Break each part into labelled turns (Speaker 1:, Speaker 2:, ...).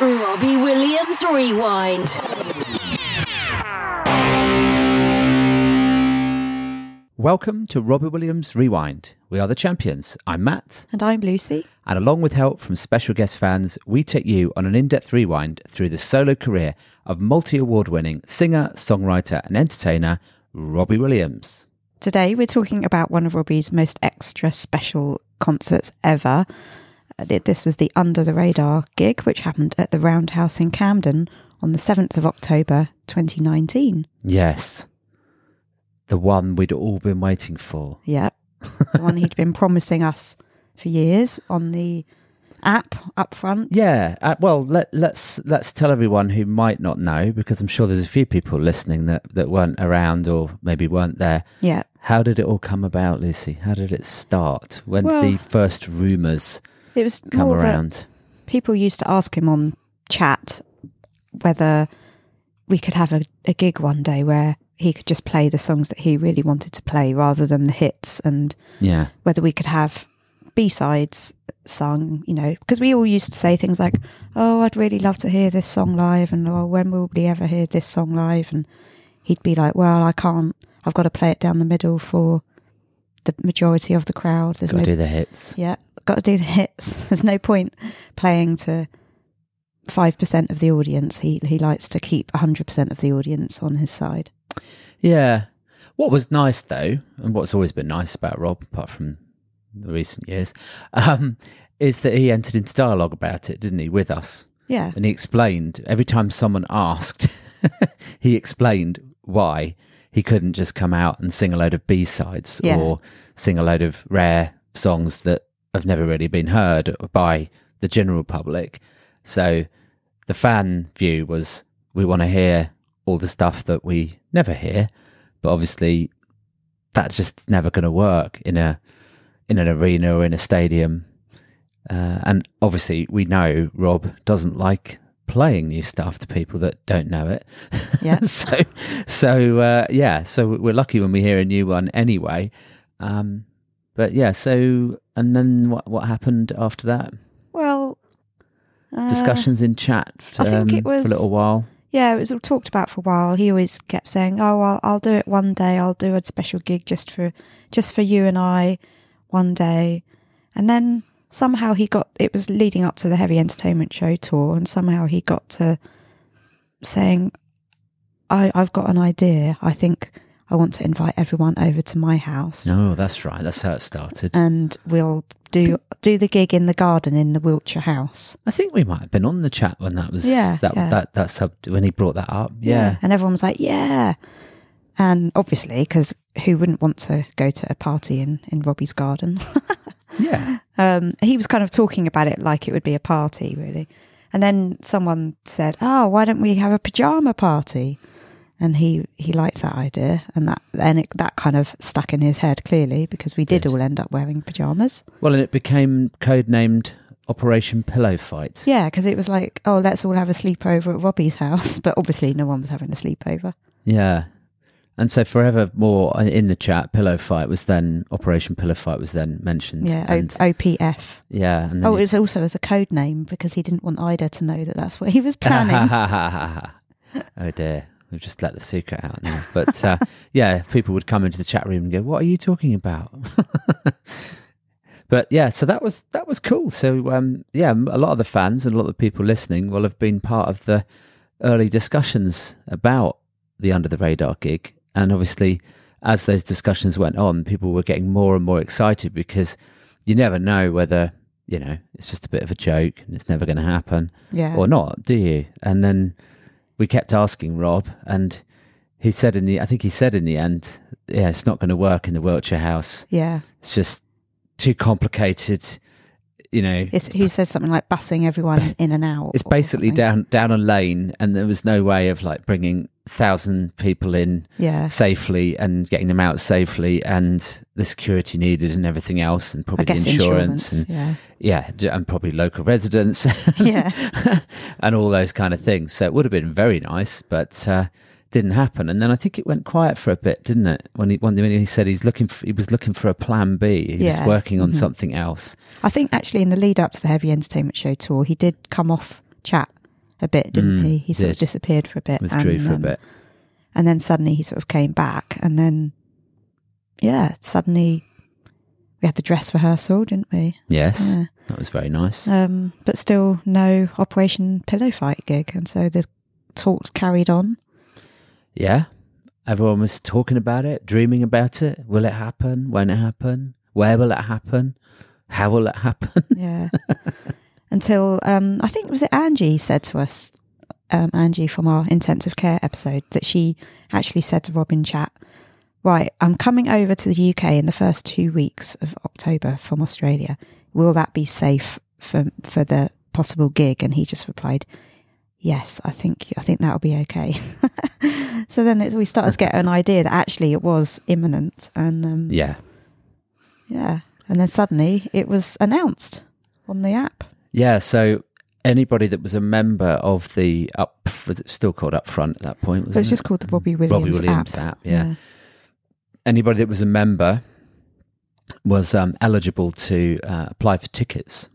Speaker 1: Robbie Williams Rewind.
Speaker 2: Welcome to Robbie Williams Rewind. We are the champions. I'm Matt,
Speaker 3: And I'm Lucy.
Speaker 2: and along with help from special guest fans, we take you on an in depth rewind through the solo career of multi award winning singer, songwriter, and entertainer Robbie Williams.
Speaker 3: Today we're talking about one of Robbie's most extra special concerts ever. Uh, th- This was the Under the Radar gig, which happened at the Roundhouse in Camden on the 7th of October 2019.
Speaker 2: Yes, the one we'd all been waiting for.
Speaker 3: Yeah. the one he'd been promising us for years on the app up front.
Speaker 2: Yeah, uh, well, let, let's let's tell everyone who might not know, because I'm sure there's a few people listening that, that weren't around or maybe weren't there.
Speaker 3: Yeah.
Speaker 2: How did it all come about, Lucy? How did it start? When
Speaker 3: Well-
Speaker 2: did the first rumours
Speaker 3: It was
Speaker 2: come
Speaker 3: more that
Speaker 2: around?
Speaker 3: people used to ask him on chat whether we could have a, a gig one day where he could just play the songs that he really wanted to play rather than the hits and
Speaker 2: Yeah,
Speaker 3: whether we could have b-sides sung you know because we all used to say things like oh i'd really love to hear this song live and oh when will we ever hear this song live and he'd be like well i can't i've got to play it down the middle for the majority of the crowd there's
Speaker 2: got to
Speaker 3: no
Speaker 2: do the hits.
Speaker 3: yeah, got to do the hits. There's no point playing to five percent of the audience. He he likes to keep hundred percent of the audience on his side.
Speaker 2: Yeah. What was nice though, and what's always been nice about Rob, apart from the recent years, um, is that he entered into dialogue about it, didn't he, with us?
Speaker 3: Yeah,
Speaker 2: And he explained every time someone asked, he explained why he couldn't just come out and sing a load of B sides
Speaker 3: Yeah.
Speaker 2: or sing a load of rare songs that have never really been heard by the general public. So the fan view was we want to hear all the stuff that we never hear, but obviously that's just never going to work in a in an arena or in a stadium. Uh, and obviously, we know Rob doesn't like playing new stuff to people that don't know it.
Speaker 3: yeah,
Speaker 2: so, so uh, yeah, so we're lucky when we hear a new one anyway. Um, but yeah, so and then what what happened after that?
Speaker 3: well, uh,
Speaker 2: Discussions in chat.
Speaker 3: I think it
Speaker 2: Um, for
Speaker 3: was-
Speaker 2: a little while.
Speaker 3: Yeah, it was all talked about for a while. He always kept saying, "Oh, I'll, I'll do it one day. I'll do a special gig just for just for you and I, one day." And then somehow he got. It was leading up to the Heavy Entertainment Show tour, and somehow he got to saying, I, "I've got an idea. I think I want to invite everyone over to my house,
Speaker 2: No, that's right. That's how it started.
Speaker 3: and we'll do do the gig in the garden in the Wiltshire house."
Speaker 2: I think we might have been on the chat when that was.
Speaker 3: Yeah,
Speaker 2: that
Speaker 3: yeah.
Speaker 2: that that sub when he brought that up. Yeah,
Speaker 3: And everyone was like, yeah. And obviously, because who wouldn't want to go to a party in, in Robbie's garden?
Speaker 2: yeah.
Speaker 3: um, he was kind of talking about it like it would be a party, really. And then someone said, oh, why don't we have a pajama party? And he, he liked that idea, and that and it, that kind of stuck in his head clearly because we did,
Speaker 2: Did.
Speaker 3: all end up wearing pajamas.
Speaker 2: Well, and it became codenamed Operation Pillow Fight.
Speaker 3: Yeah, because it was like, oh, let's all have a sleepover at Robbie's house, but obviously no one was having a sleepover.
Speaker 2: Yeah. And so forevermore uh, in the chat, Pillow Fight was then Operation Pillow Fight was then mentioned.
Speaker 3: Yeah, O-
Speaker 2: And,
Speaker 3: OPF.
Speaker 2: yeah. uh, And then
Speaker 3: Oh,
Speaker 2: you-
Speaker 3: it was also as a code name because he didn't want Ida to know that that's what he was planning.
Speaker 2: oh dear. We've just let the secret out now. But uh, yeah, people would come into the chat room and go, "What are you talking about?" but yeah, so that was that was cool. So um, yeah, a lot of the fans and a lot of the people listening will have been part of the early discussions about the under the radar gig, and obviously, as those discussions went on, people were getting more and more excited because you never know whether you know it's just a bit of a joke and it's never going to happen
Speaker 3: yeah.
Speaker 2: or not, do you? And then we kept asking Rob, and he said in the, I think he said in the end, yeah, it's not going to work in the Wiltshire house.
Speaker 3: yeah.
Speaker 2: It's just too complicated, you know.
Speaker 3: It's, who said something like bussing everyone in and out?
Speaker 2: It's
Speaker 3: or
Speaker 2: basically
Speaker 3: something.
Speaker 2: down down a lane, and there was no way of like bringing thousand people in
Speaker 3: Yeah.
Speaker 2: safely and getting them out safely, and the security needed and everything else, and
Speaker 3: I
Speaker 2: probably the
Speaker 3: guess
Speaker 2: insurance,
Speaker 3: insurance.
Speaker 2: and
Speaker 3: Yeah.
Speaker 2: yeah, d- and probably local residents.
Speaker 3: Yeah.
Speaker 2: and all those kind of things. So it would have been very nice, but uh, didn't happen. And then I think it went quiet for a bit, didn't it? When he when he said he's looking for, he was looking for a plan B. He
Speaker 3: Yeah.
Speaker 2: was working on
Speaker 3: Mhm.
Speaker 2: something else.
Speaker 3: I think actually in the lead up to the Heavy Entertainment Show tour, he did come off chat a bit, didn't
Speaker 2: Mm,
Speaker 3: he? He sort of
Speaker 2: did.
Speaker 3: disappeared for a bit,
Speaker 2: withdrew
Speaker 3: and,
Speaker 2: for a
Speaker 3: um,
Speaker 2: bit.
Speaker 3: and then suddenly he sort of came back, and then yeah, suddenly we had the dress rehearsal, didn't we?
Speaker 2: Yes,
Speaker 3: Yeah.
Speaker 2: that was very nice.
Speaker 3: Um, but still no Operation Pillow Fight gig, and so the talks carried on.
Speaker 2: yeah, everyone was talking about it, dreaming about it. Will it happen? Won't it happen? Where will it happen? How will it happen?
Speaker 3: Yeah. Until um, I think was it Angie said to us, um, Angie from our intensive care episode, that she actually said to Robin Chat, "Right, I'm coming over to the UK in the first two weeks of October from Australia. Will that be safe for for the possible gig?" And he just replied, "Yes, I think I think that'll be okay." so then it, we started to get an idea that actually it was imminent, and um,
Speaker 2: yeah,
Speaker 3: yeah. And then suddenly it was announced on the app.
Speaker 2: yeah. So anybody that was a member of the up was it still called Upfront at that point?
Speaker 3: So
Speaker 2: wasn't
Speaker 3: it's just
Speaker 2: it?
Speaker 3: called the Robbie Williams,
Speaker 2: Robbie Williams
Speaker 3: app.
Speaker 2: app. yeah. anybody that was a member was um, eligible to uh, apply for tickets.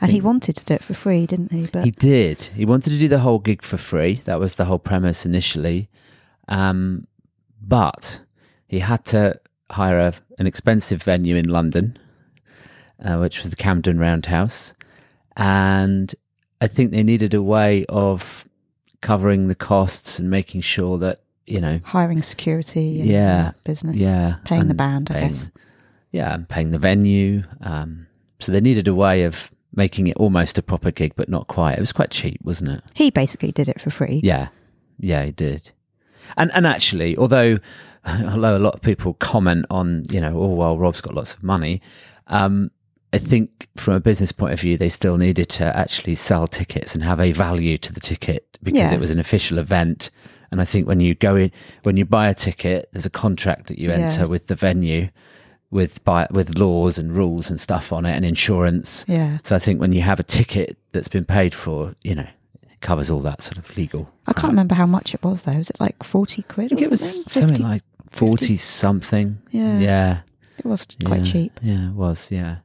Speaker 3: And he
Speaker 2: Think-
Speaker 3: wanted to do it for free, didn't he? But
Speaker 2: He did. He wanted to do the whole gig for free. That was the whole premise initially. Um, but he had to hire a, an expensive venue in London, uh, which was the Camden Roundhouse. And I think they needed a way of covering the costs and making sure that, you know,
Speaker 3: hiring security and
Speaker 2: Yeah.
Speaker 3: that business.
Speaker 2: yeah
Speaker 3: Paying the
Speaker 2: and
Speaker 3: band, I guess.
Speaker 2: yeah and paying the venue um so they needed a way of making it almost a proper gig but not quite it was quite cheap wasn't it
Speaker 3: He basically did it for free.
Speaker 2: yeah yeah he did and and actually although although a lot of people comment on you know oh well rob's got lots of money um I think from a business point of view, they still needed to actually sell tickets and have a value to the ticket because
Speaker 3: Yeah.
Speaker 2: it was an official event. And I think when you go in, when you buy a ticket, there's a contract that you
Speaker 3: Yeah.
Speaker 2: enter with the venue, with by, with laws and rules and stuff on it, and insurance.
Speaker 3: Yeah.
Speaker 2: So I think when you have a ticket that's been paid for, you know, it covers all that sort of legal.
Speaker 3: I can't remember how much it was though. Was it like forty quid?
Speaker 2: Uh, I think
Speaker 3: or
Speaker 2: it was
Speaker 3: something?
Speaker 2: something
Speaker 3: 50?
Speaker 2: like forty something.
Speaker 3: Yeah.
Speaker 2: Yeah.
Speaker 3: it was quite
Speaker 2: Yeah,
Speaker 3: cheap.
Speaker 2: Yeah, it was. Yeah.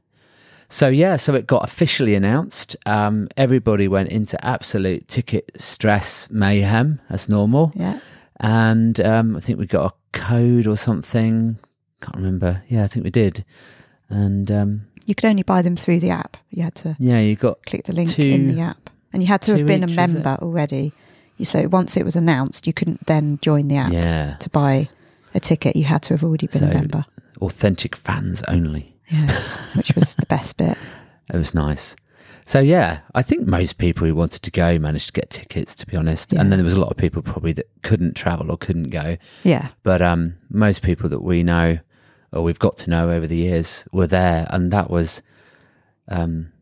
Speaker 2: So yeah, so it got officially announced. Um, everybody went into absolute ticket stress mayhem as normal,
Speaker 3: Yeah,
Speaker 2: and um, I think we got a code or something. Can't remember. Yeah, I think we did. And um,
Speaker 3: you could only buy them through the app. You had to
Speaker 2: yeah, you got
Speaker 3: click the link
Speaker 2: Two-
Speaker 3: in the app, and you had to
Speaker 2: two
Speaker 3: have been a
Speaker 2: each, was it?
Speaker 3: member already. You So once it was announced, you couldn't then join the app
Speaker 2: yeah
Speaker 3: to buy a ticket. You had to have already been a
Speaker 2: So-
Speaker 3: member.
Speaker 2: authentic fans only.
Speaker 3: Yes, which was the best bit.
Speaker 2: It was nice. So yeah, I think most people who wanted to go managed to get tickets. To be honest,
Speaker 3: Yeah.
Speaker 2: and then there was a lot of people probably that couldn't travel or couldn't go.
Speaker 3: Yeah,
Speaker 2: But um, most people that we know or we've got to know over the years were there, and that was um,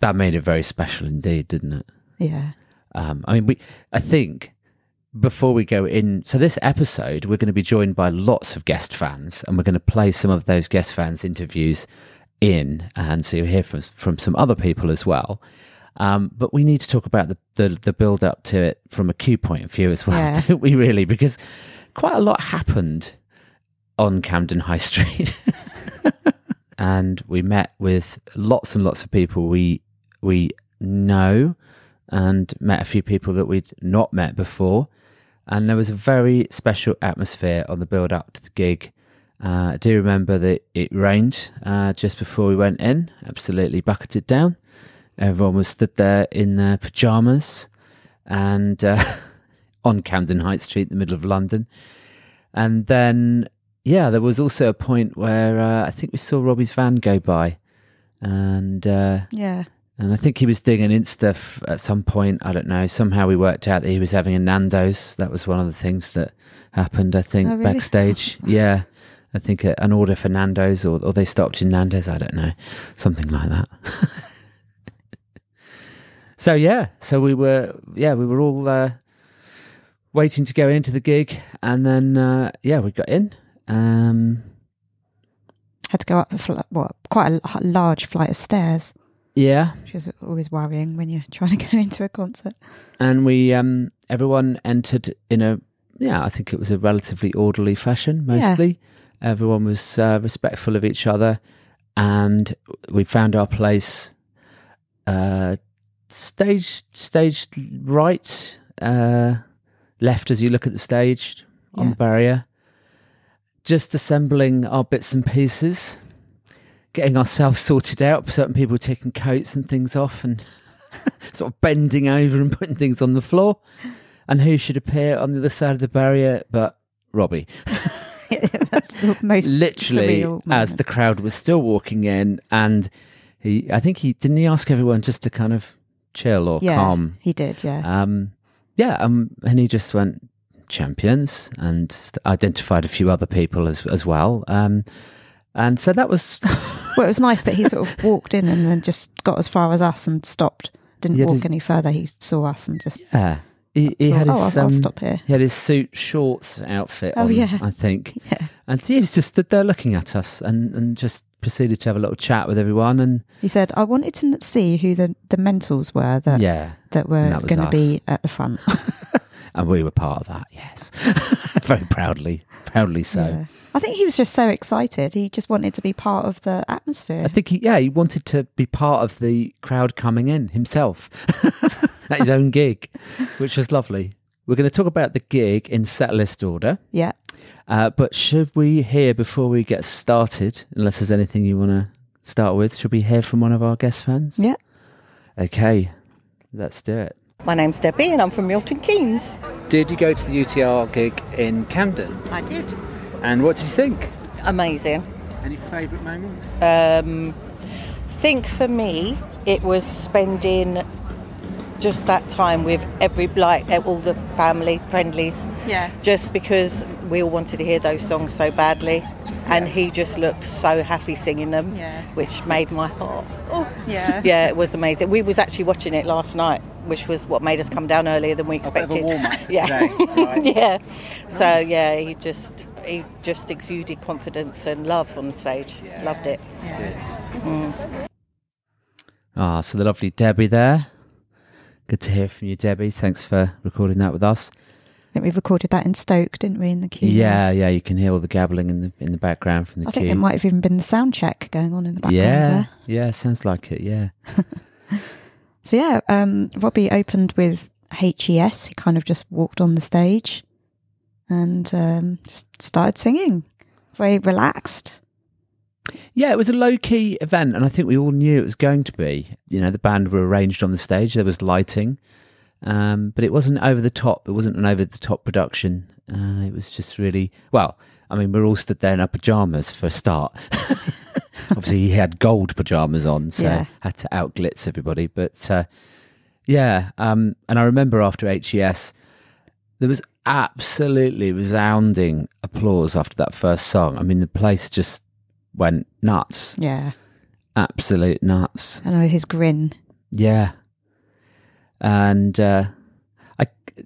Speaker 2: that made it very special indeed, didn't it?
Speaker 3: yeah,
Speaker 2: Um, I mean, we I think before we go in, so this episode we're going to be joined by lots of guest fans, and we're going to play some of those guest fans interviews in, and so you'll hear from from some other people as well. Um, but we need to talk about the, the the build up to it from a cue point of view as well,
Speaker 3: Yeah.
Speaker 2: don't we? Really, because quite a lot happened on Camden High Street. and we met with lots and lots of people we we know and met a few people that we'd not met before. And there was a very special atmosphere on the build up to the gig. Uh, I do remember that it rained uh, just before we went in, absolutely bucketed down. Everyone was stood there in their pajamas and uh, on Camden High Street, the middle of London. And then, yeah, there was also a point where uh, I think we saw Robbie's van go by, and uh,
Speaker 3: yeah.
Speaker 2: and I think he was doing an Insta f- at some point. I don't know. Somehow we worked out that he was having a Nando's. That was one of the things that happened. I think
Speaker 3: Oh, really?
Speaker 2: backstage. yeah, I think a, an order for Nando's, or or they stopped in Nando's. I don't know, something like that. so yeah, so we were yeah we were all uh, waiting to go into the gig, and then uh, yeah we got in. Um,
Speaker 3: had to go up a fl- what quite a l- large flight of stairs,
Speaker 2: yeah,
Speaker 3: which is always worrying when you're trying to go into a concert.
Speaker 2: and we um everyone entered in a yeah i think it was a relatively orderly fashion
Speaker 3: Yeah.
Speaker 2: mostly everyone was uh, respectful of each other and we found our place uh stage stage right, uh, left as you look at the stage on
Speaker 3: Yeah.
Speaker 2: the barrier. Just assembling our bits and pieces, getting ourselves sorted out. Certain people taking coats and things off and sort of bending over and putting things on the floor. And who should appear on the other side of the barrier but Robbie?
Speaker 3: That's the most
Speaker 2: literally
Speaker 3: surreal
Speaker 2: as
Speaker 3: moment.
Speaker 2: the crowd was still walking in and he i think he didn't he ask everyone just to kind of chill or
Speaker 3: yeah,
Speaker 2: calm
Speaker 3: He did, yeah.
Speaker 2: um yeah um and he just went champions and st- identified a few other people as as well um and so that was
Speaker 3: well, it was nice that he sort of walked in and then just got as far as us and stopped. Didn't
Speaker 2: Yeah,
Speaker 3: walk
Speaker 2: did-
Speaker 3: any further. He saw us and just
Speaker 2: yeah he, he
Speaker 3: thought,
Speaker 2: had
Speaker 3: oh, I'll,
Speaker 2: his
Speaker 3: I'll
Speaker 2: um,
Speaker 3: stop here.
Speaker 2: he had his suit shorts outfit
Speaker 3: Oh,
Speaker 2: on
Speaker 3: yeah.
Speaker 2: i think
Speaker 3: Yeah.
Speaker 2: and he was just stood there looking at us and and just proceeded to have a little chat with everyone and
Speaker 3: He said, I wanted to see who the, the mentors were that,
Speaker 2: yeah
Speaker 3: that were
Speaker 2: That was
Speaker 3: going to
Speaker 2: us.
Speaker 3: be at the front.
Speaker 2: and we were part of that. Yes, very proudly, proudly so.
Speaker 3: Yeah. I think he was just so excited. He just wanted to be part of the atmosphere.
Speaker 2: I think he, yeah, he wanted to be part of the crowd coming in himself at his own gig, which was lovely. We're going to talk about the gig in set list order,
Speaker 3: yeah.
Speaker 2: uh, but should we hear before we get started? Unless there's anything you want to start with, should we hear from one of our guest fans?
Speaker 3: Yeah.
Speaker 2: Okay, let's do it.
Speaker 4: My name's Debbie and I'm from Milton Keynes.
Speaker 2: Did you go to the UTR gig in Camden,
Speaker 4: I did.
Speaker 2: and what did you think?
Speaker 4: Amazing.
Speaker 2: Any favourite moments?
Speaker 4: Um, think for me, it was spending just that time with every, like all the family, friendlies.
Speaker 3: Yeah.
Speaker 4: Just because we all wanted to hear those songs so badly. And he just looked so happy singing them,
Speaker 3: Yeah.
Speaker 4: which made my heart. Oh.
Speaker 3: Yeah.
Speaker 4: Yeah, it was amazing. We was actually watching it last night, which was what made us come down earlier than we
Speaker 2: bit of a
Speaker 4: expected.
Speaker 2: warm-up for
Speaker 4: yeah,
Speaker 2: today, right.
Speaker 4: yeah. So yeah, he just he just exuded confidence and love on stage. Loved it. Mm.
Speaker 2: Ah, so the lovely Debbie there. Good to hear from you, Debbie. Thanks for recording that with us.
Speaker 3: I think we recorded that in Stoke, didn't we, in the queue?
Speaker 2: Yeah, yeah, you can hear all the gabbling in the in the background from the
Speaker 3: I
Speaker 2: queue.
Speaker 3: think it might have even been the sound check going on in the background
Speaker 2: yeah,
Speaker 3: there.
Speaker 2: yeah, sounds like it. Yeah,
Speaker 3: So yeah, um, Robbie opened with HES. He kind of just walked on the stage and um, just started singing. Very relaxed.
Speaker 2: yeah, it was a low key event, and I think we all knew it was going to be. You know, the band were arranged on the stage. There was lighting, um, but it wasn't over the top. It wasn't an over the top production. Uh, it was just really well. I mean, we're all stood there in our pajamas for a start. Obviously, he had gold pajamas on, so
Speaker 3: Yeah.
Speaker 2: had to outglitz everybody. But uh, yeah, um, and I remember after HES, there was absolutely resounding applause after that first song. I mean, the place just went nuts,
Speaker 3: Yeah,
Speaker 2: absolute nuts.
Speaker 3: I know his grin.
Speaker 2: Yeah. And uh, I c-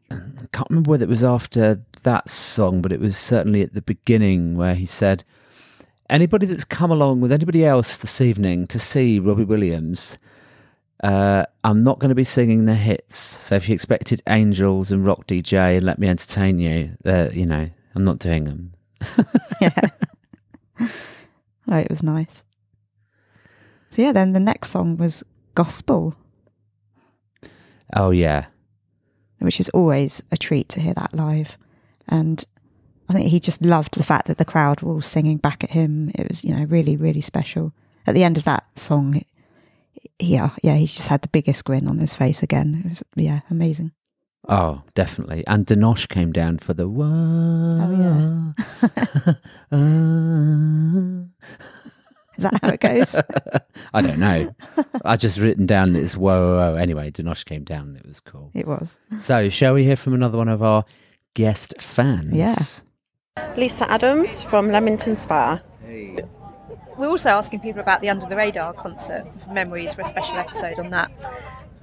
Speaker 2: can't remember whether it was after that song, but it was certainly at the beginning where he said, Anybody that's come along with anybody else this evening to see Robbie Williams, uh, I'm not going to be singing the hits. So if you expected Angels and Rock DJ and Let Me Entertain You, uh, you know, I'm not doing them.
Speaker 3: Oh, it was nice. So yeah, then the next song was Gospel,
Speaker 2: Oh, yeah.
Speaker 3: which is always a treat to hear that live. And I think he just loved the fact that the crowd were all singing back at him. It was, you know, really, really special. At the end of that song, yeah, yeah, he just had the biggest grin on his face again. It was, yeah, amazing.
Speaker 2: Oh, definitely. And Dinosh came down for the
Speaker 3: Oh,
Speaker 2: yeah.
Speaker 3: Is that how it goes?
Speaker 2: I don't know. I just written down that it's whoa, whoa, whoa. Anyway, Dinosh came down. and It was cool.
Speaker 3: it was.
Speaker 2: So, shall we hear from another one of our guest fans?
Speaker 3: Yeah.
Speaker 5: Lisa Adams from Leamington Spa.
Speaker 6: we're also asking people about the Under the Radar concert for memories for a special episode on that.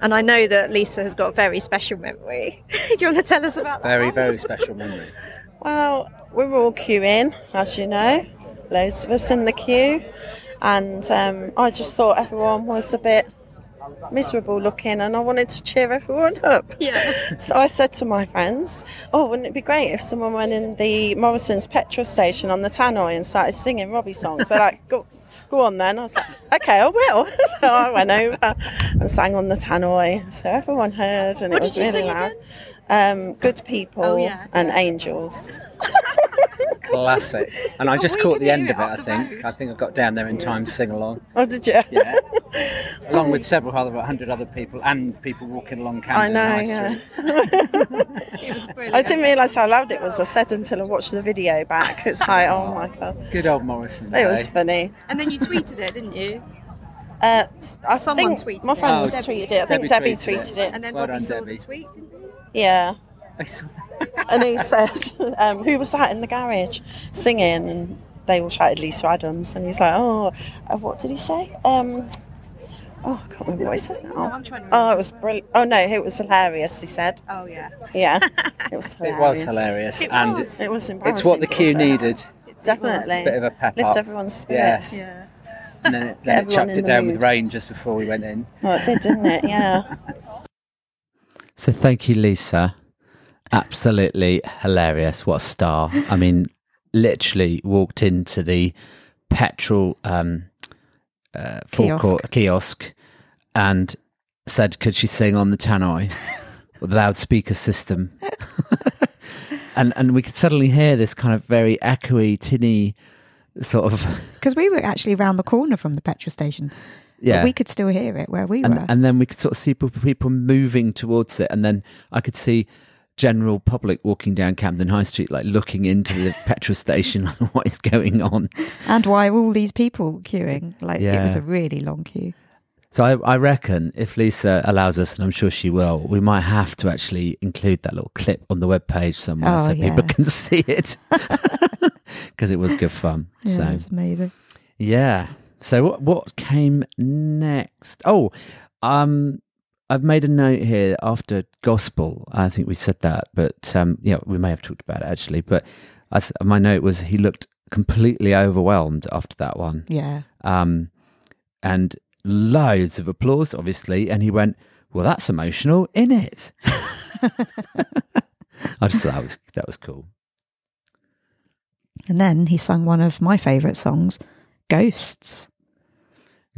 Speaker 6: And I know that Lisa has got a very special memory. Do you want to tell us about that?
Speaker 2: Very, very special memory.
Speaker 5: Well, we were all queuing, as you know, loads of us in the queue, and um, I just thought everyone was a bit miserable looking, and I wanted to cheer everyone up.
Speaker 6: Yeah.
Speaker 5: so I said to my friends, "Oh, wouldn't it be great if someone went in the Morrison's petrol station on the tannoy and started singing Robbie songs?" They're like, "Go." go on then. I was like, okay, I will. so I went over and sang on the tannoy. So everyone heard and
Speaker 6: What
Speaker 5: it was
Speaker 6: did you
Speaker 5: really
Speaker 6: sing
Speaker 5: loud. Um, good people
Speaker 6: Oh, yeah.
Speaker 5: and angels.
Speaker 4: Classic. And I just
Speaker 6: we
Speaker 4: caught
Speaker 6: can
Speaker 4: the end
Speaker 6: hear
Speaker 4: of
Speaker 6: it
Speaker 4: it,
Speaker 6: up
Speaker 4: I
Speaker 6: the
Speaker 4: think.
Speaker 6: road.
Speaker 4: I think I got down there in time to sing along.
Speaker 5: Oh, did you?
Speaker 4: Yeah. along with several other, 100 other people and people walking along
Speaker 5: I
Speaker 4: Camden
Speaker 5: know,
Speaker 4: High
Speaker 5: yeah.
Speaker 4: Street.
Speaker 6: It was brilliant.
Speaker 5: I didn't realise how loud it was. I said until I watched the video back. It's like, oh my god,
Speaker 4: Good old Morrison.
Speaker 5: it was
Speaker 4: day.
Speaker 5: funny.
Speaker 6: And then you tweeted it, didn't you?
Speaker 5: Uh, I
Speaker 6: Someone
Speaker 5: think
Speaker 6: tweeted
Speaker 5: my
Speaker 6: it.
Speaker 5: friends
Speaker 6: Oh,
Speaker 5: tweeted it. I think Debbie,
Speaker 4: Debbie
Speaker 5: tweeted
Speaker 4: tweeted
Speaker 5: it.
Speaker 6: And then
Speaker 4: Well
Speaker 6: Bobby
Speaker 4: done,
Speaker 6: saw
Speaker 4: Debbie.
Speaker 6: the tweet, didn't he?
Speaker 5: Yeah.
Speaker 4: I saw-
Speaker 5: And he said, um, who was that in the garage singing? And they all shouted Lisa Adams. And he's like, oh, uh, what did he say? Um, oh, I can't remember what he said
Speaker 6: No,
Speaker 5: now.
Speaker 6: I'm trying to remember.
Speaker 5: Oh, it was brilliant. Oh, no, it was hilarious, he said.
Speaker 6: Oh, yeah.
Speaker 5: Yeah. It was
Speaker 4: It
Speaker 5: hilarious.
Speaker 4: was hilarious.
Speaker 6: It
Speaker 4: and
Speaker 6: was.
Speaker 5: It was embarrassing.
Speaker 4: it's what the
Speaker 5: but
Speaker 4: queue
Speaker 5: also-
Speaker 4: needed.
Speaker 5: Definitely.
Speaker 4: Bit of a pep
Speaker 5: Lift
Speaker 4: up.
Speaker 5: everyone's spirits.
Speaker 4: Yes.
Speaker 6: Yeah.
Speaker 4: And then it, then it
Speaker 5: everyone in
Speaker 4: chucked it
Speaker 5: the
Speaker 4: down
Speaker 5: mood.
Speaker 4: with rain just before we went in.
Speaker 5: Well, it did, didn't it? Yeah.
Speaker 2: So thank you, Lisa. Absolutely hilarious. What a star. I mean, literally walked into the petrol um, uh, forecourt kiosk and said, could she sing on the tannoy with the loudspeaker system? and, and we could suddenly hear this kind of very echoey, tinny sort of,
Speaker 3: Because we were actually round the corner from the petrol station.
Speaker 2: yeah.
Speaker 3: But we could still hear it where we were.
Speaker 2: and, and then we could sort of see p- people moving towards it and then i could see general public walking down camden high street like looking into the petrol station like, what is going on
Speaker 3: And why were all these people queuing? Like it was
Speaker 2: Yeah.
Speaker 3: a really long queue.
Speaker 2: so I, I reckon if lisa allows us and i'm sure she will we might have to actually include that little clip on the webpage somewhere
Speaker 3: Oh,
Speaker 2: so
Speaker 3: yeah.
Speaker 2: people can see it because it was good fun
Speaker 3: Yeah,
Speaker 2: so
Speaker 3: it was amazing.
Speaker 2: Yeah. So what what came next? Oh, um I've made a note here after gospel. I think we said that, but um yeah, we may have talked about it actually, but I s my note was he looked completely overwhelmed after that one.
Speaker 3: Yeah.
Speaker 2: Um and loads of applause obviously and he went, "Well, that's emotional, in it?" I just thought that was that was cool.
Speaker 3: And then he sung one of my favourite songs, Ghosts.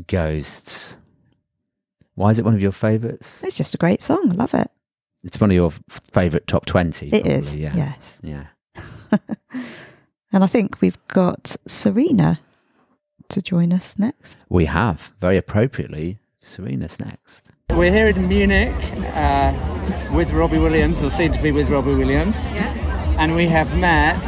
Speaker 2: Ghosts. Why is it one of your favorites?
Speaker 3: It's just a great song. I love it.
Speaker 2: It's one of your f- favourite top 20.
Speaker 3: It
Speaker 2: probably,
Speaker 3: is.
Speaker 2: Yeah.
Speaker 3: Yes.
Speaker 2: Yeah.
Speaker 3: And I think we've got Serena to join us next.
Speaker 2: We have, very appropriately, Serena's next.
Speaker 7: We're here in Munich uh, with Robbie Williams, or soon to be with Robbie Williams. Yeah. And we have met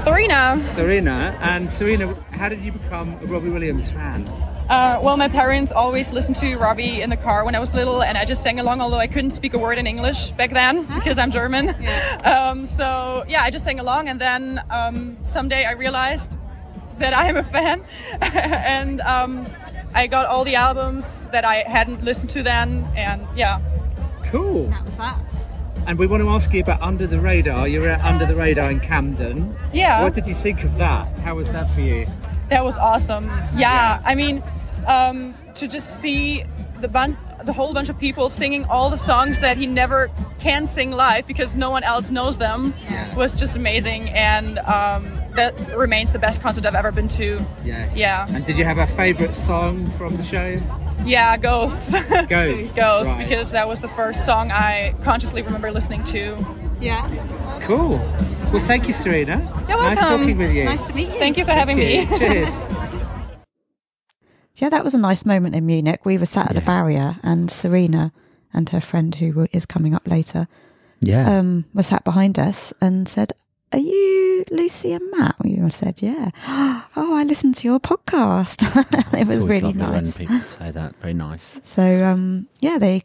Speaker 8: Serena.
Speaker 7: Serena. And Serena, how did you become a Robbie Williams fan?
Speaker 8: Uh, well, my parents always listened to Robbie in the car when I was little, and I just sang along, although I couldn't speak a word in English back then
Speaker 7: Hmm?
Speaker 8: because I'm German. Um, so, yeah, I just sang along, and then um, someday I realized that I am a fan, and um, I got all the albums that I hadn't listened to then, and yeah.
Speaker 7: Cool. That was that. And we want to ask you about Under the Radar. You were at Under the Radar in Camden.
Speaker 8: Yeah.
Speaker 7: What did you think of that? How was that for you?
Speaker 8: That was awesome. Yeah, I mean, um, to just see the bun- the whole bunch of people singing all the songs that he never can sing live because no one else knows them was just amazing, and um, that remains the best concert I've ever been to.
Speaker 7: Yes.
Speaker 8: Yeah.
Speaker 7: And did you have a favourite song from the show?
Speaker 8: Yeah, Ghosts.
Speaker 7: Ghosts,
Speaker 8: Ghosts,
Speaker 7: right.
Speaker 8: because that was the first song I consciously remember listening to.
Speaker 7: Cool. Well, thank you, Serena.
Speaker 8: You're
Speaker 7: Nice
Speaker 8: welcome.
Speaker 7: talking with you.
Speaker 6: Nice to meet you.
Speaker 8: Thank you for having me.
Speaker 7: Cheers.
Speaker 3: Yeah, that was a nice moment in Munich. We were sat at the
Speaker 2: Yeah.
Speaker 3: barrier, and Serena and her friend, who w- is coming up later,
Speaker 2: Yeah.
Speaker 3: um, were sat behind us and said, "Are you Lucy and Matt?" We all said, "Yeah." oh, I listened to your podcast. it
Speaker 2: It's
Speaker 3: was
Speaker 2: always
Speaker 3: really
Speaker 2: lovely
Speaker 3: nice.
Speaker 2: when people say that. Very nice.
Speaker 3: So um, yeah, they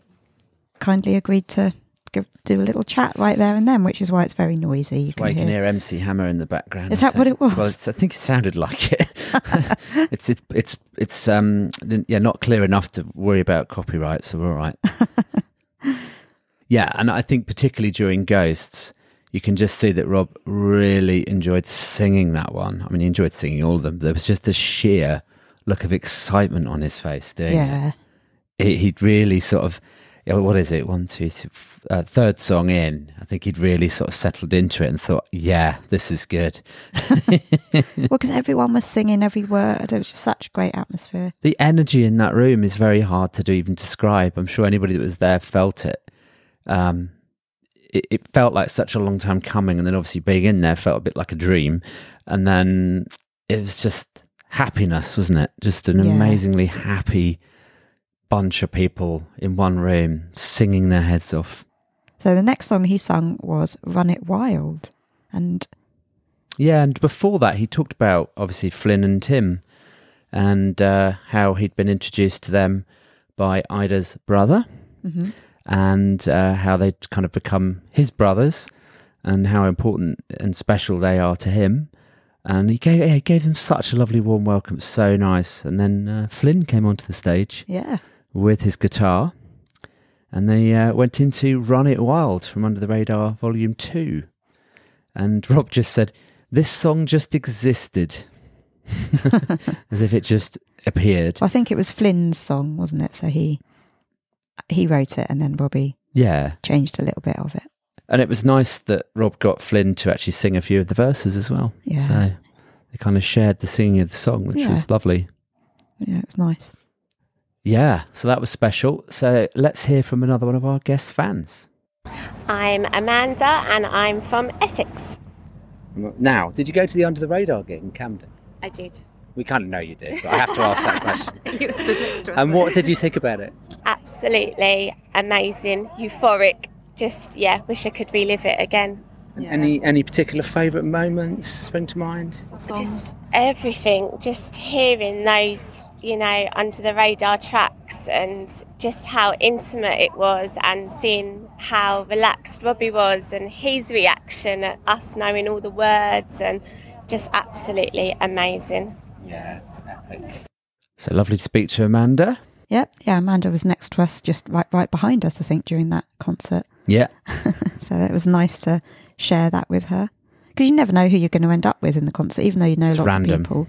Speaker 3: kindly agreed to go, do a little chat right there and then, which is why it's very noisy. You can
Speaker 2: Well, you can
Speaker 3: hear.
Speaker 2: hear MC Hammer in the background.
Speaker 3: Is
Speaker 2: I
Speaker 3: that what
Speaker 2: think.
Speaker 3: it was?
Speaker 2: Well, it's, I think it sounded like it. it's it, it's it's um yeah, not clear enough to worry about copyright, so we're all right. yeah, and I think particularly during Ghosts, you can just see that Rob really enjoyed singing that one. I mean, he enjoyed singing all of them. There was just a sheer look of excitement on his face doing it
Speaker 3: Yeah,
Speaker 2: he, he'd really sort of yeah, what is it? One, two, three, f- uh, third song in. I think he'd really sort of settled into it and thought, yeah, this is good.
Speaker 3: Well, because everyone was singing every word. It was just such a great atmosphere.
Speaker 2: the energy in that room is very hard to do, even describe. I'm sure anybody that was there felt it. Um, it, it felt like such a long time coming, and then obviously being in there felt a bit like a dream. And then it was just happiness, wasn't it? Just an
Speaker 3: Yeah.
Speaker 2: amazingly happy bunch of people in one room singing their heads off.
Speaker 3: So the next song he sung was Run It Wild. And
Speaker 2: Yeah, and before that, he talked about obviously Flynn and Tim and uh, how he'd been introduced to them by Ida's brother and uh, how they'd kind of become his brothers and how important and special they are to him. And he gave, yeah, he gave them such a lovely warm welcome, so nice. And then uh, Flynn came onto the stage
Speaker 3: yeah,
Speaker 2: with his guitar and they uh, went into Run It Wild from Under the Radar Volume 2. And Rob just said, This song just existed. As if it just appeared.
Speaker 3: I think it was Flynn's song, wasn't it? So he he wrote it and then Robbie
Speaker 2: Yeah.
Speaker 3: changed a little bit of it.
Speaker 2: And it was nice that Rob got Flynn to actually sing a few of the verses as well.
Speaker 3: Yeah.
Speaker 2: So they kind of shared the singing of the song, which
Speaker 3: Yeah.
Speaker 2: was lovely.
Speaker 3: Yeah, it was nice.
Speaker 2: Yeah. So that was special. So let's hear from another one of our guest fans.
Speaker 9: I'm Amanda and I'm from Essex.
Speaker 10: Now, did you go to the under the radar gig in Camden?
Speaker 11: I did.
Speaker 10: We kind of know you did, but I have to ask that question.
Speaker 11: You stood next to us.
Speaker 10: And what did you think about it?
Speaker 9: Absolutely amazing, euphoric. Just, yeah, wish I could relive it again.
Speaker 10: Any any particular favourite moments spring to mind?
Speaker 9: Just everything, just hearing those, you know, under the radar tracks and just how intimate it was and seeing how relaxed Robbie was and his reaction at us knowing all the words and just absolutely amazing.
Speaker 10: Yeah, it's epic.
Speaker 2: So lovely to speak to Amanda.
Speaker 3: Yep. Yeah, Amanda was next to us, just right right behind us, I think, during that concert.
Speaker 2: Yeah.
Speaker 3: So it was nice to share that with her because you never know who you're going to end up with in the concert, even though you know
Speaker 2: It's
Speaker 3: lots
Speaker 2: random.
Speaker 3: of people.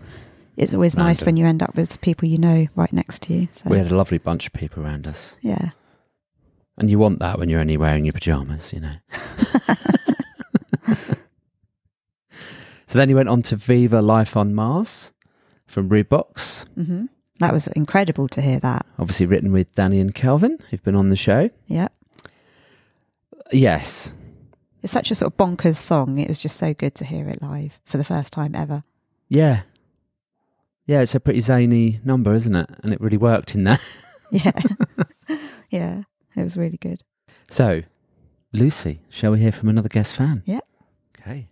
Speaker 3: It's always nice
Speaker 2: Random.
Speaker 3: when you end up with people you know right next to you. So
Speaker 2: We had a lovely bunch of people around us.
Speaker 3: yeah,
Speaker 2: And you want that when you're only wearing your pajamas, you know. so then he went on to Viva Life on Mars from Rebox,
Speaker 3: mm-hmm. that was incredible to hear that.
Speaker 2: obviously written with Danny and Calvin, who've been on the show.
Speaker 3: Yeah,
Speaker 2: Yes,
Speaker 3: it's such a sort of bonkers song. It was just so good to hear it live for the first time ever.
Speaker 2: yeah. Yeah, it's a pretty zany number, isn't it? And it really worked in there.
Speaker 3: Yeah, yeah, it was really good.
Speaker 2: So, Lucy, shall we hear from another guest fan?
Speaker 3: Yeah.
Speaker 2: Okay.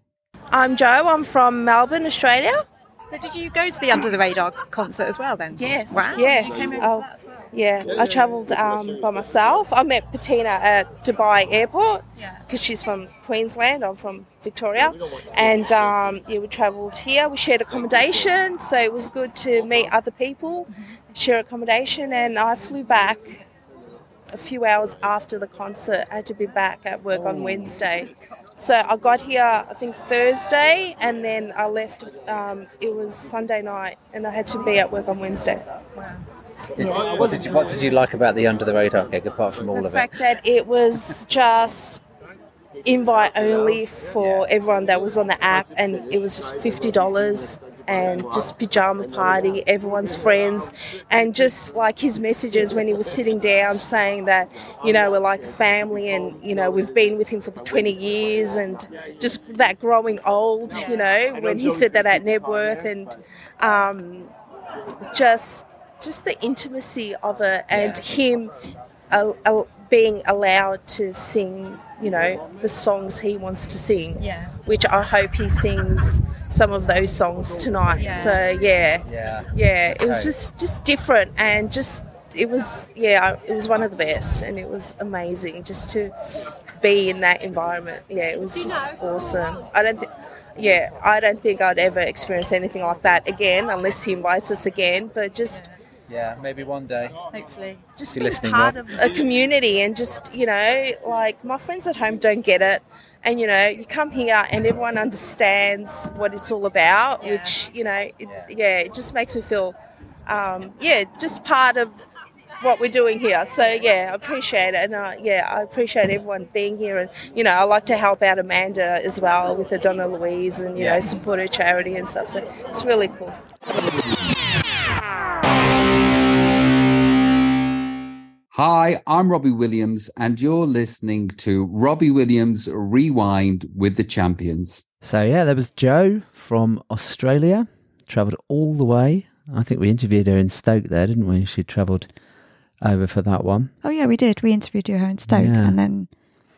Speaker 12: I'm Joe. I'm from Melbourne, Australia.
Speaker 11: So did you go to the Under the Radar concert as well then?
Speaker 12: Yes.
Speaker 11: Wow.
Speaker 12: Yes.
Speaker 11: You came over for
Speaker 12: Oh.
Speaker 11: that as well.
Speaker 12: Yeah, I travelled um, by myself. I met Patina at Dubai Airport
Speaker 11: Yeah.
Speaker 12: because she's from Queensland. I'm from Victoria, and um, yeah, we travelled here. We shared accommodation, so it was good to meet other people, share accommodation, and I flew back a few hours after the concert. I had to be back at work on Wednesday. So I got here, I think Thursday, and then I left. Um, it was Sunday night, and I had to be at work on Wednesday.
Speaker 10: Did- what did you What did you like about the under the radar gig apart from all
Speaker 12: the
Speaker 10: of it?
Speaker 12: fact that it was just invite only for everyone that was on the app and it was just $50 and just pajama party everyone's friends and just like his messages when he was sitting down saying that you know we're like a family and you know we've been with him for the 20 years and just that growing old you know when he said that at nebworth and um, just just the intimacy of it and him al- al- being allowed to sing, you know, the songs he wants to sing.
Speaker 11: Yeah.
Speaker 12: Which I hope he sings some of those songs tonight.
Speaker 11: Yeah.
Speaker 12: So yeah,
Speaker 10: Yeah.
Speaker 12: yeah, it was
Speaker 10: Okay.
Speaker 12: just just different and just it was yeah, it was one of the best and it was amazing just to be in that environment. Yeah, it was just awesome. I don't think yeah, I don't think I'd ever experience anything like that again unless he invites us again, but just
Speaker 10: Yeah, maybe one day.
Speaker 11: Hopefully.
Speaker 12: just
Speaker 10: You're
Speaker 12: being
Speaker 10: listening,
Speaker 12: part
Speaker 10: Rob.
Speaker 12: of a community and just you know like my friends at home don't get it and you know you come here and everyone understands what it's all about
Speaker 11: Yeah.
Speaker 12: which you know it,
Speaker 10: Yeah.
Speaker 12: yeah it just makes me feel um, yeah just part of
Speaker 13: what we're doing here. So yeah, I appreciate it, and uh, yeah, I appreciate everyone being here. And you know, I like to help out Amanda as well with the Donna Louise, and you
Speaker 14: Yes.
Speaker 13: know, support her charity and stuff. So it's really cool.
Speaker 15: Hi, I'm Robbie Williams, and you're listening to Robbie Williams Rewind with the Champions.
Speaker 2: So yeah, there was Joe from Australia, travelled all the way. I think we interviewed her in Stoke there, didn't we? She travelled over for that one.
Speaker 3: Oh yeah, we did. We interviewed her in Stoke,
Speaker 2: Yeah.
Speaker 3: and then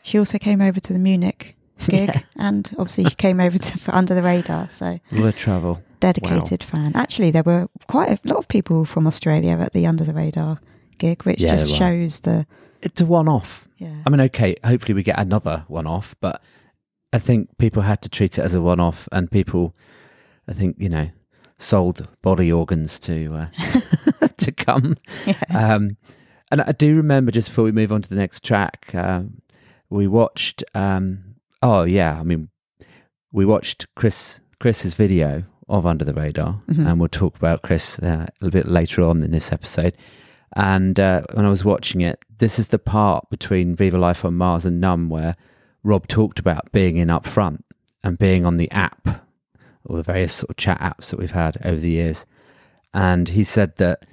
Speaker 3: she also came over to the Munich gig, and obviously she came over to for Under the Radar. So
Speaker 2: What a travel.
Speaker 3: dedicated fan. Actually, there were quite a lot of people from Australia at the Under the Radar gig, which
Speaker 2: Yeah,
Speaker 3: just
Speaker 2: there were.
Speaker 3: shows the
Speaker 2: it's a one off.
Speaker 3: Yeah.
Speaker 2: I mean, okay, hopefully we get another one off, but I think people had to treat it as a one off, and people, I think, you know, sold body organs to uh, to come. Um, and I do remember just before we move on to the next track, um, we watched. Um, oh yeah, I mean, we watched Chris Chris's video of Under the Radar,
Speaker 16: Mhm.
Speaker 2: and we'll talk about Chris uh, a little bit later on in this episode. And uh, when I was watching it, this is the part between Viva Life on Mars and Numb where Rob talked about being in up front and being on the app or the various sort of chat apps that we've had over the years. And he said that,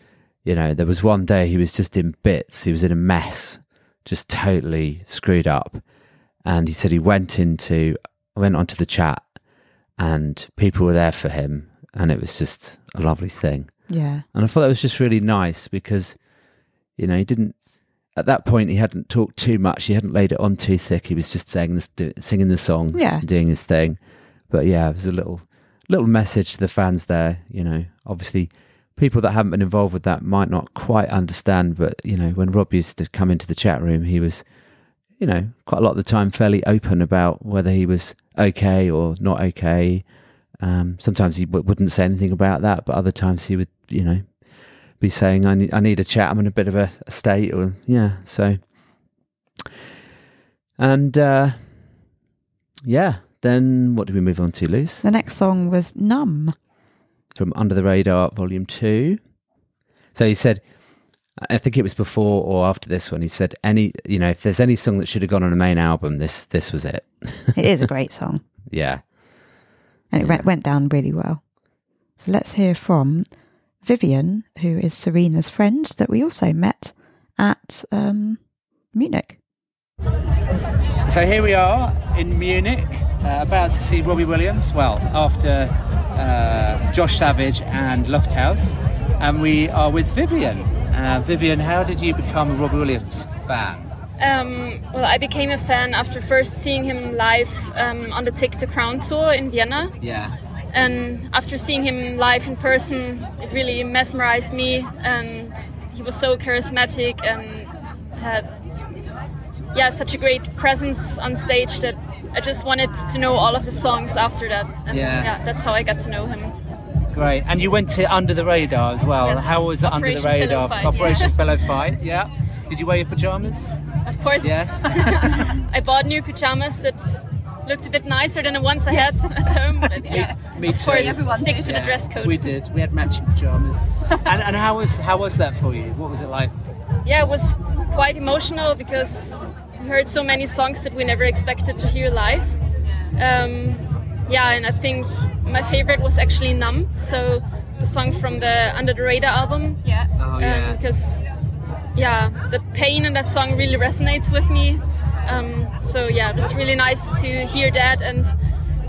Speaker 2: you know, there was one day he was just in bits, he was in a mess, just totally screwed up. And he said he went into, went onto the chat and people were there for him. And it was just a lovely thing.
Speaker 3: Yeah.
Speaker 2: And I thought that was just really nice because, you know, he didn't, at that point, he hadn't talked too much. He hadn't laid it on too thick. He was just saying this, do, singing the songs
Speaker 3: Yeah.
Speaker 2: and doing his thing. But yeah, it was a little, little message to the fans there. You know, obviously, people that haven't been involved with that might not quite understand. But, you know, when Rob used to come into the chat room, he was, you know, quite a lot of the time fairly open about whether he was okay or not okay. Um, sometimes he w- wouldn't say anything about that, but other times he would, you know, be saying, I need, I need a chat. I'm in a bit of a, a state or, yeah. So, and, uh, yeah, then what do we move on to, Luce?
Speaker 3: The next song was Numb.
Speaker 2: from Under the Radar, Volume 2. So he said, I think it was before or after this one, he said, any, you know, if there's any song that should have gone on a main album, this, this was it.
Speaker 3: It is a great song,
Speaker 2: yeah.
Speaker 3: and it went, went down really well. So let's hear from Vivian, who is Serena's friend that we also met at um, Munich.
Speaker 7: So here we are in Munich, uh, about to see Robbie Williams. Well, after uh, Josh Savage and Lufthouse, and we are with Vivian. Uh, Vivian, how did you become a Robbie Williams fan?
Speaker 17: Um, well, I became a fan after first seeing him live um, on the Take the Crown tour in Vienna.
Speaker 7: Yeah.
Speaker 17: And after seeing him live in person, it really mesmerized me. And he was so charismatic and had, yeah, such a great presence on stage that I just wanted to know all of his songs after that. And
Speaker 7: Yeah.
Speaker 17: that's how I got to know him.
Speaker 7: Great. And you went to Under the Radar as well.
Speaker 17: Yes.
Speaker 7: How was it Under the
Speaker 17: Operation Pillow
Speaker 7: Radar?
Speaker 17: Fight,
Speaker 7: Operation
Speaker 17: yeah.
Speaker 7: Fellow Fight. Yeah. Did you wear your pajamas?
Speaker 17: Of course,
Speaker 7: Yes.
Speaker 17: I bought new pajamas that looked a bit nicer than the ones I had at home. But yeah,
Speaker 7: Me
Speaker 17: of
Speaker 7: too.
Speaker 17: course, stick to
Speaker 7: Yeah,
Speaker 17: the dress code.
Speaker 7: We did. We had matching pajamas. and, and how was how was that for you? What was it like?
Speaker 17: yeah, it was quite emotional because we heard so many songs that we never expected to hear live. Um, yeah, and I think my favorite was actually "Numb," so the song from the Under the Radar album. Yeah.
Speaker 7: Oh, yeah.
Speaker 17: Because yeah, the pain in that song really resonates with me. Um, so yeah, it was really nice to hear that and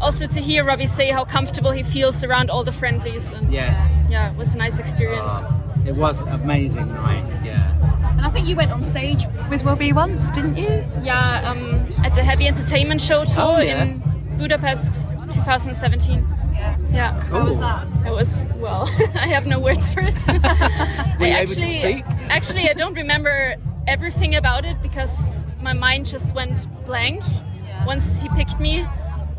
Speaker 17: also to hear Robbie say how comfortable he feels around all the friendlies. And
Speaker 7: Yes.
Speaker 17: yeah, it was a nice experience.
Speaker 7: It was amazing night. Yeah.
Speaker 17: And I think you went on stage with Robbie once, didn't you? Yeah, um, at the Heavy Entertainment Show tour
Speaker 7: Oh, yeah.
Speaker 17: in Budapest 2017. Yeah. Yeah.
Speaker 7: How was Cool. that?
Speaker 17: It was, well, I have no words for it. I
Speaker 7: Were you able to
Speaker 17: actually,
Speaker 7: speak?
Speaker 17: actually, I don't remember everything about it because my mind just went blank once he picked me.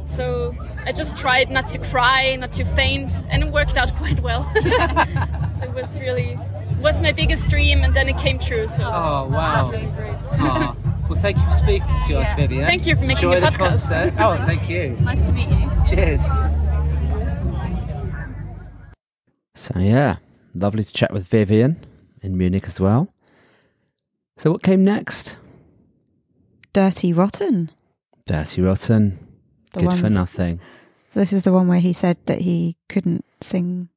Speaker 17: So I just tried not to cry, not to faint, and it worked out quite well. so it was really was my biggest dream, and then it came true. So
Speaker 7: Oh,
Speaker 17: it
Speaker 7: wow.
Speaker 17: was really great.
Speaker 7: Aw. Ah. Well, thank you for speaking to us, Vivian.
Speaker 17: Thank you for making
Speaker 7: Enjoy
Speaker 17: the
Speaker 7: the
Speaker 17: podcast.
Speaker 7: concert. Oh, thank you.
Speaker 17: Nice to meet you.
Speaker 7: Cheers.
Speaker 2: So yeah, lovely to chat with Vivian in Munich as well. So what came next?
Speaker 3: Dirty Rotten.
Speaker 2: Dirty Rotten.
Speaker 3: The
Speaker 2: Good
Speaker 3: one-
Speaker 2: for nothing.
Speaker 3: This is the one where he said that he couldn't sing.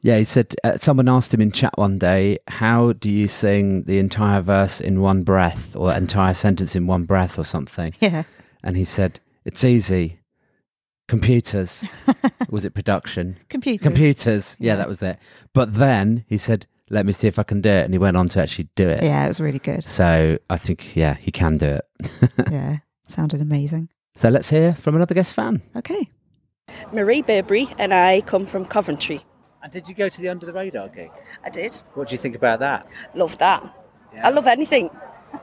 Speaker 2: Yeah, he said uh, someone asked him in chat one day, "How do you sing the entire verse in one breath, or entire sentence in one breath, or something?"
Speaker 3: Yeah.
Speaker 2: and he said, "It's easy. Computers. was it production?
Speaker 3: Computers.
Speaker 2: Computers. Yeah, that was it. But then he said, "Let me see if I can do it," and he went on to actually do it.
Speaker 3: Yeah, it was really good.
Speaker 2: So I think, yeah, he can do it.
Speaker 3: yeah, sounded amazing.
Speaker 2: So let's hear from another guest fan.
Speaker 3: Okay.
Speaker 14: Marie Burberry and I come from Coventry.
Speaker 7: And did you go to the Under the Radar gig?
Speaker 14: I did.
Speaker 7: What do you think about that?
Speaker 14: Love that. I love anything,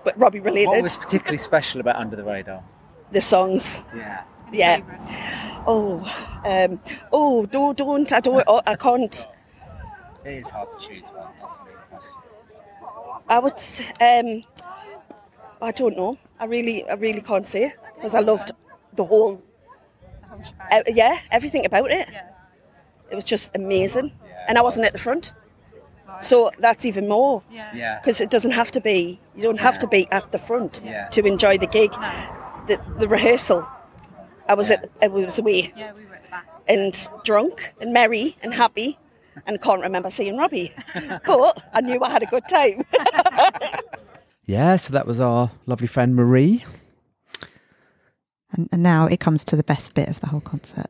Speaker 14: but Robbie related.
Speaker 7: What was particularly special about Under the Radar?
Speaker 14: the songs?
Speaker 7: Yeah.
Speaker 14: Yeah. Oh, um, oh, don't, don't, I don't, oh, I can't.
Speaker 7: It is hard to choose one. That's a real question.
Speaker 14: I would, s- um, I don't know. I really, I really can't say because I loved the whole, uh, yeah, everything about it. It was just amazing, and I wasn't at the front, so that's even more.
Speaker 7: Yeah.
Speaker 14: because it doesn't have to be you don't have to be at the front
Speaker 7: Yeah.
Speaker 14: to enjoy the gig the, the rehearsal i was at i was away yeah, we were at the back. and drunk and merry and happy and can't remember seeing robbie but i knew i had a good time
Speaker 2: Yeah, so that was our lovely friend Marie.
Speaker 3: And, and now it comes to the best bit of the whole concert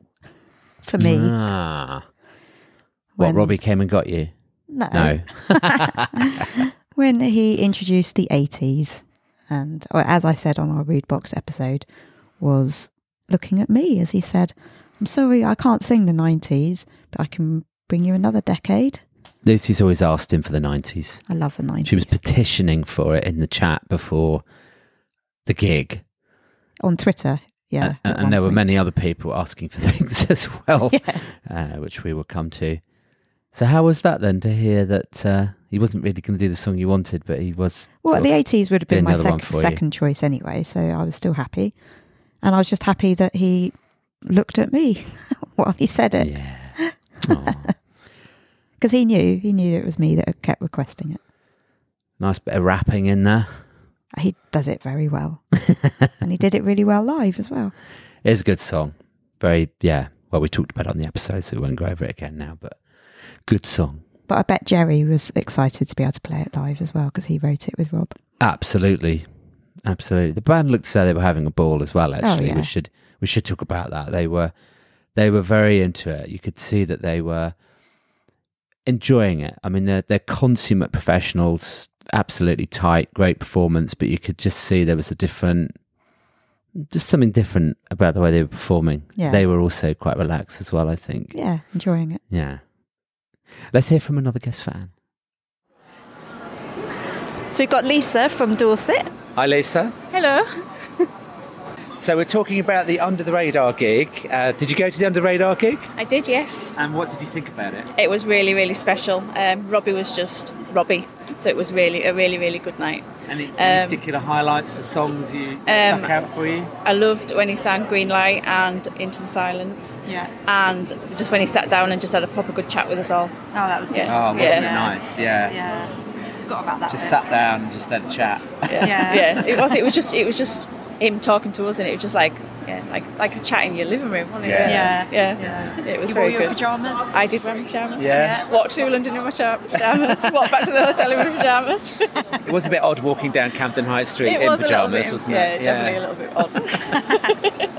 Speaker 3: for me.
Speaker 2: Ah. What,
Speaker 3: When-
Speaker 2: Robbie came and got you?
Speaker 3: No.
Speaker 2: No.
Speaker 3: when he introduced the 80s and or as i said on our rude box episode was looking at me as he said i'm sorry i can't sing the 90s but i can bring you another decade
Speaker 2: Lucy's always asked him for the 90s.
Speaker 3: I love the 90s.
Speaker 2: She was petitioning for it in the chat before the gig.
Speaker 3: on twitter yeah
Speaker 2: And, and there were many other people asking for things as well, uh, which we will come to. So, how was that then to hear that uh, he wasn't really going to do the song you wanted, but he was.
Speaker 3: well
Speaker 2: sort
Speaker 3: the
Speaker 2: of
Speaker 3: 80s would have
Speaker 2: doing
Speaker 3: been my
Speaker 2: the other one
Speaker 3: sec-
Speaker 2: for you?
Speaker 3: second choice anyway so i was still happy and i was just happy that he looked at me while he said it because he knew he knew it was me that kept requesting it
Speaker 2: Nice bit of rapping in there.
Speaker 3: he does it very well and he did it really well live as well
Speaker 2: It is a good song. Very, yeah. Well, we talked about it on the episode, so we won't go over it again now, but good song.
Speaker 3: but i bet jerry was excited to be able to play it live as well because he wrote it with rob
Speaker 2: Absolutely, absolutely. The band looked as though they were having a ball as well. Actually,
Speaker 3: Oh, yeah.
Speaker 2: we should we should talk about that. They were they were very into it. You could see that they were enjoying it. I mean, they're they're consummate professionals. Absolutely tight, great performance. But you could just see there was a different, just something different about the way they were performing.
Speaker 3: Yeah.
Speaker 2: They were also quite relaxed as well. I think.
Speaker 3: yeah enjoying it
Speaker 2: Yeah. Let's hear from another guest fan.
Speaker 10: So we've got Lisa from Dorset.
Speaker 7: Hi, Lisa.
Speaker 10: Hello.
Speaker 7: So we're talking about the Under the Radar gig. Uh, did you go to the Under the Radar gig?
Speaker 10: I did, yes.
Speaker 7: And what did you think about it?
Speaker 10: It was really, really special. Um, Robbie was just Robbie, so it was really a really, really good night.
Speaker 7: Any,
Speaker 10: any Um,
Speaker 7: particular highlights or songs you
Speaker 10: Um,
Speaker 7: stuck out for you?
Speaker 10: I loved when he sang Green Light and Into the Silence. Yeah. And just when he sat down and just had a proper good chat with us all. Oh, that was
Speaker 7: Oh, wasn't it nice? Yeah.
Speaker 10: Forgot about that.
Speaker 7: Just sat down and just had a chat.
Speaker 10: Yeah. yeah. It was. It was just. It was just him talking to us, and it was just like, yeah, like like a chat in your living room, wasn't it?
Speaker 7: Yeah.
Speaker 10: Yeah. It was
Speaker 6: You wore
Speaker 10: very
Speaker 6: your
Speaker 10: good.
Speaker 6: pyjamas?
Speaker 10: I did wear my pyjamas.
Speaker 7: Yeah.
Speaker 10: Walked through London in my sha- pyjamas. Walked back to the hotel in my pyjamas.
Speaker 7: It was a bit odd walking down Camden High Street
Speaker 10: it
Speaker 7: in
Speaker 10: was a little
Speaker 7: pyjamas,
Speaker 10: bit.
Speaker 7: wasn't
Speaker 10: yeah,
Speaker 7: it?
Speaker 10: definitely a little bit odd. Uh,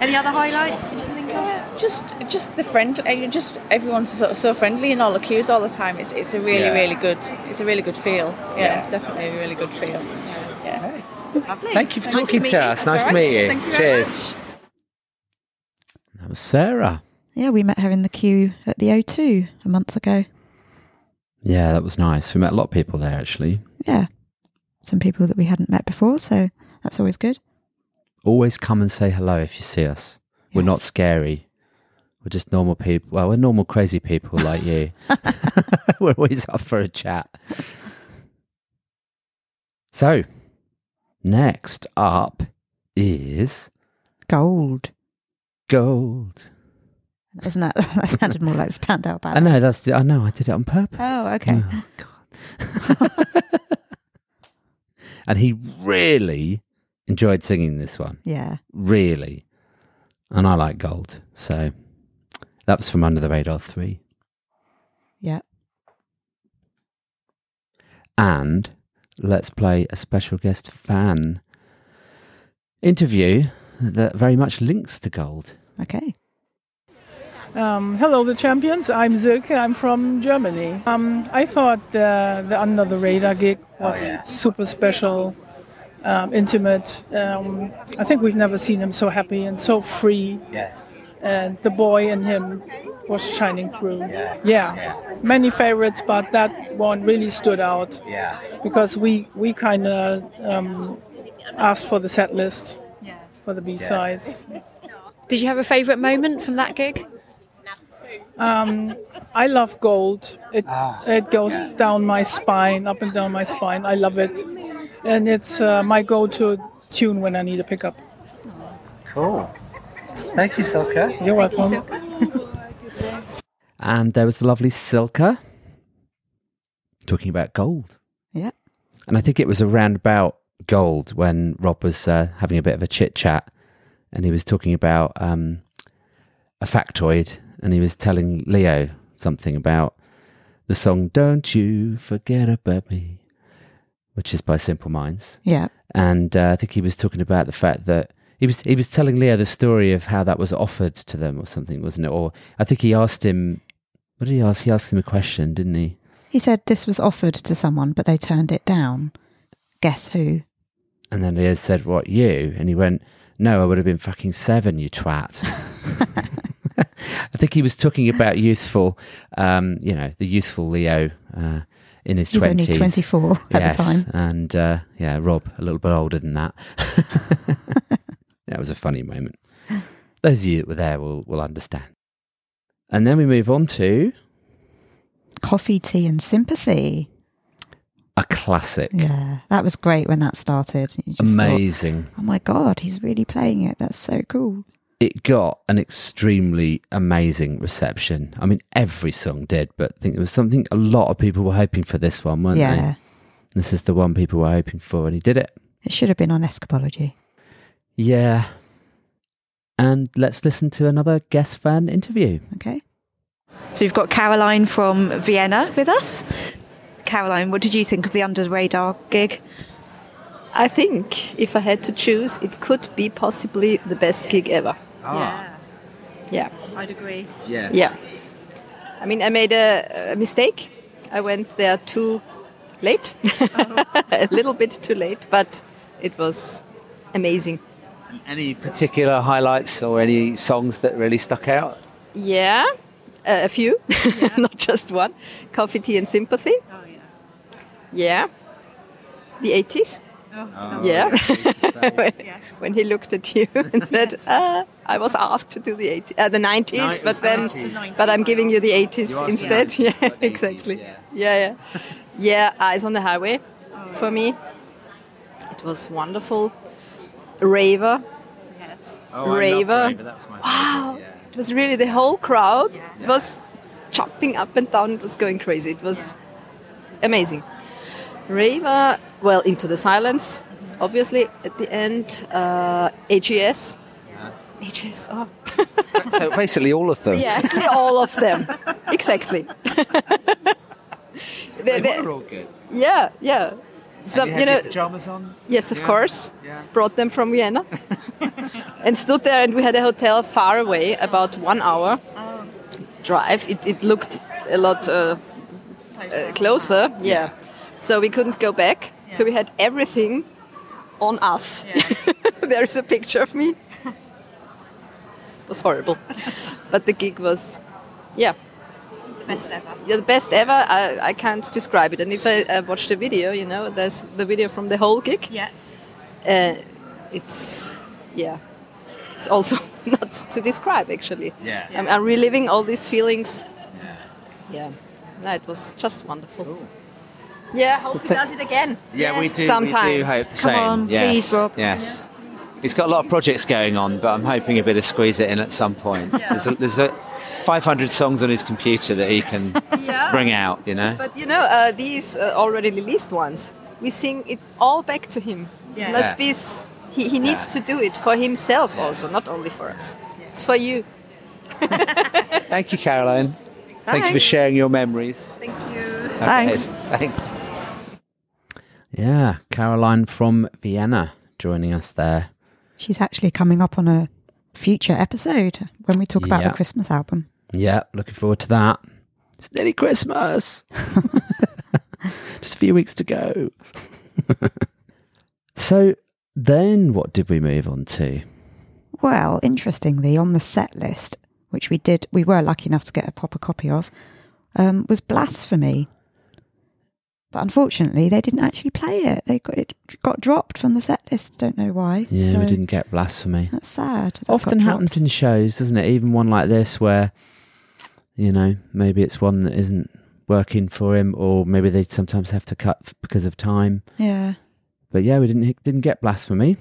Speaker 6: Any other highlights you can think of?
Speaker 10: just just the friend, eh, just everyone's sort of so friendly in all the queues all the time. It's it's a really
Speaker 7: Yeah.
Speaker 10: really good. It's a really good feel. Yeah,
Speaker 7: Yeah.
Speaker 10: definitely a really good feel. Yeah. Lovely.
Speaker 7: Thank you for talking to us. Nice to meet you. Cheers.
Speaker 2: That was Sarah.
Speaker 3: yeah we met her in the queue at the o2 a month ago
Speaker 2: Yeah, that was nice. We met a lot of people there actually.
Speaker 3: yeah some people that we hadn't met before so that's always good
Speaker 2: Always come and say hello if you see us. We're not scary. We're just normal people. Well, we're normal crazy people like you. we're always up for a chat. So, next up is
Speaker 3: gold.
Speaker 2: Gold.
Speaker 3: isn't that that sounded more like spandau
Speaker 2: I
Speaker 3: ballet
Speaker 2: know that's. the- I know I did it on purpose.
Speaker 3: oh okay
Speaker 2: And he really enjoyed singing this one.
Speaker 3: Yeah.
Speaker 2: Really. And I like gold. So that was from Under the Radar 3.
Speaker 3: Yeah.
Speaker 2: And let's play a special guest fan interview that very much links to gold.
Speaker 3: Okay.
Speaker 18: Um, hello, the champions. I'm Silke. I'm from Germany. Um, I thought the, the Under the Radar gig was super special, um, intimate. Um, I think we've never seen him so happy and so free.
Speaker 7: Yes.
Speaker 18: And the boy in him was shining through. Yeah. Many favorites, but that one really stood out.
Speaker 7: Yeah.
Speaker 18: Because we, we kind of um, asked for the set list for the B sides.
Speaker 6: Did you have a favourite moment from that gig?
Speaker 18: Um, I love gold. It it goes down my spine, up and down my spine. I love it, and it's uh, my go-to tune when I need a pickup.
Speaker 7: Cool. Thank you, Silka.
Speaker 18: You're welcome.
Speaker 2: And there was the lovely Silka talking about gold.
Speaker 3: Yeah.
Speaker 2: And I think it was around about gold when Rob was uh, having a bit of a chit chat and he was talking about um, a factoid and he was telling Leo something about the song Don't You Forget About Me, which is by Simple Minds.
Speaker 3: Yeah.
Speaker 2: And uh, I think he was talking about the fact that. He was, he was telling Leo the story of how that was offered to them or something, wasn't it? Or I think he asked him, what did he ask? He asked him a question, didn't he?
Speaker 3: He said this was offered to someone, but they turned it down. Guess who?
Speaker 2: And then Leo said, What, you? And he went, No, I would have been fucking seven, you twat. I think he was talking about youthful, um, you know, the youthful Leo uh, in his
Speaker 3: He's
Speaker 2: 20s.
Speaker 3: only 24 at the
Speaker 2: Yes,
Speaker 3: time.
Speaker 2: And uh, yeah, Rob, a little bit older than that. that was a funny moment. Those of you that were there will, will understand. And then we move on to
Speaker 3: Coffee, tea, and sympathy.
Speaker 2: a classic.
Speaker 3: Yeah, that was great when that started. You just thought,
Speaker 2: Amazing.
Speaker 3: oh my god, he's really playing it. That's so cool.
Speaker 2: it got an extremely amazing reception. I mean, every song did, but I think there was something a lot of people were hoping for this one, weren't
Speaker 3: Yeah.
Speaker 2: they? This is the one people were hoping for, and he did it.
Speaker 3: It should have been on Escapology.
Speaker 2: Yeah. And let's listen to another guest fan interview.
Speaker 3: Okay.
Speaker 6: So we've got Caroline from Vienna with us. Caroline, what did you think of the Under the Radar gig?
Speaker 19: I think if I had to choose, it could be possibly the best gig ever.
Speaker 7: Ah.
Speaker 19: Yeah.
Speaker 6: I'd agree.
Speaker 7: Yes.
Speaker 19: Yeah. I mean, I made a, a mistake. I went there too late, a little bit too late, but it was amazing.
Speaker 10: Any particular highlights or any songs that really stuck out?
Speaker 19: Yeah, uh, a few, not just one. Coffee, tea, and sympathy. Oh yeah. Yeah. The eighties.
Speaker 7: Oh,
Speaker 19: yeah.
Speaker 7: that
Speaker 19: when, when he looked at you and said, "Ah, "I was asked to do the 80, uh, the nineties,
Speaker 7: it was
Speaker 19: but then,
Speaker 7: 90s.
Speaker 19: but I'm giving you the eighties
Speaker 7: You asked
Speaker 19: instead."
Speaker 7: the 90s,
Speaker 19: yeah,
Speaker 7: but 80s,
Speaker 19: exactly. yeah, yeah, yeah. Eyes on the highway, for me. It was wonderful. Raver. Yes.
Speaker 7: Oh, I loved Raver, that was my
Speaker 19: wow. It was really the whole crowd was jumping up and down. It was going crazy. It was amazing. Raver, well, Into the Silence, obviously, at the end. Uh, AGS. AGS, oh.
Speaker 10: So basically all of them.
Speaker 19: Yeah, actually, all of them. Exactly.
Speaker 10: They,
Speaker 19: they-
Speaker 10: were all good.
Speaker 19: Yeah, yeah.
Speaker 10: Have you had your pajamas on?
Speaker 19: Yes, of
Speaker 10: Yeah,
Speaker 19: course.
Speaker 10: yeah.
Speaker 19: Brought them from Vienna and stood there, and we had a hotel far away, about one hour
Speaker 10: Oh.
Speaker 19: drive. It, it looked a lot uh, uh, closer, yeah. So we couldn't go back. So we had everything on us. there is a picture of me. It was horrible, but the gig was, yeah,
Speaker 6: Best ever.
Speaker 19: yeah, the best ever. I, I can't describe it. And if I, I watch the video, you know, there's the video from the whole gig.
Speaker 6: Yeah.
Speaker 19: Uh, it's yeah. It's also not to describe actually.
Speaker 7: Yeah.
Speaker 19: I'm, I'm reliving all these feelings. Yeah. No, it was just wonderful. Yeah. Hope he
Speaker 10: Th-
Speaker 19: does it again.
Speaker 10: Yeah, we
Speaker 19: Yes.
Speaker 10: do.
Speaker 19: Sometime.
Speaker 10: We do hope the
Speaker 19: Come
Speaker 10: same.
Speaker 19: on,
Speaker 10: yes.
Speaker 19: please, Rob.
Speaker 10: Yes. He's got a lot of projects going on, but I'm hoping a bit of squeeze it in at some point.
Speaker 19: Yeah.
Speaker 10: There's, a, there's a 500 songs on his computer that he can
Speaker 19: Yeah.
Speaker 10: bring out. You know.
Speaker 19: But you know, uh, these uh, already released ones. we sing it all back to him.
Speaker 20: Yeah.
Speaker 19: It must
Speaker 20: Yeah.
Speaker 19: be s- he, he needs to do it for himself also, not only for us. It's for you.
Speaker 10: Thank you, Caroline. Thank you for
Speaker 19: Thanks.
Speaker 10: sharing your memories. Thank
Speaker 19: you.
Speaker 6: Thanks.
Speaker 10: Thanks.
Speaker 2: Yeah, Caroline from Vienna joining us there.
Speaker 3: She's actually coming up on a future episode when we talk about
Speaker 2: Yeah.
Speaker 3: the Christmas album.
Speaker 2: Yeah, looking forward to that. It's nearly Christmas. Just a few weeks to go. so then what did we move on to?
Speaker 3: Well, interestingly, on the set list, which we did, we were lucky enough to get a proper copy of, um, was Blasphemy. But unfortunately, they didn't actually play it. They got it got dropped from the set list. Don't know why.
Speaker 2: Yeah, we
Speaker 3: So
Speaker 2: didn't get blasphemy.
Speaker 3: That's sad. that
Speaker 2: Often
Speaker 3: got
Speaker 2: happens in shows, doesn't it? Even one like this where, you know, maybe it's one that isn't working for him or maybe they sometimes have to cut f- because of time.
Speaker 3: dropped. Yeah.
Speaker 2: But yeah, we didn't didn't get blasphemy.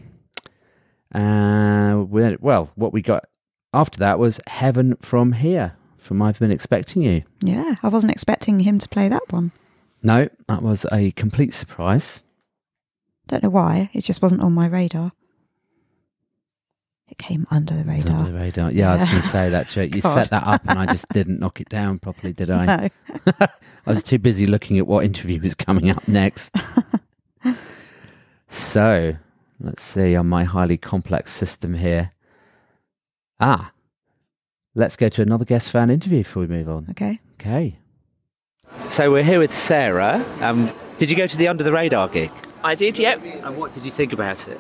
Speaker 2: Uh, we- well, what we got after that was heaven from here. From I've been expecting you.
Speaker 3: Yeah. I wasn't expecting him to play that one.
Speaker 2: No, that was a complete surprise.
Speaker 3: Don't know why. It just wasn't on my radar. It came under the
Speaker 2: It's under
Speaker 3: radar.
Speaker 2: the radar. Yeah, I was
Speaker 3: Yeah.
Speaker 2: going to say that joke. You
Speaker 3: God.
Speaker 2: set that up, and I just didn't knock it down properly, did I?
Speaker 3: No.
Speaker 2: I was too busy looking at what interview was coming up next. so, let's see on my highly complex system here. Ah, let's go to another guest fan interview before we move on.
Speaker 3: Okay.
Speaker 2: Okay.
Speaker 10: So we're here with Sarah. Um, did you go to the Under the Radar gig?
Speaker 20: I did, yep.
Speaker 10: And what did you think about it?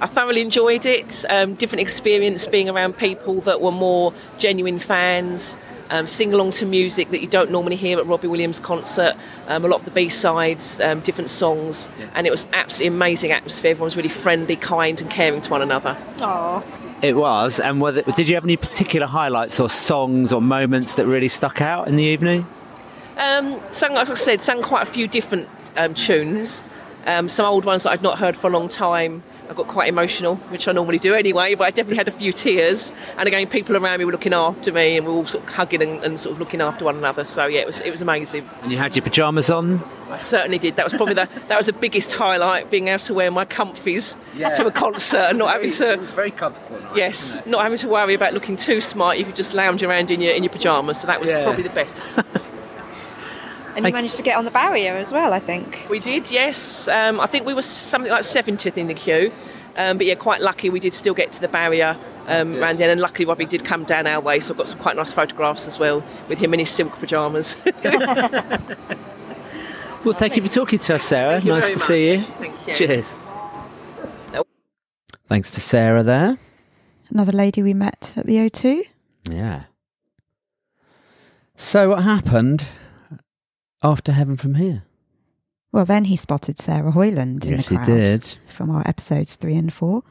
Speaker 20: I thoroughly enjoyed it. Um, different experience being around people that were more genuine fans, um, sing along to music that you don't normally hear at Robbie Williams' concert, um, a lot of the B sides, um, different songs, and it was absolutely amazing atmosphere. Everyone was really friendly, kind, and caring to one another.
Speaker 14: Aww.
Speaker 10: It was. And were there- did you have any particular highlights or songs or moments that really stuck out in the evening?
Speaker 20: Um, sang, like I said, sang quite a few different um, tunes. Um, some old ones that I'd not heard for a long time. I got quite emotional, which I normally do anyway, but I definitely had a few tears. And again, people around me were looking after me, and we were all sort of hugging and, and sort of looking after one another. So yeah, it was it was amazing.
Speaker 10: And you had your pajamas on?
Speaker 20: I certainly did. That was probably the that was the biggest highlight, being able to wear my comfies
Speaker 10: Yeah.
Speaker 20: to a concert and not having to. It was
Speaker 10: very comfortable.
Speaker 20: yes, not having to worry about looking too smart. You could just lounge around in your in your pajamas. So that was
Speaker 10: Yeah.
Speaker 20: probably the best.
Speaker 6: And you managed to get on the barrier as well, I think.
Speaker 20: We did, yes. Um, I think we were something like 70th in the queue. Um, but yeah, quite lucky we did still get to the barrier um, round then. And luckily, Robbie did come down our way, so I've got some quite nice photographs as well with him in his silk pyjamas.
Speaker 10: Well, thank you for talking to us, Sarah.
Speaker 20: you
Speaker 10: nice
Speaker 20: very
Speaker 10: to see you.
Speaker 20: much. Thank you.
Speaker 10: Cheers.
Speaker 2: Thanks to Sarah there.
Speaker 3: Another lady we met at the O2.
Speaker 2: Yeah. So, what happened after Heaven from Here?
Speaker 3: Well, then he spotted Sarah Hoyland in
Speaker 2: Yes,
Speaker 3: the
Speaker 2: he
Speaker 3: crowd
Speaker 2: did.
Speaker 3: from our episodes three and four,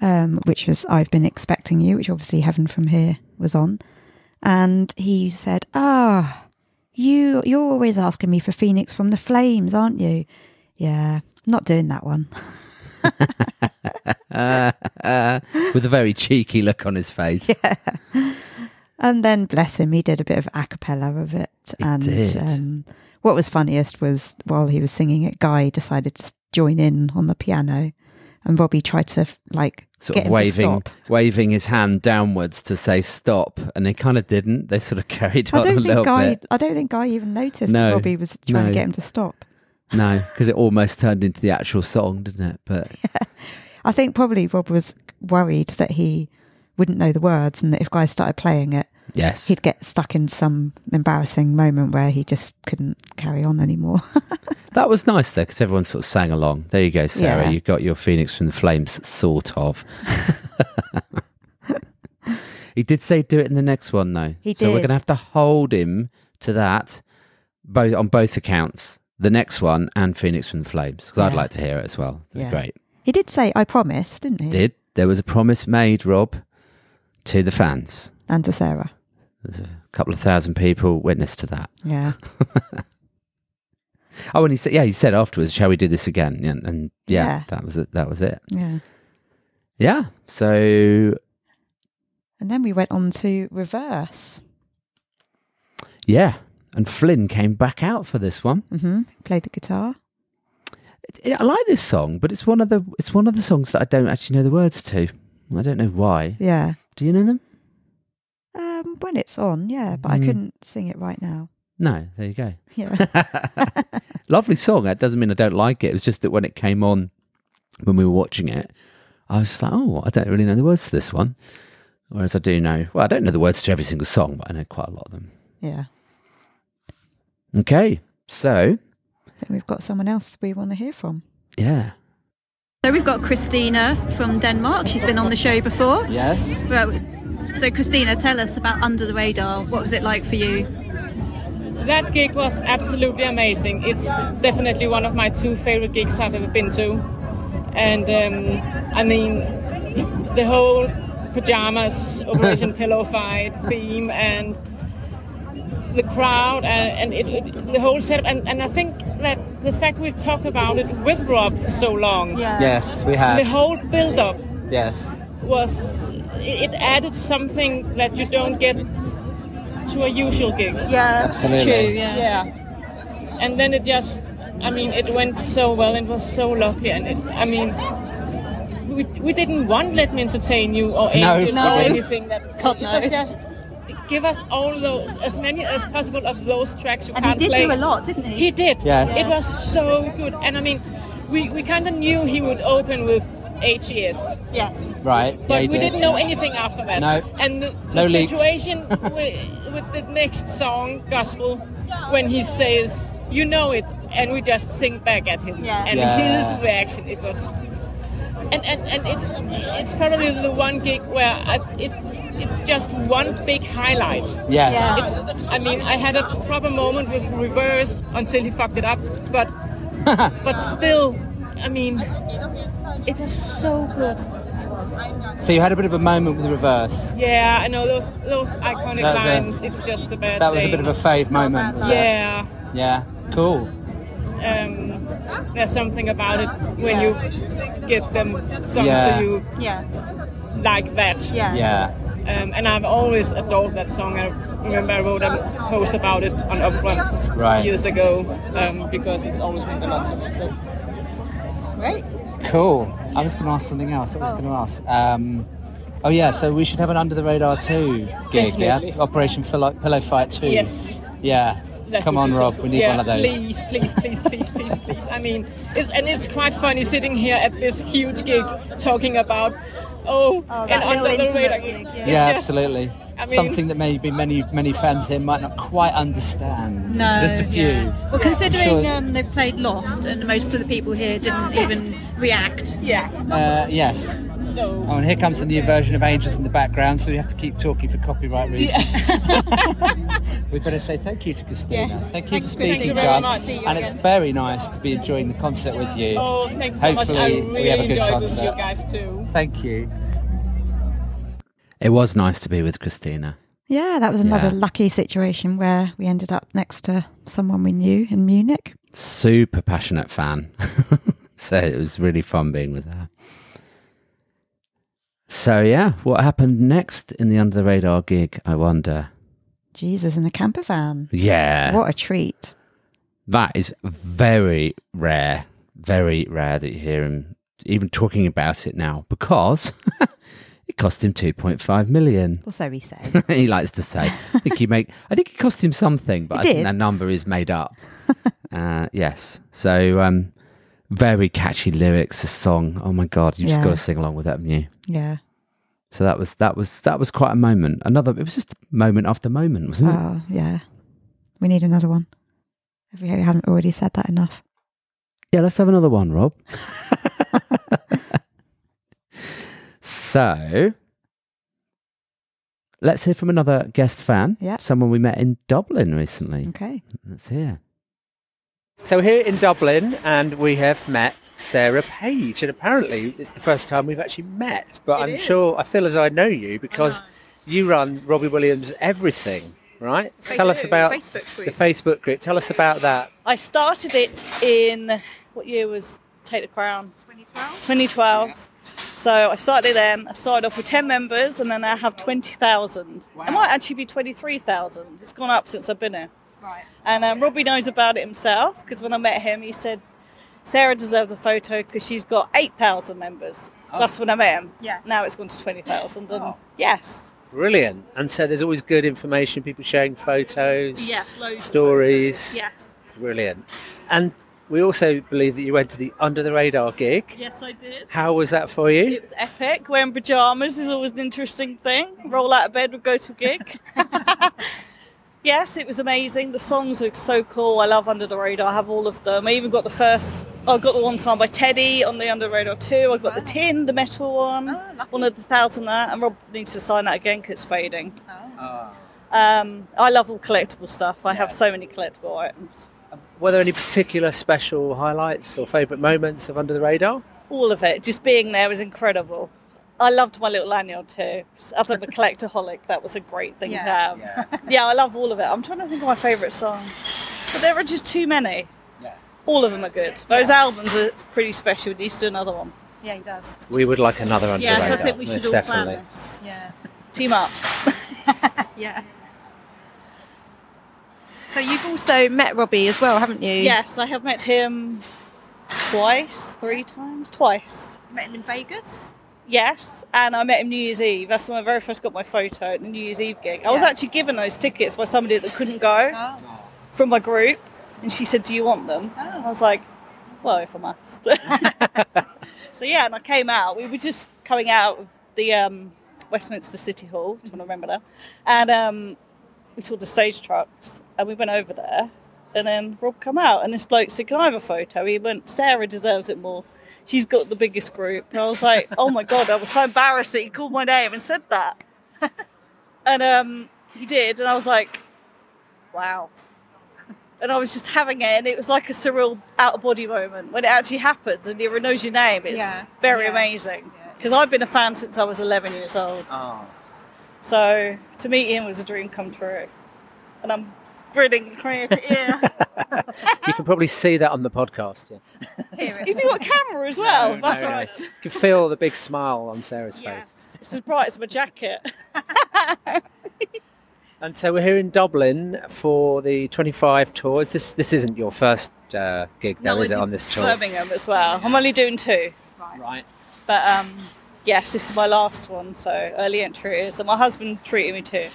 Speaker 3: um, which was I've Been Expecting You, which obviously Heaven From Here was on. And he said, Ah, you, you're always asking me for Phoenix from the Flames, aren't you? Yeah, not doing that one.
Speaker 2: uh, with a very cheeky look on his face.
Speaker 3: And then, bless him, he did a bit of a cappella of it. and
Speaker 2: did.
Speaker 3: Um, what was funniest was while he was singing it, Guy decided to s- join in on the piano, and Robbie tried to f- like
Speaker 2: Sort
Speaker 3: get
Speaker 2: of
Speaker 3: him to
Speaker 2: waving,
Speaker 3: stop.
Speaker 2: waving his hand downwards to say stop, and they kind of didn't. They sort of carried on
Speaker 3: I
Speaker 2: a
Speaker 3: don't
Speaker 2: little
Speaker 3: think Guy.
Speaker 2: bit.
Speaker 3: I don't think Guy even noticed
Speaker 2: No,
Speaker 3: that Robbie was trying
Speaker 2: no.
Speaker 3: to get him to stop.
Speaker 2: No, because it almost turned into the actual song, didn't it? But
Speaker 3: I think probably Rob was worried that he wouldn't know the words, and that if Guy started playing it,
Speaker 2: Yes.
Speaker 3: he'd get stuck in some embarrassing moment where he just couldn't carry on anymore.
Speaker 2: that was nice though, because everyone sort of sang along. There you go, Sarah.
Speaker 3: Yeah.
Speaker 2: You got your Phoenix from the Flames, sort of. he did say do it in the next one though.
Speaker 3: He
Speaker 2: So we're
Speaker 3: did.
Speaker 2: going to have to hold him to that, both on both accounts. The next one and Phoenix from the Flames, because I'd
Speaker 3: Yeah.
Speaker 2: like to hear it as well. That'd be great.
Speaker 3: He did say, "I promise," didn't he?
Speaker 2: Did there was a promise made, Rob, to the fans?
Speaker 3: and to Sarah.
Speaker 2: There's a couple of thousand people witness to that.
Speaker 3: Yeah.
Speaker 2: Oh, and he said, yeah, he said afterwards, shall we do this again? And, and yeah,
Speaker 3: Yeah.
Speaker 2: that was it. That was it.
Speaker 3: Yeah.
Speaker 2: Yeah. So
Speaker 3: And then we went on to reverse.
Speaker 2: yeah, and Flynn came back out for this one.
Speaker 3: Mm-hmm. hmm Played the guitar.
Speaker 2: I like this song, but it's one of the it's one of the songs that I don't actually know the words to. I don't know why.
Speaker 3: Yeah.
Speaker 2: Do you know them?
Speaker 3: Um, when it's on, yeah, but I
Speaker 2: Mm.
Speaker 3: couldn't sing it right now.
Speaker 2: No. There you go.
Speaker 3: Yeah.
Speaker 2: Lovely song. That doesn't mean I don't like it. It was just that when it came on, when we were watching it, I was just like, oh, I don't really know the words to this one. Whereas I do know. Well, I don't know the words to every single song, but I know quite a lot of them.
Speaker 3: Yeah.
Speaker 2: Okay. So
Speaker 3: I think we've got someone else we want to hear from.
Speaker 2: yeah.
Speaker 1: So we've got Christina from Denmark. She's been on the show before.
Speaker 2: Yes.
Speaker 1: Well, so Christina, tell us about Under the Radar. What was it like for you?
Speaker 21: That gig was absolutely amazing. It's definitely one of my two favorite gigs I've ever been to. And um, I mean, the whole pajamas, Operation Pillow fight theme, and the crowd, and, and it, it- the whole setup. And, and I think that the fact we've talked about it with Rob for so long.
Speaker 7: Yes, we have.
Speaker 21: The whole build up
Speaker 7: Yes.
Speaker 21: was. It it added something that you don't get to a usual gig. Yeah,
Speaker 7: it's Absolutely. true,
Speaker 21: Yeah. And then it just, I mean, it went so well. It was so lovely, and it, I mean, we, we didn't want Let Me Entertain You or
Speaker 7: No.
Speaker 21: Angels
Speaker 7: No.
Speaker 21: or anything. That
Speaker 7: God,
Speaker 21: it
Speaker 7: no.
Speaker 21: was just give us all those as many as possible of those tracks you
Speaker 1: And he
Speaker 21: can't
Speaker 1: did
Speaker 21: play.
Speaker 1: do a lot, didn't he?
Speaker 21: He did.
Speaker 7: Yes.
Speaker 21: It was so good, and I mean, we we kind of knew he would open with. HES. Yes.
Speaker 7: Right.
Speaker 21: But
Speaker 7: yeah, you
Speaker 21: we
Speaker 7: did.
Speaker 21: didn't know anything after that.
Speaker 7: No.
Speaker 21: And the,
Speaker 7: No
Speaker 21: the
Speaker 7: leaks.
Speaker 21: situation with, with the next song, Gospel, when he says, you know it, and we just sing back at him. And
Speaker 7: Yeah.
Speaker 21: his reaction, it was. And, and, and it, it's probably the one gig where I, it, it's just one big highlight.
Speaker 7: Yes. Yeah.
Speaker 21: It's, I mean, I had a proper moment with reverse until he fucked it up, but but still, I mean, it was so good.
Speaker 7: So you had a bit of a moment with the reverse.
Speaker 21: Yeah, I know those those iconic
Speaker 7: That was a-
Speaker 21: lines. it's just a bad.
Speaker 7: That was a
Speaker 21: day.
Speaker 7: bit of a phase moment. was it?
Speaker 21: Yeah.
Speaker 7: Yeah. Cool.
Speaker 21: Um, there's something about it when you get them sung
Speaker 7: Yeah.
Speaker 21: to you. Yeah. Like that.
Speaker 7: Yeah. Yeah.
Speaker 21: Um, and I've always adored that song. I remember I wrote a post about it on Upfront
Speaker 7: Right.
Speaker 21: years ago um, because it's always meant a lot to me. So. Great.
Speaker 7: Cool. I was going to ask something else. I was
Speaker 21: Oh.
Speaker 7: going to ask. Um, oh yeah, so we should have an under the radar two gig,
Speaker 21: Definitely.
Speaker 7: yeah? Operation Pillow, Pillow Fight two.
Speaker 21: Yes.
Speaker 7: Yeah.
Speaker 21: That
Speaker 7: Come
Speaker 21: would
Speaker 7: on,
Speaker 21: be so
Speaker 7: Rob.
Speaker 21: cool.
Speaker 7: We need
Speaker 21: Yeah,
Speaker 7: one of those.
Speaker 21: Please, please, please, please, please, please. I mean, it's and it's quite funny sitting here at this huge gig talking about oh, and
Speaker 22: that little
Speaker 21: under the
Speaker 22: intimate
Speaker 21: radar
Speaker 22: gig,
Speaker 21: It's
Speaker 7: Yeah,
Speaker 21: just-
Speaker 7: absolutely.
Speaker 21: I mean-
Speaker 7: something that maybe many many fans here might not quite understand.
Speaker 1: No,
Speaker 7: Just a few.
Speaker 1: Well, considering
Speaker 7: I'm sure-
Speaker 1: um, they've played Lost and most of the people here didn't even react.
Speaker 21: Yeah.
Speaker 7: Uh, yes.
Speaker 21: So.
Speaker 7: Oh, and here comes the new version of Angels in the background, so we have to keep talking for copyright reasons. we better say thank you to Christina.
Speaker 21: Yes.
Speaker 7: Thank you
Speaker 21: Thanks,
Speaker 7: for speaking
Speaker 21: Christina. Thank you
Speaker 7: to
Speaker 21: very
Speaker 7: us.
Speaker 21: much. See you
Speaker 7: And it's
Speaker 21: again.
Speaker 7: very nice to be enjoying the concert with you.
Speaker 21: Oh, thank you so much.
Speaker 7: Hopefully,
Speaker 21: I really
Speaker 7: we have a good
Speaker 21: enjoyed with
Speaker 7: concert.
Speaker 21: you guys too.
Speaker 7: Thank you.
Speaker 2: It was nice to be with Christina.
Speaker 3: Yeah, that was another
Speaker 2: Yeah.
Speaker 3: lucky situation where we ended up next to someone we knew in Munich.
Speaker 2: Super passionate fan. so it was really fun being with her. So yeah, what happened next in the under the radar gig, I wonder.
Speaker 3: Jesus in a camper van.
Speaker 2: Yeah.
Speaker 3: What a treat.
Speaker 2: That is very rare, very rare that you hear him even talking about it now because it cost him 2.5 million.
Speaker 3: Or so he says.
Speaker 2: he likes to say. I think he make. I think it cost him something, but
Speaker 3: It
Speaker 2: I think
Speaker 3: did.
Speaker 2: that number is made up. uh, yes. So um, very catchy lyrics. The song. Oh my god, you have just
Speaker 3: Yeah.
Speaker 2: got to sing along with that, haven't you?
Speaker 3: Yeah.
Speaker 2: So that was that was that was quite a moment. Another. It was just moment after moment, wasn't it?
Speaker 3: Oh, yeah. We need another one. If we haven't already said that enough.
Speaker 2: Yeah, let's have another one, Rob. so let's hear from another guest fan.
Speaker 3: Yeah.
Speaker 2: Someone we met in Dublin recently.
Speaker 3: Okay.
Speaker 2: Let's hear.
Speaker 7: So we're here in Dublin, and we have met Sarah Page, and apparently it's the first time we've actually met. But I'm sure I feel as I know you because you run Robbie Williams everything, right? Tell us
Speaker 23: Facebook-
Speaker 7: about
Speaker 23: Facebook group.
Speaker 7: the Facebook group. Tell us about that.
Speaker 23: I started it in what year was Take the Crown? 2012. 2012. So I started it then. I started off with 10 members and then I have 20,000. It might actually be 23,000. It's gone up since I've been here. Right. And um, Robbie knows about it himself because when I met him, he said, Sarah deserves a photo because she's got 8,000 members.
Speaker 24: Oh.
Speaker 23: That's when I met him. Yeah. Oh. Now it's gone to 20,000. And yes.
Speaker 7: Brilliant. And so there's always good information, people sharing photos,
Speaker 23: Yes, loads of
Speaker 7: stories.
Speaker 23: photos. Yes.
Speaker 7: Brilliant. And we also believe that you went to the Under the Radar gig.
Speaker 23: Yes, I did.
Speaker 7: How was that for you?
Speaker 23: It's epic. Wearing pajamas is always an interesting thing. Roll out of bed, would go to a gig. yes, it was amazing. The songs are so cool. I love Under the Radar. I have all of them. I even got the first. oh, I got the one signed by Teddy on the Under the Radar too. I got the tin, the metal one, one of the thousand there, and Rob needs to sign that again because it's fading. Um, I love all collectible stuff. I have so many collectible items.
Speaker 7: Were there any particular special highlights or favourite moments of Under the Radar?
Speaker 23: all of it. Just being there was incredible. I loved my little lanyard too. As I'm a collectorholic, that was a great thing to have. Yeah. I love all of it. I'm trying to think of my favourite song, but there are just too many.
Speaker 7: Yeah.
Speaker 23: All of them are good. Those albums are pretty special. He needs to do another one. Yeah, he does.
Speaker 7: We would like another Under
Speaker 23: Yes,
Speaker 7: the
Speaker 23: I
Speaker 7: Radar.
Speaker 23: think we should
Speaker 7: most
Speaker 23: all plan
Speaker 7: definitely.
Speaker 23: this. Yeah. Team up.
Speaker 25: yeah. So you've also met Robbie as well, haven't you?
Speaker 23: Yes, I have met him twice, three times, twice.
Speaker 6: Met him in Vegas.
Speaker 23: Yes, and I met him New Year's Eve. That's when I very first got my photo at the New Year's Eve gig. I was
Speaker 6: Yeah. Oh.
Speaker 23: actually given those tickets by somebody that couldn't go from my group, and she said, "Do you want them?" And I was like, "Well, if I must." so yeah, and I came out. We were just coming out of the um, Westminster City Hall, if you want to remember that, and um, we saw the stage trucks, and we went over there, and then Rob come out, and this bloke said, "Can I have a photo?" He went, "Sarah deserves it more." She's got the biggest group. And I was like, oh my God, I was so embarrassed that he called my name and said that. And um, he did. And I was like, wow. And I was just having it. And it was like a surreal out of body moment when it actually happens and everyone knows your name. It's
Speaker 6: Yeah.
Speaker 23: very amazing. Because I've been a fan since I was 11 years old.
Speaker 7: Oh.
Speaker 23: So to meet him was a dream come true. And I'm grinning from ear to ear.
Speaker 7: You can probably see that on the podcast. Yeah.
Speaker 23: if you got a camera as well,
Speaker 7: No,
Speaker 23: that's
Speaker 7: no, no.
Speaker 23: right.
Speaker 7: You can feel the big smile on Sarah's face.
Speaker 23: It's as bright as my jacket.
Speaker 7: And so we're here in Dublin for the 25 tours. This this isn't your first uh, gig, though,
Speaker 23: I
Speaker 7: is it,
Speaker 23: did
Speaker 7: on this tour?
Speaker 23: Birmingham as well. I'm only doing two.
Speaker 7: Right.
Speaker 23: But um, yes, this is my last one, so early entry it is. And my husband treated me too.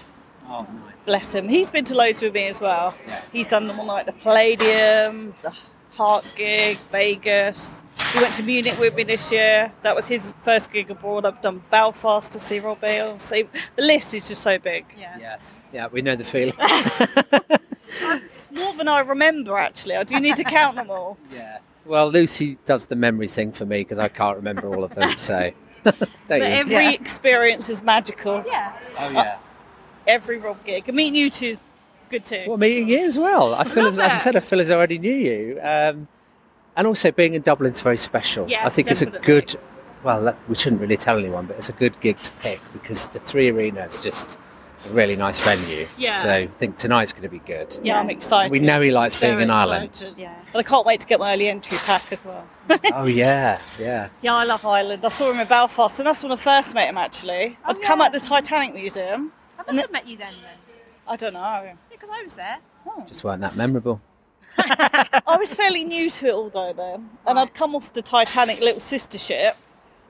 Speaker 7: Oh, nice.
Speaker 23: Bless him. He's been to loads with me as well. He's done them all like the Palladium, the Heart gig, Vegas. He went to Munich with me this year. That was his first gig abroad. I've done Belfast to see Rob Bale. So the list is just so big. Yeah.
Speaker 7: Yes. Yeah, we know the feeling.
Speaker 23: More than I remember, actually. I do need to count them all.
Speaker 7: Yeah. Well, Lucy does the memory thing for me because I can't remember all of them. So,
Speaker 23: But
Speaker 7: don't you?
Speaker 23: every experience is magical. Yeah.
Speaker 7: Oh, yeah.
Speaker 23: every Rob gig. And meeting you two's good too.
Speaker 7: Well, meeting you as well. I feel, as, as I
Speaker 23: it.
Speaker 7: said, I feel as I already knew you. Um, and also being in Dublin's very special.
Speaker 23: Yes,
Speaker 7: I think it's a
Speaker 23: definitely.
Speaker 7: good. Well, that- we shouldn't really tell anyone, but it's a good gig to pick because the Three Arena is just a really nice venue.
Speaker 23: Yeah.
Speaker 7: So I think tonight's going to be good.
Speaker 23: Yeah, I'm excited.
Speaker 7: We know he likes being
Speaker 23: Very
Speaker 7: in Ireland.
Speaker 23: excited. Yeah. But I can't wait to get my early entry pack as well.
Speaker 7: oh yeah, yeah.
Speaker 23: Yeah, I love Ireland. I saw him in Belfast, and that's when I first met him actually. I'd come at the Titanic Museum.
Speaker 26: I must have met you then, then.
Speaker 23: I don't know.
Speaker 26: Because I was there.
Speaker 7: Just weren't that memorable.
Speaker 23: I was fairly new to it all though then, and I'd come off the Titanic little sister ship,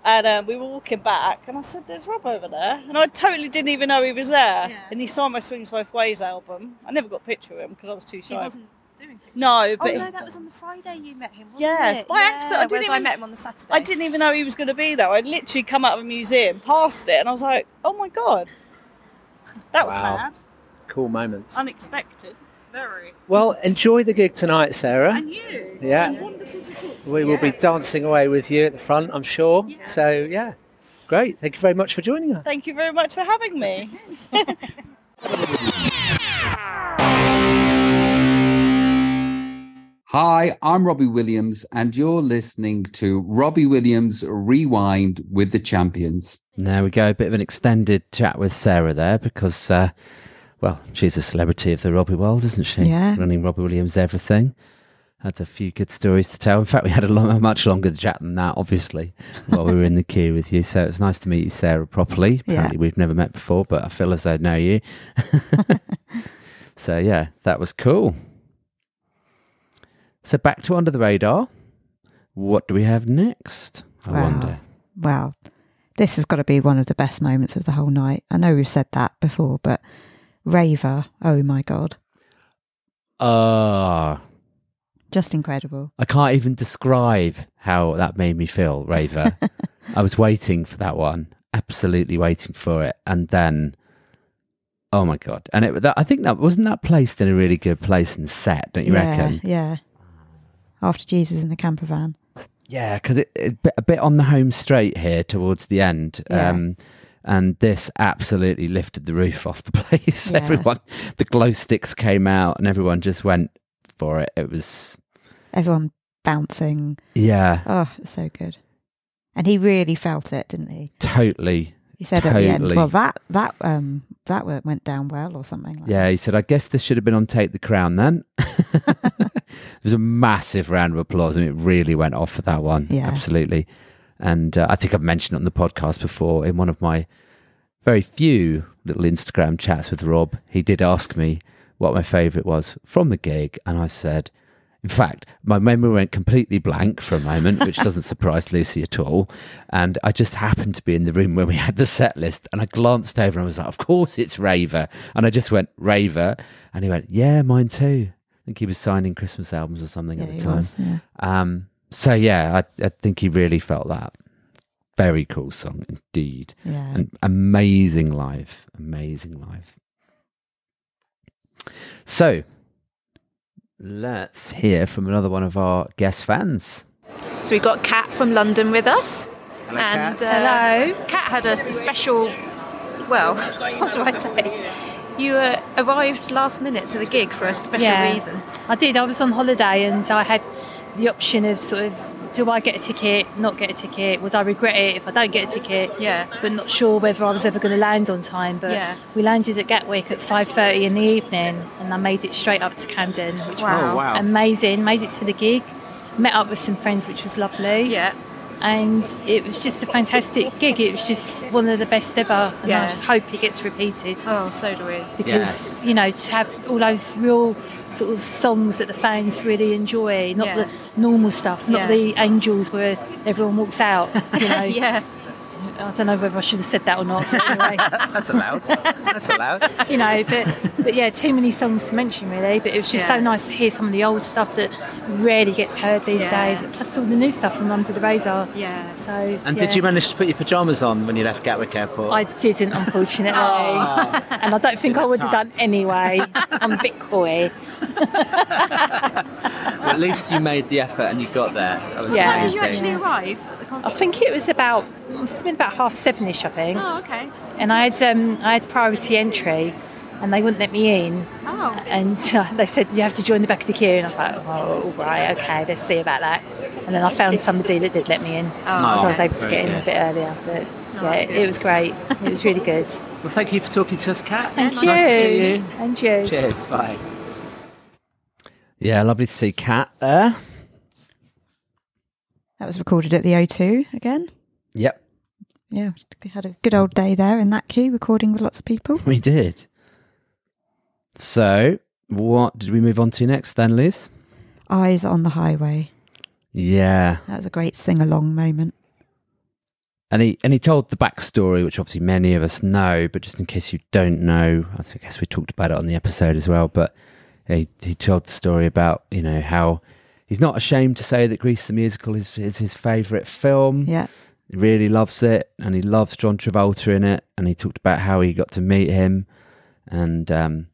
Speaker 23: and um, we were walking back, and I said, "There's Rob over there," and I totally didn't even know he was there. And he signed my Swings Both Ways album. I never got a picture of him because I was too
Speaker 6: She
Speaker 23: shy.
Speaker 6: wasn't doing. it.
Speaker 23: No, but
Speaker 6: oh no, that was on the Friday you met him. Wasn't
Speaker 23: Yes,
Speaker 6: it?
Speaker 23: by
Speaker 6: yeah,
Speaker 23: accident. I didn't
Speaker 6: whereas
Speaker 23: even,
Speaker 6: I met him on the Saturday.
Speaker 23: I didn't even know he was going to be there. I'd literally come out of a museum, passed it, and I was like, "Oh my god, that was
Speaker 7: Wow.
Speaker 23: mad,
Speaker 7: Cool moments.
Speaker 23: unexpected, very."
Speaker 7: Well, enjoy the gig tonight, Sarah.
Speaker 23: And you.
Speaker 7: Yeah.
Speaker 23: It's been wonderful to talk to
Speaker 7: We
Speaker 23: you.
Speaker 7: will be dancing away with you at the front, I'm sure. So, yeah, great. Thank you very much for joining us.
Speaker 23: Thank you very much for having me.
Speaker 15: Hi, I'm Robbie Williams, and you're listening to Robbie Williams Rewind with the Champions.
Speaker 2: There we go. A bit of an extended chat with Sarah there because, uh, well, she's a celebrity of the Robbie world, isn't she?
Speaker 3: Yeah.
Speaker 2: Running Robbie Williams everything. Had a few good stories to tell. In fact, we had a, long, a much longer chat than that, obviously, while we were in the queue with you. So it's nice to meet you, Sarah, properly. Apparently, we've never met before, but I feel as though I know you. so, yeah, that was cool. So back to Under the Radar. What do we have next? I
Speaker 3: Wow.
Speaker 2: wonder.
Speaker 3: Well, this has got to be one of the best moments of the whole night. I know we've said that before, but Raver, oh my God,
Speaker 2: Ah,
Speaker 3: just incredible.
Speaker 2: I can't even describe how that made me feel, Raver. I was waiting for that one, absolutely waiting for it, and then, oh my god! And it, that, I think that wasn't that placed in a really good place and set, don't you
Speaker 3: yeah,
Speaker 2: reckon?
Speaker 3: Yeah. After Jesus in the camper van.
Speaker 2: Yeah, because it, it's a bit on the home straight here towards the end.
Speaker 3: Yeah.
Speaker 2: Um, and this absolutely lifted the roof off the place.
Speaker 3: Yeah.
Speaker 2: Everyone, the glow sticks came out and everyone just went for it. It was,
Speaker 3: Everyone bouncing.
Speaker 2: Yeah.
Speaker 3: Oh, it was so good. And he really felt it, didn't he?
Speaker 2: totally.
Speaker 3: He said
Speaker 2: totally.
Speaker 3: at the end, well, that that um that work went down well or something like
Speaker 2: Yeah, he said, I guess this should have been on Take the Crown then. it was a massive round of applause. I mean, it really went off for that one.
Speaker 3: Yeah.
Speaker 2: Absolutely. And uh, I think I've mentioned it on the podcast before in one of my very few little Instagram chats with Rob. He did ask me what my favourite was from the gig. And I said, in fact, my memory went completely blank for a moment, which doesn't surprise Lucy at all. And I just happened to be in the room when we had the set list and I glanced over and I was like, of course it's Raver. And I just went, Raver. And he went, yeah, mine too. I think he was signing Christmas albums or something at the
Speaker 3: Yeah, he
Speaker 2: time.
Speaker 3: was, yeah.
Speaker 2: um, so, yeah, I, I think he really felt that. Very cool song indeed.
Speaker 3: Yeah.
Speaker 2: And amazing live. Amazing live. So, let's hear from another one of our guest fans.
Speaker 6: So we've got Kat from London with us. Hello, and hello. Kat had a special. Well, what do I say? You uh, arrived last minute to the gig for a special
Speaker 27: Yeah.
Speaker 6: reason.
Speaker 27: I did. I was on holiday and I had the option of sort of do I get a ticket, not get a ticket? Would I regret it if I don't get a ticket? Yeah. But not sure whether I was ever going to land on time. But
Speaker 6: Yeah.
Speaker 27: we landed at Gatwick at 5.30 in the evening and I made it straight up to Camden, which was
Speaker 6: Wow. Oh, wow.
Speaker 27: amazing. Made it to the gig, met up with some friends, which was lovely. Yeah. And it was just a fantastic gig. It was just one of the best ever. And I
Speaker 6: Yeah.
Speaker 27: just hope it gets repeated.
Speaker 6: Oh, so do we.
Speaker 27: because you know to have all those real sort of songs that the fans really enjoy not
Speaker 6: Yeah.
Speaker 27: the normal stuff not
Speaker 6: Yeah.
Speaker 27: the angels where everyone walks out you know
Speaker 6: Yeah.
Speaker 27: I don't know whether I should have said that or not. but Anyway,
Speaker 22: That's allowed. That's allowed.
Speaker 27: you know, but but yeah, too many songs to mention really. But it was just
Speaker 6: Yeah.
Speaker 27: so nice to hear some of the old stuff that rarely gets heard these
Speaker 6: Yeah.
Speaker 27: days. Plus all the new stuff from Under the Radar.
Speaker 6: Yeah.
Speaker 27: So.
Speaker 22: And
Speaker 27: yeah.
Speaker 22: did you manage to put your pyjamas on when you left Gatwick Airport?
Speaker 27: I didn't, unfortunately,
Speaker 22: Oh.
Speaker 27: and I don't think I would have done anyway. I'm a bit coy.
Speaker 22: Well, at least you made the effort and you got there. That was the
Speaker 27: Yeah.
Speaker 22: main
Speaker 27: Did you
Speaker 22: thing.
Speaker 27: actually
Speaker 6: arrive at the
Speaker 27: I think it was about it must have been about half seven-ish, I think.
Speaker 6: Oh, okay.
Speaker 27: And I had um, I had priority entry, and they wouldn't let me in.
Speaker 6: Oh.
Speaker 27: And uh, they said you have to join the back of the queue, and I was like, oh, all right, okay, let's see about that. And then I found somebody that did let me in,
Speaker 22: Oh,
Speaker 27: so I was able to
Speaker 22: very
Speaker 27: get in
Speaker 22: good.
Speaker 27: a bit earlier. But
Speaker 22: Oh,
Speaker 27: yeah,
Speaker 22: that's
Speaker 27: it,
Speaker 22: good.
Speaker 27: was great. It was really good.
Speaker 22: Well, thank you for talking to us, Kat.
Speaker 27: Thank
Speaker 22: nice To see
Speaker 27: you.
Speaker 22: you.
Speaker 27: And you.
Speaker 22: Cheers. Bye.
Speaker 2: Yeah, lovely to see Kat there.
Speaker 3: That was recorded at the O2 again.
Speaker 2: Yep,
Speaker 3: Yeah, we had a good old day there in that queue, recording with lots of people.
Speaker 2: we did. So, what did we move on to next then, Liz?
Speaker 3: Eyes on the highway.
Speaker 2: Yeah,
Speaker 3: That was a great sing along moment.
Speaker 2: and he and he told the backstory, which obviously many of us know, but just in case you don't know, I think- I guess we talked about it on the episode as well. But he he told the story about you know how he's not ashamed to say that Grease the musical is is his favourite film.
Speaker 3: Yeah,
Speaker 2: he really loves it, and he loves John Travolta in it. And he talked about how he got to meet him, and um,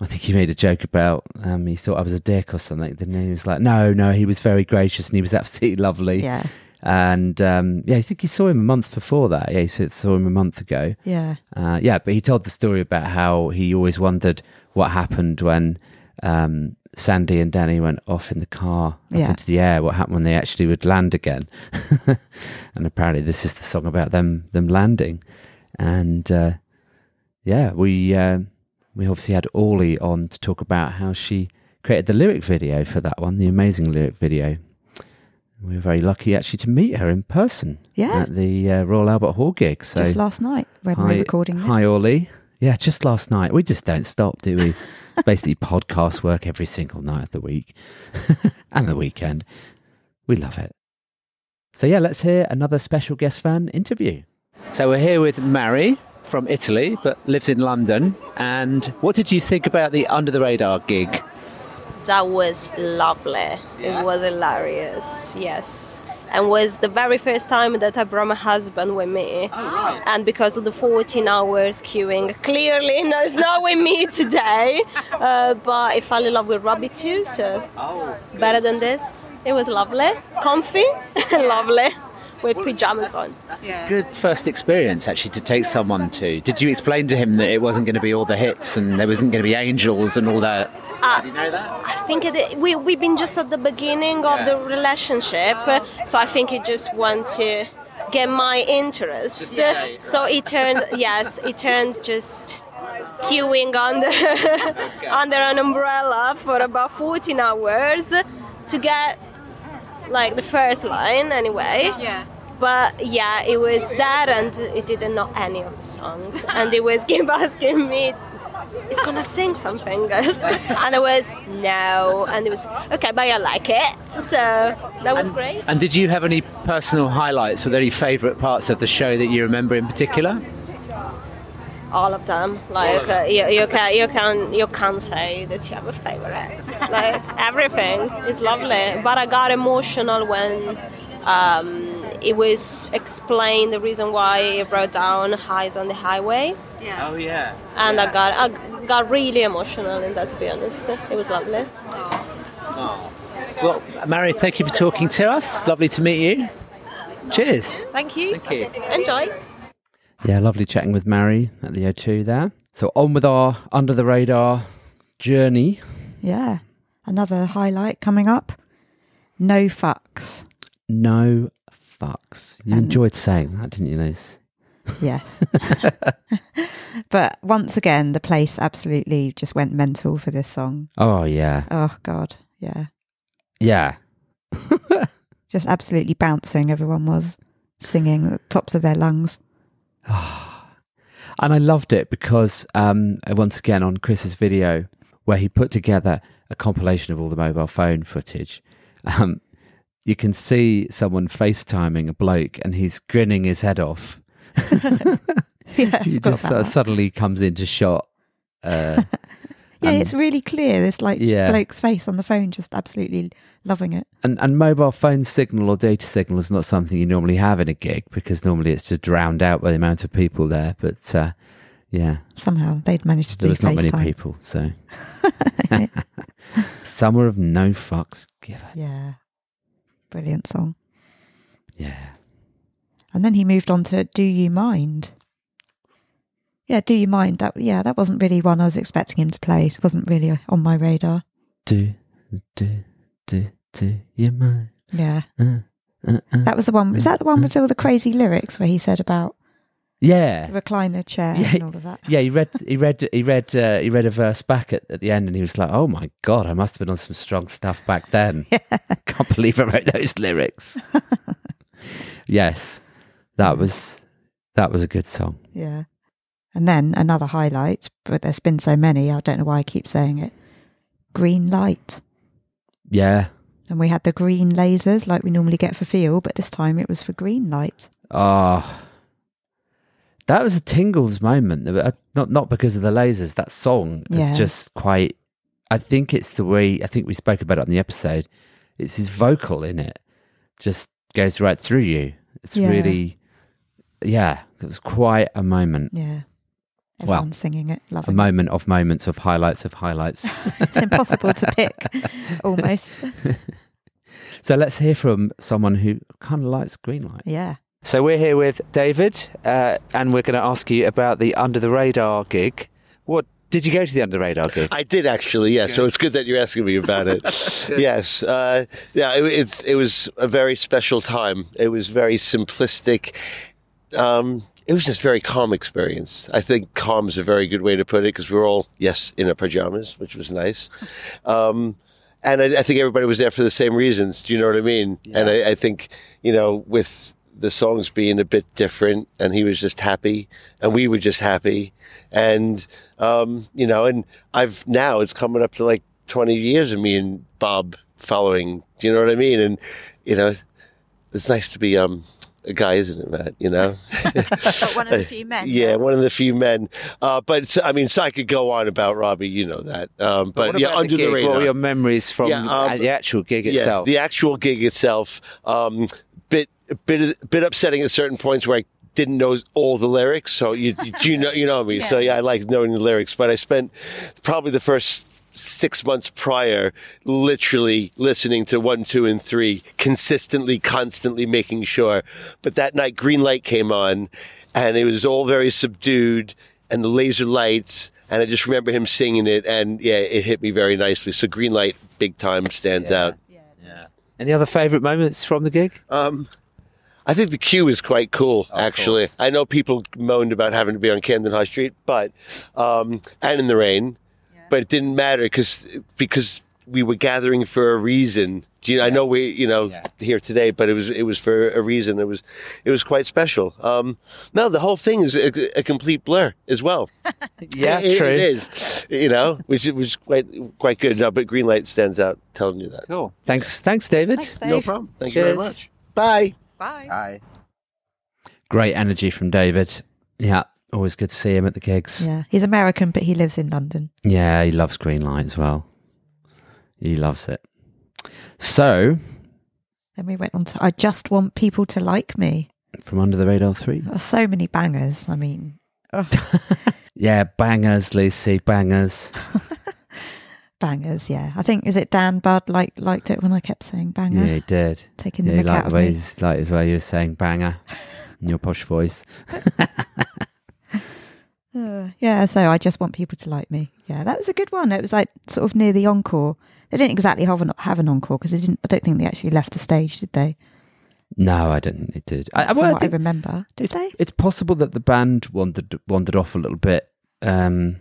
Speaker 2: I think he made a joke about um, he thought I was a dick or something. Then he He was like, no, no, he was very gracious and he was absolutely lovely.
Speaker 3: Yeah.
Speaker 2: And um, yeah, I think he saw him a month before that. Yeah, he said saw him a month ago.
Speaker 3: Yeah.
Speaker 2: Uh, yeah, but he told the story about how he always wondered what happened when um, Sandy and Danny went off in the car up
Speaker 3: Yeah.
Speaker 2: into the air. What happened when they actually would land again? and apparently, this is the song about them them landing. And uh, yeah, we uh, we obviously had Orly on to talk about how she created the lyric video for that one, the amazing lyric video. We were very lucky actually to meet her in person
Speaker 3: Yeah.
Speaker 2: at the uh, Royal Albert Hall gig. So
Speaker 3: Just last night when we were recording this.
Speaker 2: Hi, Ollie. Yeah, just last night. We just don't stop, do we? It's basically podcast work every single night of the week and the weekend. We love it. So, yeah, let's hear another special guest fan interview.
Speaker 22: So we're here with Mary from Italy, but lives in London. And what did you think about the Under the Radar gig?
Speaker 28: That was lovely. It was hilarious. Yes. And was the very first time that I brought my husband with me.
Speaker 23: Ah.
Speaker 28: And because of the 14 hours queuing, clearly no, it's not with me today. Uh, but I fell in love with Robbie too, so
Speaker 23: Oh,
Speaker 28: better than this. It was lovely, comfy, lovely, with pajamas on.
Speaker 22: Good first experience, actually, to take someone to. Did you explain to him that it wasn't going to be all the hits and there wasn't going to be angels and all that?
Speaker 28: Uh, I think it, we, we've been just at the beginning of the relationship, uh, so I think he just want to get my interest. So it turned, yes, it turned just queuing under, under an umbrella for about 14 hours to get like the first line anyway.
Speaker 12: Yeah.
Speaker 28: But yeah, it was that, and it didn't know any of the songs, and it was keep asking me, "It's gonna sing something else," and I was no, and it was okay, but I like it, so that was great.
Speaker 22: And did you have any personal highlights? Were there any favourite parts of the show that you remember in particular?
Speaker 28: All of them, like uh, you, you can you can you can't say that you have a favorite. Like everything is lovely, but I got emotional when. Um, it was explained the reason why I wrote down highs on the highway.
Speaker 22: Yeah. Oh, yeah.
Speaker 28: and I got I got really emotional in that. To be honest, it was lovely.
Speaker 22: Well, Mary, thank you for talking to us. Lovely to meet you. Cheers.
Speaker 28: Thank you.
Speaker 22: Thank you.
Speaker 28: Enjoy.
Speaker 2: Yeah, lovely chatting with Mary at the O2 there. So, on with our under the radar journey.
Speaker 3: Yeah. Another highlight coming up. No fucks.
Speaker 2: No fucks. You enjoyed saying that, didn't you, Liz?
Speaker 3: Yes. but once again, the place absolutely just went mental for this song.
Speaker 2: Oh, yeah.
Speaker 3: Oh, God. Yeah.
Speaker 2: Yeah.
Speaker 3: Just absolutely bouncing. Everyone was singing at the tops of their lungs.
Speaker 2: And I loved it because, um, once again, on Chris's video, where he put together a compilation of all the mobile phone footage, um, you can see someone FaceTiming a bloke and he's grinning his head off.
Speaker 3: Yeah.
Speaker 2: He
Speaker 3: forgot
Speaker 2: just
Speaker 3: about
Speaker 2: uh,
Speaker 3: that.
Speaker 2: suddenly comes into shot. Uh,
Speaker 3: Yeah,
Speaker 2: and-
Speaker 3: it's really clear. This like
Speaker 2: Yeah.
Speaker 3: bloke's face on the phone, just absolutely loving it.
Speaker 2: And, and mobile phone signal or data signal is not something you normally have in a gig because normally it's just drowned out by the amount of people there. But uh, yeah,
Speaker 3: Somehow they'd managed to
Speaker 2: there
Speaker 3: do
Speaker 2: was not many
Speaker 3: FaceTime.
Speaker 2: people. So summer of no fucks given.
Speaker 3: Yeah, brilliant song.
Speaker 2: Yeah.
Speaker 3: And then he moved on to "Do You Mind." Yeah, "Do You Mind." That yeah, that wasn't really one I was expecting him to play. It wasn't really uh, on my radar.
Speaker 2: Mm-hmm. Do do do do you mind?
Speaker 3: Yeah,
Speaker 2: Uh, uh, uh,
Speaker 3: that was the one. Was that the one with all the crazy lyrics where he said about
Speaker 2: Yeah.
Speaker 3: the recliner chair and all of that?
Speaker 2: yeah, he read, he read, he read, uh, he read a verse back at, at the end, and he was like, "Oh my god, I must have been on some strong stuff back then. Can't believe I wrote those lyrics." yes,
Speaker 3: Mm.
Speaker 2: that was that was a good song.
Speaker 3: Yeah. And then another highlight, but there's been so many, I don't know why I keep saying it. Green light.
Speaker 2: Yeah.
Speaker 3: And we had the green lasers like we normally get for feel, but this time it was for green light.
Speaker 2: Ah, that was a tingles moment. Uh, Not not because of the lasers. That song
Speaker 3: Yeah.
Speaker 2: is just quite. I think it's the way. I think we spoke about it on the episode. It's his vocal in it. Just goes right through you. It's
Speaker 3: Yeah.
Speaker 2: really, yeah. It was quite a moment.
Speaker 3: Yeah.
Speaker 2: Well,
Speaker 3: Everyone's singing it,
Speaker 2: a
Speaker 3: loving it.
Speaker 2: moment of moments of highlights of highlights.
Speaker 3: It's impossible to pick, almost.
Speaker 2: so let's hear from someone who kind of likes green light.
Speaker 3: Yeah.
Speaker 22: So we're here with David, uh, and we're going to ask you about the Under the Radar gig. What did you go to the Under the Radar gig?
Speaker 9: I did actually, yes. So it's good that you're asking me about it. yes, uh, yeah. It, it's it was a very special time. It was very simplistic. Um, it was just very calm experience. I think calm is a very good way to put it because we were all yes in our pajamas, which was nice. Um, and I, I think everybody was there for the same reasons. Do you know what I mean? And I, I think you know with the songs being a bit different and he was just happy and we were just happy and um you know and i've now it's coming up to like 20 years of me and bob following do you know what i mean and you know it's nice to be um, a guy, isn't it, Matt? You know,
Speaker 15: But one of the few men.
Speaker 9: yeah, one of the few men. Uh, but I mean, so I could go on about Robbie. You know that. Um, but
Speaker 2: what
Speaker 9: yeah,
Speaker 2: about
Speaker 9: under
Speaker 2: the,
Speaker 9: the,
Speaker 2: gig?
Speaker 9: radar.
Speaker 2: What were your memories from uh, the actual gig
Speaker 9: yeah,
Speaker 2: itself?
Speaker 9: The actual gig itself, um, bit bit bit upsetting at certain points where I didn't know all the lyrics. So you do you know you know me. So yeah, I like knowing the lyrics. But I spent probably the first six months prior literally listening to one two and three consistently constantly making sure but that night green light came on and it was all very subdued and the laser lights and i just remember him singing it and yeah it hit me very nicely so green light big time stands out
Speaker 2: Any other favourite moments from the gig?
Speaker 9: Um, I think the queue is quite cool, actually. I know people moaned about having to be on Camden High Street, but um, and in the rain, but it didn't matter because because we were gathering for a reason. Do you, I know we, you know, here today, but it was it was for a reason. It was it was quite special. Um, no, the whole thing is a, a complete blur as well.
Speaker 2: Yeah,
Speaker 9: It- it-
Speaker 2: true.
Speaker 9: It is, you know, which was quite quite good. No, but green light stands out. Telling you that.
Speaker 2: Cool. Thanks, thanks, David.
Speaker 9: No problem. Thank you very
Speaker 2: Cheers.
Speaker 9: much. Bye.
Speaker 2: Bye. Bye. Great energy from David. Yeah, always good to see him at the gigs.
Speaker 3: Yeah, he's American, but he lives in London.
Speaker 2: Yeah, he loves Green Light as well. He loves it. So,
Speaker 3: Then we went on to I Just Want People to Like Me.
Speaker 2: from Under the Radar 3.
Speaker 3: There are so many bangers. I mean, ugh,
Speaker 2: Yeah, bangers, Lucy, bangers.
Speaker 3: bangers, yeah. I think, is it Dan Budd like, liked it when I kept saying banger?
Speaker 2: Yeah, he did.
Speaker 3: Taking
Speaker 2: yeah,
Speaker 3: the
Speaker 2: he
Speaker 3: mick
Speaker 2: liked
Speaker 3: out of
Speaker 2: the way
Speaker 3: me.
Speaker 2: you, liked the way you were saying banger in your posh voice.
Speaker 3: Uh, yeah, so I just want people to like me. Yeah, that was a good one. It was like sort of near the encore. They didn't exactly have an, have an encore because they didn't. I don't think they actually left the stage, did they?
Speaker 2: No, I don't think they did. I, I-
Speaker 3: From
Speaker 2: well, I
Speaker 3: what I
Speaker 2: think
Speaker 3: remember, did
Speaker 2: it's,
Speaker 3: they?
Speaker 2: It's possible that the band wandered wandered off a little bit. Um,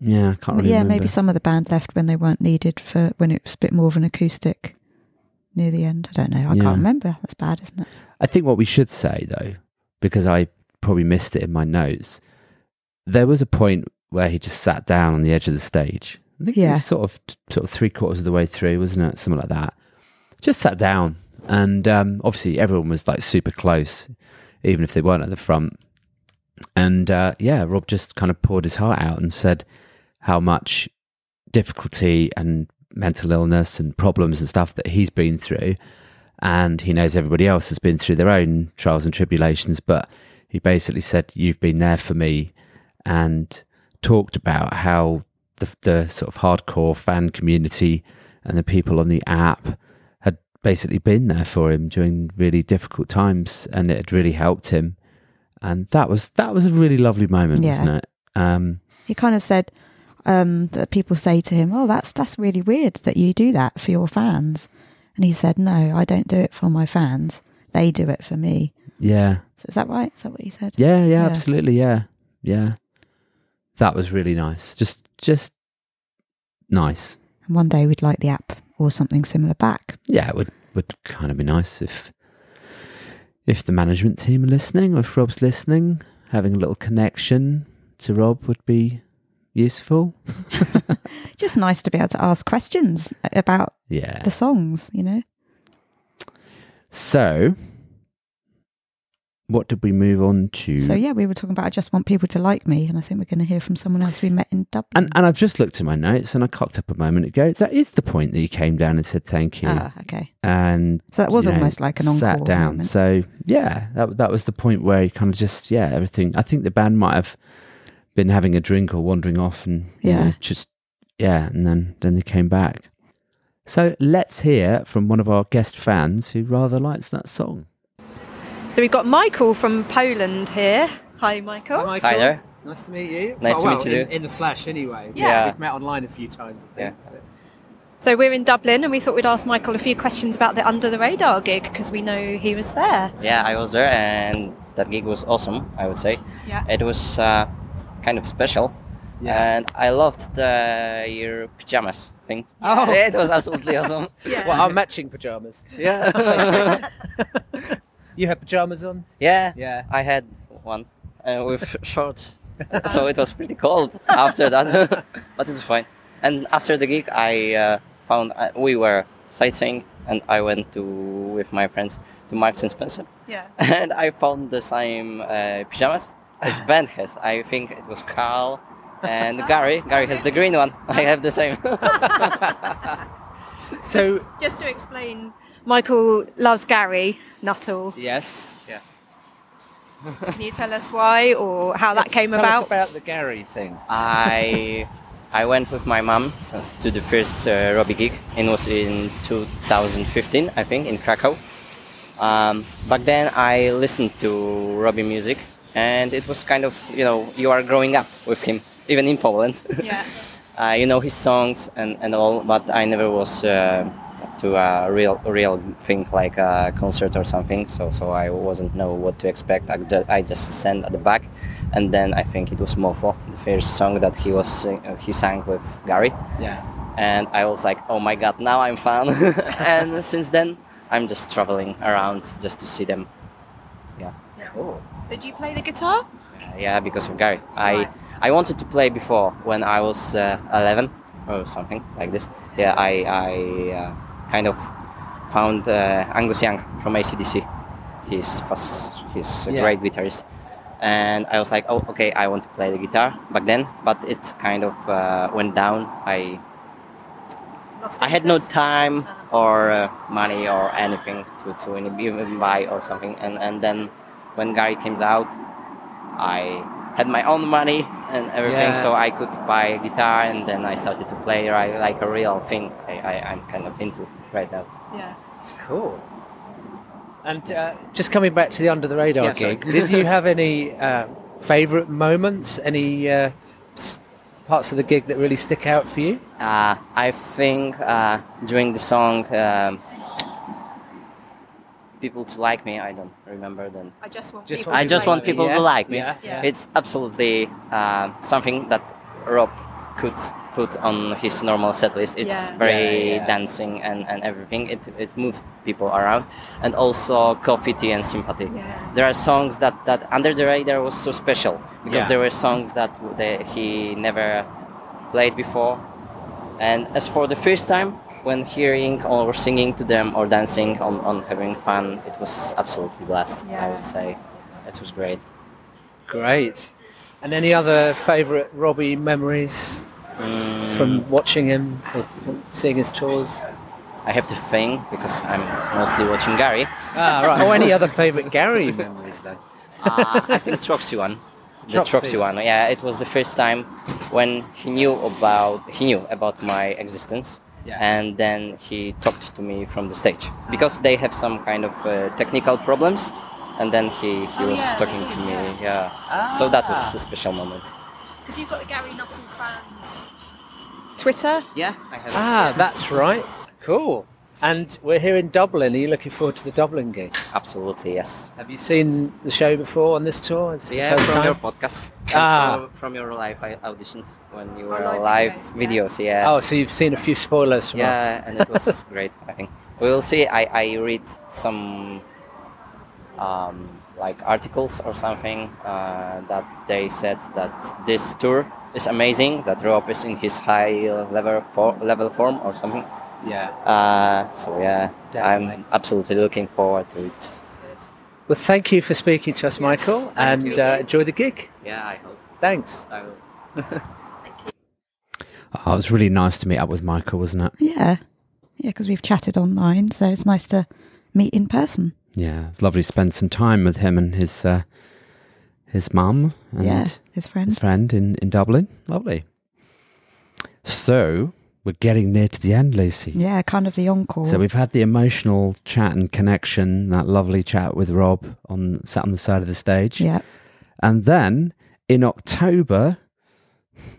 Speaker 2: yeah, I can't really
Speaker 3: yeah,
Speaker 2: remember.
Speaker 3: maybe some of the band left when they weren't needed for when it was a bit more of an acoustic near the end. I don't know. I
Speaker 2: Yeah.
Speaker 3: can't remember. That's bad, isn't it?
Speaker 2: I think what we should say though, because I probably missed it in my notes, there was a point where he just sat down on the edge of the stage. I think it
Speaker 3: Yeah.
Speaker 2: was sort of sort of three quarters of the way through, wasn't it? Something like that. Just sat down, and um, obviously everyone was like super close, even if they weren't at the front. And uh, yeah, Rob just kind of poured his heart out and said how much difficulty and mental illness and problems and stuff that he's been through. And he knows everybody else has been through their own trials and tribulations. But he basically said, You've been there for me. And talked about how the, the sort of hardcore fan community and the people on the app had basically been there for him during really difficult times and it had really helped him. And that was that was a really lovely moment,
Speaker 3: Yeah.
Speaker 2: wasn't it? Um,
Speaker 3: He kind of said um, that people say to him, "Oh, that's that's really weird that you do that for your fans," and he said, "No, I don't do it for my fans. They do it for me."
Speaker 2: yeah.
Speaker 3: So is that right? Is that what he said?
Speaker 2: Yeah, yeah, absolutely, yeah, yeah. That was really nice. Just, just nice.
Speaker 3: And one day we'd like the app or something similar back.
Speaker 2: Yeah, it would would kind of be nice if if the management team are listening or if Rob's listening, having a little connection to Rob would be useful.
Speaker 3: Just nice to be able to ask questions about
Speaker 2: Yeah.
Speaker 3: the songs, you know.
Speaker 2: So, what did we move on to?
Speaker 3: So yeah, we were talking about I just want people to like me, and I think we're going to hear from someone else we met in Dublin.
Speaker 2: And and I've just looked at my notes and I cocked up a moment ago. That is the point that you came down and said thank you.
Speaker 3: Ah, okay.
Speaker 2: And
Speaker 3: So that was
Speaker 2: you know,
Speaker 3: almost like an encore
Speaker 2: Sat down.
Speaker 3: moment.
Speaker 2: So yeah, that that was the point where you kind of just yeah everything. I think the band might have been having a drink or wandering off and you
Speaker 3: Yeah.
Speaker 2: know, just yeah, and then then they came back. So let's hear from one of our guest fans who rather likes that song.
Speaker 6: So we've got Michael from Poland here. Hi, Michael. Hi,
Speaker 13: Hi there.
Speaker 7: Nice to meet you.
Speaker 13: Nice to
Speaker 7: well,
Speaker 13: meet you.
Speaker 7: In, in the flesh, anyway.
Speaker 6: Yeah. Yeah.
Speaker 7: We've met online a few times. I think.
Speaker 6: So we're in Dublin, and we thought we'd ask Michael a few questions about the Under the Radar gig because we know he was there.
Speaker 13: Yeah, I was there, and that gig was awesome. I would say.
Speaker 6: Yeah.
Speaker 13: It was uh, kind of special, and I loved the, your pajamas thing.
Speaker 7: Oh.
Speaker 13: it was absolutely awesome.
Speaker 7: Well, our matching pajamas.
Speaker 13: Yeah.
Speaker 7: you had pajamas on?
Speaker 13: Yeah.
Speaker 7: Yeah.
Speaker 13: I had one uh, with shorts, so it was pretty cold after that, but it was fine. And after the gig, I uh, found uh, we were sightseeing and I went to with my friends to Marks and Spencer.
Speaker 1: Yeah.
Speaker 13: And I found the same uh, pajamas as Ben has. I think it was Carl and Gary. Gary has the green one. I have the same.
Speaker 7: So
Speaker 6: Just to explain, Michael loves Gary Nuttall.
Speaker 13: yes, yeah.
Speaker 6: Can you tell us why or how that came
Speaker 13: tell us
Speaker 6: about?
Speaker 13: about the Gary thing. I I went with my mum to the first uh, Robbie gig and was in 2015, I think, in Krakow. Um, back then, I listened to Robbie music, and it was kind of you know you are growing up with him, even in Poland.
Speaker 1: Yeah.
Speaker 13: uh, you know his songs and, and all, but I never was uh, to a real real thing like a concert or something. So so I wasn't know what to expect. I just, I just stand at the back, and then I think it was Mofo, the first song that he was sing- uh, he sang with Gary.
Speaker 7: Yeah.
Speaker 13: And I was like, oh my god, now I'm fan. and since then, I'm just traveling around just to see them. Yeah.
Speaker 6: Did you play the guitar?
Speaker 13: Uh, Yeah, because of Gary. I I wanted to play before when I was uh, 11 or something like this. Yeah, I I uh, kind of found uh, Angus Young from ACDC. He's fast, he's a
Speaker 7: Yeah.
Speaker 13: great guitarist, and I was like, oh okay, I want to play the guitar back then. But it kind of uh, went down. I I had no time or uh, money or anything to, to even buy or something. And, and then when Gary came out, I had my own money and everything,
Speaker 7: Yeah.
Speaker 13: so I could buy a guitar. And then I started to play right, like a real thing I, I, I'm kind of into right now.
Speaker 6: Yeah.
Speaker 13: Cool.
Speaker 7: And uh, just coming back to the under the radar
Speaker 13: Yeah, sorry.
Speaker 7: gig, did you have any uh, favourite moments? Any uh, s- parts of the gig that really stick out for you?
Speaker 13: Uh, I think uh, during the song um, People to Like Me, I don't remember then.
Speaker 6: I just want
Speaker 7: Just
Speaker 6: people
Speaker 13: I
Speaker 6: to
Speaker 13: just
Speaker 6: like
Speaker 13: want
Speaker 6: me.
Speaker 13: people to like me.
Speaker 7: Yeah. Yeah.
Speaker 13: It's absolutely um something that Rob could put on his normal set list. It's
Speaker 7: Yeah.
Speaker 13: very
Speaker 7: Yeah, yeah.
Speaker 13: dancing and, and everything. It, it moves people around. And also Coffee, Tea and Sympathy. There are songs that, that Under the Radar was so special because
Speaker 7: Yeah.
Speaker 13: there were songs that they, he never played before. And as for the first time, when hearing or singing to them or dancing on, on having fun, it was absolutely blessed, I would say. It was great.
Speaker 7: Great. And any other favourite Robbie memories
Speaker 13: Mm.
Speaker 7: from watching him or seeing his tours?
Speaker 13: I have to think because I'm mostly watching Gary.
Speaker 7: Ah, right. Or any other favourite Gary memories, though?
Speaker 13: uh, I think Troxy one. The
Speaker 7: Troxy.
Speaker 13: Troxy one. Yeah, it was the first time when he knew about he knew about my existence.
Speaker 7: Yeah.
Speaker 13: And then he talked to me from the stage because they have some kind of uh, technical problems, and then he, he was talking to me. Yeah, so that was
Speaker 6: Ah.
Speaker 13: a special moment.
Speaker 6: Because you've got the Gary Nuttall fans. Twitter?
Speaker 13: Yeah.
Speaker 7: Ah, that's right. Cool. And we're here in Dublin. Are you looking forward to the Dublin gig?
Speaker 13: Absolutely, yes.
Speaker 7: Have you seen the show before on this tour? Is this the
Speaker 13: Yeah,
Speaker 7: first
Speaker 13: from
Speaker 7: time?
Speaker 13: your podcast.
Speaker 7: Ah.
Speaker 13: From, from your live auditions when you were Oh, live videos, yeah.
Speaker 7: Oh, so you've seen a few spoilers from us.
Speaker 13: yeah, and it was great. I think we will see. I I read some um, like articles or something uh, that they said that this tour is amazing. That Rob is in his high uh, level for, level form or something.
Speaker 7: Yeah.
Speaker 13: Uh, so yeah, I'm absolutely looking forward to it.
Speaker 7: Well, thank you for speaking to us, Michael,
Speaker 13: Nice to
Speaker 7: and
Speaker 13: meet
Speaker 7: uh,
Speaker 13: you.
Speaker 7: enjoy the gig.
Speaker 13: Yeah, I hope.
Speaker 7: Thanks.
Speaker 13: I will.
Speaker 22: Oh, it was really nice to meet up with Michael, wasn't it?
Speaker 3: Yeah. Yeah, because we've chatted online, so it's nice to meet in person.
Speaker 22: Yeah, it's lovely to spend some time with him and his uh, his mum and
Speaker 3: Yeah, his friend.
Speaker 22: his friend in, in Dublin. Lovely. So we're getting near to the end, Lucy.
Speaker 3: Yeah, kind of the encore.
Speaker 22: So we've had the emotional chat and connection, that lovely chat with Rob on sat on the side of the stage.
Speaker 3: Yeah.
Speaker 22: And then in October,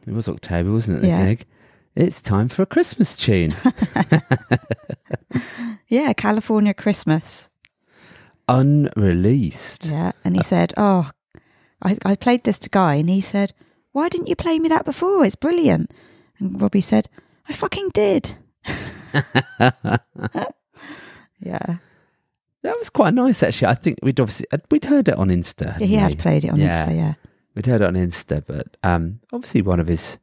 Speaker 22: it was October, wasn't it? The
Speaker 3: Yeah.
Speaker 22: gig. It's time for a Christmas tune.
Speaker 3: yeah, California Christmas.
Speaker 22: Unreleased.
Speaker 3: Yeah, and
Speaker 2: Uh.
Speaker 3: he said, "Oh, I, I played this to Guy, and he said, why didn't you play me that before? It's brilliant." And Robbie said, "I fucking did." yeah,
Speaker 22: That was quite nice, actually. I think we'd obviously uh, we'd heard it on Insta. hadn't
Speaker 3: he had
Speaker 22: we?
Speaker 3: played it on Insta, yeah.
Speaker 22: we'd heard it on Insta, but um, obviously one of his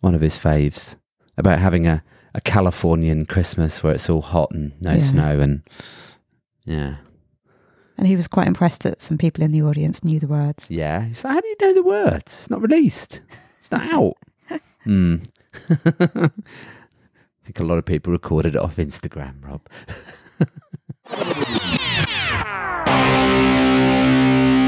Speaker 22: one of his faves about having a
Speaker 2: a Californian Christmas where it's all hot and no
Speaker 3: Yeah.
Speaker 2: snow and yeah.
Speaker 3: And he was quite impressed that some people in the audience knew the words.
Speaker 2: Yeah. He's like, how do you know the words? It's not released. It's not out. Hmm. I think a lot of people recorded it off Instagram, Rob.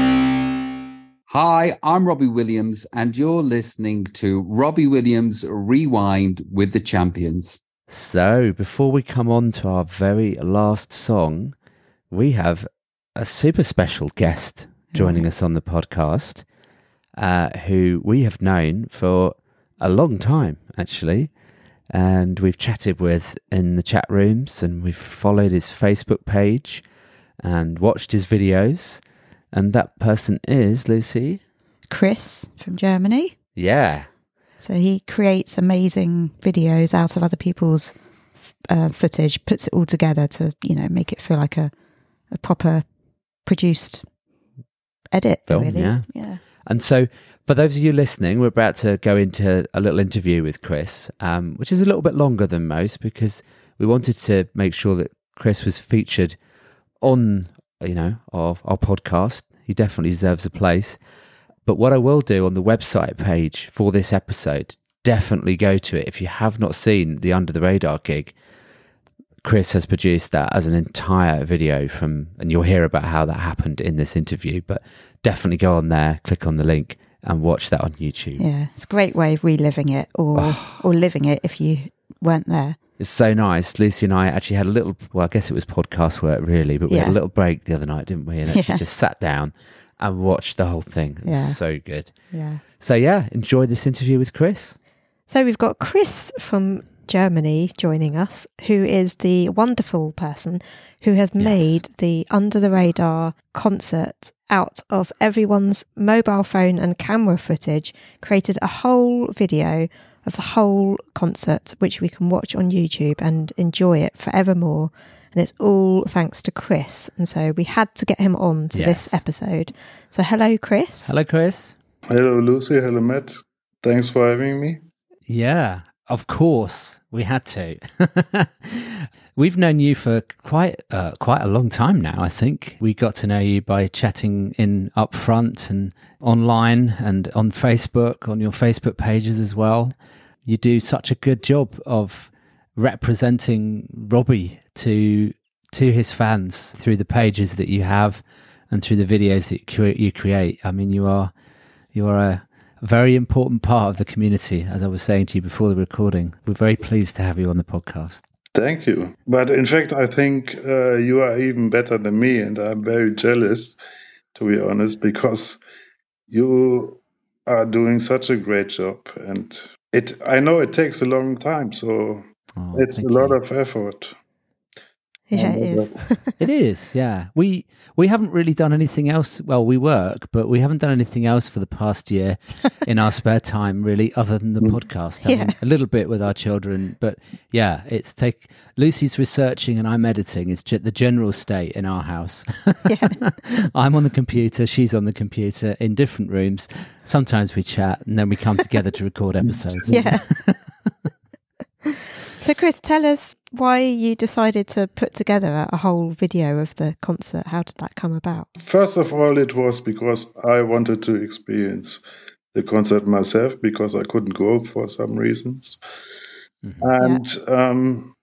Speaker 15: Hi, I'm Robbie Williams, and you're listening to Robbie Williams Rewind with the Champions.
Speaker 2: So, before we come on to our very last song, we have a super special guest joining us on the podcast uh, who we have known for a long time, actually. And we've chatted with in the chat rooms and we've followed his Facebook page and watched his videos. And that person is Lucy.
Speaker 3: Chris from Germany.
Speaker 2: Yeah.
Speaker 3: So he creates amazing videos out of other people's uh, footage, puts it all together to, you know, make it feel like a, a proper produced edit.
Speaker 2: film,
Speaker 3: really.
Speaker 2: yeah.
Speaker 3: Yeah.
Speaker 2: And so, for those of you listening, we're about to go into a little interview with Chris, um, which is a little bit longer than most because we wanted to make sure that Chris was featured on, you know, our, our podcast. He definitely deserves a place. But what I will do on the website page for this episode, definitely go to it. If you have not seen the Under the Radar gig, Chris has produced that as an entire video from, and you'll hear about how that happened in this interview. But definitely go on there, click on the link, and watch that on YouTube.
Speaker 3: Yeah. It's a great way of reliving it or, or living it if you weren't there.
Speaker 2: It's so nice. Lucy and I actually had a little, well, I guess it was podcast work really, but we had a
Speaker 3: Yeah.
Speaker 2: little break the other night, didn't we? And actually
Speaker 3: Yeah.
Speaker 2: just sat down and watched the whole thing. It was
Speaker 3: Yeah.
Speaker 2: so good.
Speaker 3: Yeah.
Speaker 2: So, yeah, enjoy this interview with Chris.
Speaker 11: So we've got Chris from Germany joining us, who is the wonderful person who has made the under the radar concert out of everyone's mobile phone and camera footage, created a whole video of the whole concert, which we can watch on YouTube and enjoy it forevermore. And it's all thanks to Chris. And so we had to get him on to this episode. So, hello, Chris.
Speaker 2: Hello, Chris.
Speaker 16: Hello, Lucy. Hello, Matt. Thanks for having me.
Speaker 2: Yeah, of course we had to. We've known you for quite uh, quite a long time now. I think we got to know you by chatting in up front and online and on Facebook on your Facebook pages as well. You do such a good job of representing Robbie to to his fans through the pages that you have and through the videos that you, cre- you create. I mean, you are you are a very important part of the community, as I was saying to you before the recording. We're very pleased to have you on the podcast.
Speaker 16: Thank you. But in fact, I think uh, you are even better than me, and I'm very jealous, to be honest, because you are doing such a great job, and it. I know it takes a long time, so
Speaker 2: Oh,
Speaker 16: it's a lot of effort.
Speaker 3: Yeah, it is.
Speaker 2: it is, yeah. We we haven't really done anything else. Well, we work, but we haven't done anything else for the past year in our spare time, really, other than
Speaker 3: Mm.
Speaker 2: the podcast. I mean,
Speaker 12: Yeah.
Speaker 2: a little bit with our children, but yeah, it's take Lucy's researching and I'm editing is ge- the general state in our house. I'm on the computer, she's on the computer in different rooms. Sometimes we chat and then we come together to record episodes.
Speaker 3: Yeah. So, Chris, tell us why you decided to put together a whole video of the concert. How did that come about?
Speaker 16: First of all, it was because I wanted to experience the concert myself because I couldn't go for some reasons. And um,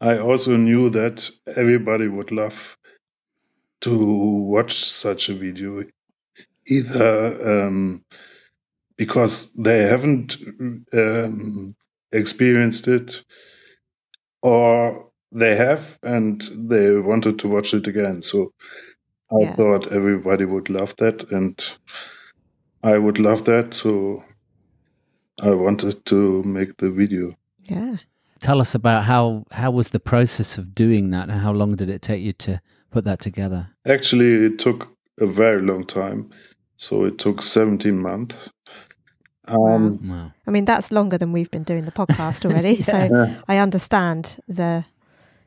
Speaker 16: I also knew that everybody would love to watch such a video, either um, because they haven't um, experienced it or they have and they wanted to watch it again. So I
Speaker 13: Yeah.
Speaker 16: thought everybody would love that, and I would love that. So I wanted to make the video.
Speaker 3: Yeah.
Speaker 2: Tell us about how how was the process of doing that and how long did it take you to put that together?
Speaker 16: Actually, it took a very long time. So it took 17 months. Um,
Speaker 11: I mean, that's longer than we've been doing the podcast already. So
Speaker 16: Yeah.
Speaker 11: I understand the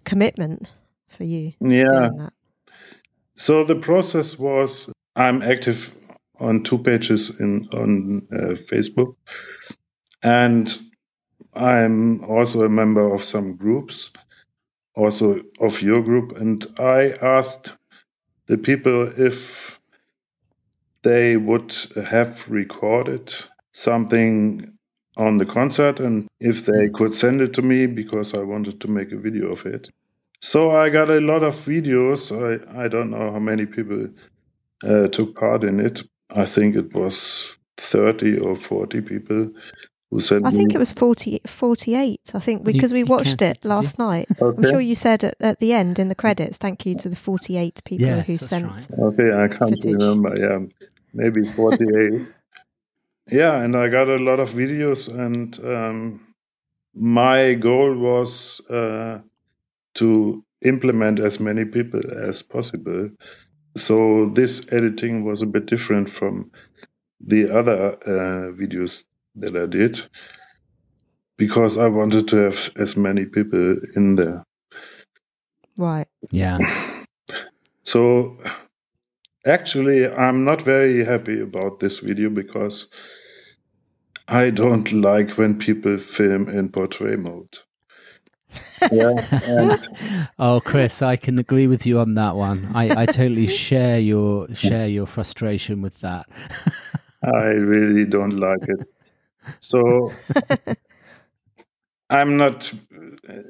Speaker 11: commitment for you.
Speaker 16: Yeah.
Speaker 11: doing that.
Speaker 16: So the process was I'm active on two pages in on uh, Facebook, and I'm also a member of some groups, also of your group, and I asked the people if they would have recorded something on the concert and if they could send it to me because I wanted to make a video of it. So I got a lot of videos. I, I don't know how many people uh, took part in it. I think it was 30 or 40 people who sent
Speaker 11: I
Speaker 16: me.
Speaker 11: think it was 40, 48, I think,
Speaker 16: You-
Speaker 11: because we
Speaker 16: you
Speaker 11: watched
Speaker 16: counted,
Speaker 11: it last night. I'm
Speaker 16: Okay.
Speaker 11: sure you said at, at the end in the credits, thank you to the 48 people
Speaker 16: Yes,
Speaker 11: who
Speaker 16: that's
Speaker 11: sent.
Speaker 16: Okay, I can't remember. Yeah, maybe 48. yeah, and I got a lot of videos, and um, my goal was uh, to implement as many people as possible. So this editing was a bit different from the other uh, videos that I did because I wanted to have as many people in there.
Speaker 11: Right.
Speaker 29: Yeah.
Speaker 16: So actually, I'm not very happy about this video because I don't like when people film in portrait mode. yeah, and
Speaker 2: Oh, Chris, I can agree with you on that one. I, I totally share your share your frustration with that.
Speaker 16: I really don't like it. So I'm not.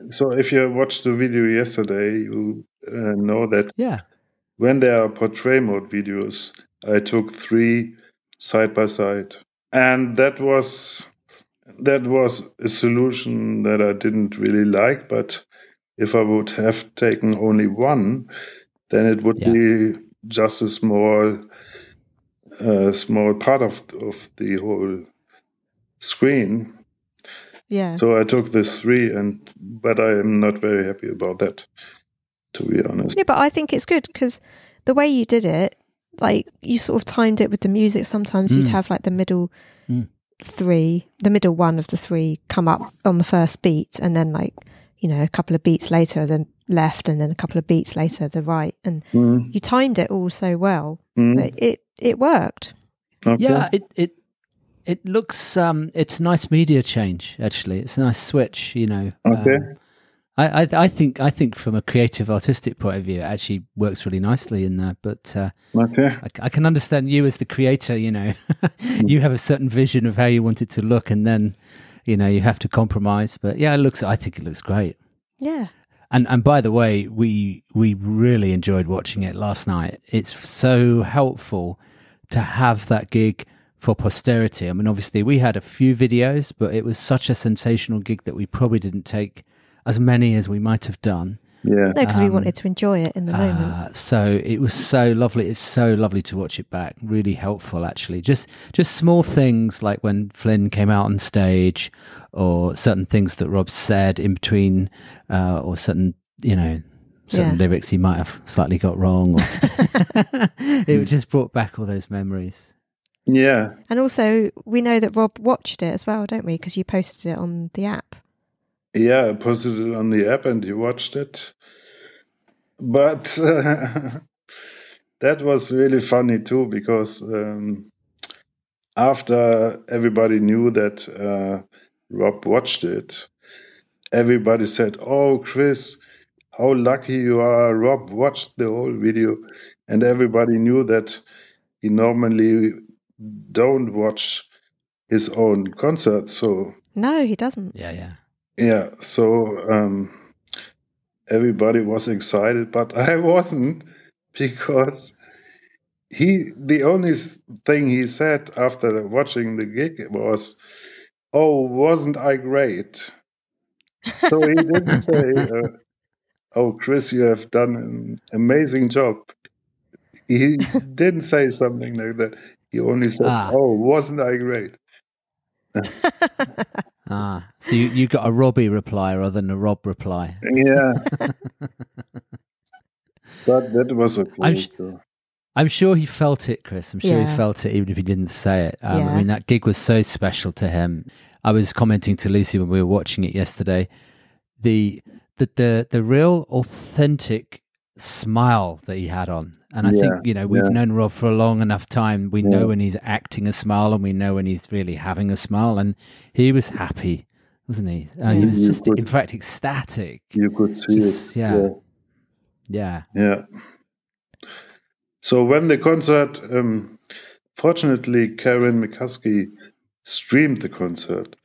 Speaker 16: So if you watched the video yesterday, you uh, know that
Speaker 2: yeah,
Speaker 16: when there are portrait mode videos, I took three side by side, and that was that was a solution that I didn't really like. But if I would have taken only one, then it would be just a small a small part of of the whole screen.
Speaker 11: Yeah.
Speaker 16: So I took the three, and but I am not very happy about that, to be honest.
Speaker 11: Yeah, but I think it's good because the way you did it, like you sort of timed it with the music. Sometimes you'd
Speaker 6: Mm.
Speaker 11: have like the middle
Speaker 6: Mm.
Speaker 11: three, the middle one of the three come up on the first beat, and then like you know a couple of beats later the left, and then a couple of beats later the right, and
Speaker 16: Mm.
Speaker 11: you timed it all so well.
Speaker 16: Mm.
Speaker 11: that It it worked.
Speaker 2: Yeah, it it it looks um it's a nice media change actually. It's a nice switch, you know.
Speaker 16: Okay.
Speaker 2: Um, I, I I think I think from a creative artistic point of view, it actually works really nicely in there. But uh,
Speaker 16: Okay.
Speaker 2: I, c- I can understand you as the creator. You know, you have a certain vision of how you want it to look, and then you know you have to compromise. But yeah, it looks. I think it looks great.
Speaker 11: Yeah.
Speaker 2: And and by the way, we we really enjoyed watching it last night. It's so helpful to have that gig for posterity. I mean, obviously we had a few videos, but it was such a sensational gig that we probably didn't take as many as we might have done.
Speaker 16: Yeah.
Speaker 11: No, because we
Speaker 2: Um,
Speaker 11: wanted to enjoy it in the moment.
Speaker 2: uh, so it was so lovely. It's so lovely to watch it back. Really helpful, actually. Just just small things like when Flynn came out on stage, or certain things that Rob said in between, uh, or certain you know certain
Speaker 7: Yeah.
Speaker 2: lyrics he might have slightly got wrong. Or it just brought back all those memories.
Speaker 16: Yeah,
Speaker 11: And also, we know that Rob watched it as well, don't we? Because you posted it on the app.
Speaker 16: Yeah, I posted it on the app and he watched it. But uh, that was really funny too because um, after everybody knew that uh, Rob watched it, everybody said, Oh, Chris, how lucky you are. Rob watched the whole video. And everybody knew that he normally don't watch his own concert. So
Speaker 11: No, he doesn't.
Speaker 2: Yeah, yeah.
Speaker 16: yeah, so um, everybody was excited, but I wasn't because he the only s- thing he said after watching the gig was, "Oh, wasn't I great?" So he didn't say, uh, "Oh, Chris, you have done an amazing job." He didn't say something like that. He only said,
Speaker 2: Ah.
Speaker 16: "Oh, wasn't I great?"
Speaker 2: Ah, so you, you got a Robbie reply rather than a Rob reply.
Speaker 16: Yeah. but that was uh, okay.
Speaker 2: I'm sh-
Speaker 16: so.
Speaker 2: I'm sure he felt it, Chris. I'm sure
Speaker 16: Yeah.
Speaker 2: he felt it, even if he didn't say it. Um,
Speaker 16: Yeah.
Speaker 2: I mean, that gig was so special to him. I was commenting to Lucy when we were watching it yesterday. The the the, the real authentic smile that he had on, and I
Speaker 7: Yeah,
Speaker 2: think you know we've
Speaker 7: yeah.
Speaker 2: known Rob for a long enough time. We
Speaker 7: Yeah.
Speaker 2: know when he's acting a smile, and we know when he's really having a smile. And he was happy wasn't he? Uh, He
Speaker 16: Yeah.
Speaker 2: was
Speaker 16: You
Speaker 2: just,
Speaker 16: could-
Speaker 2: in fact, ecstatic.
Speaker 16: You could see
Speaker 2: Just-
Speaker 16: it.
Speaker 2: yeah. Yeah.
Speaker 16: Yeah. So when the concert, um, fortunately, Karen McCuskey streamed the concert.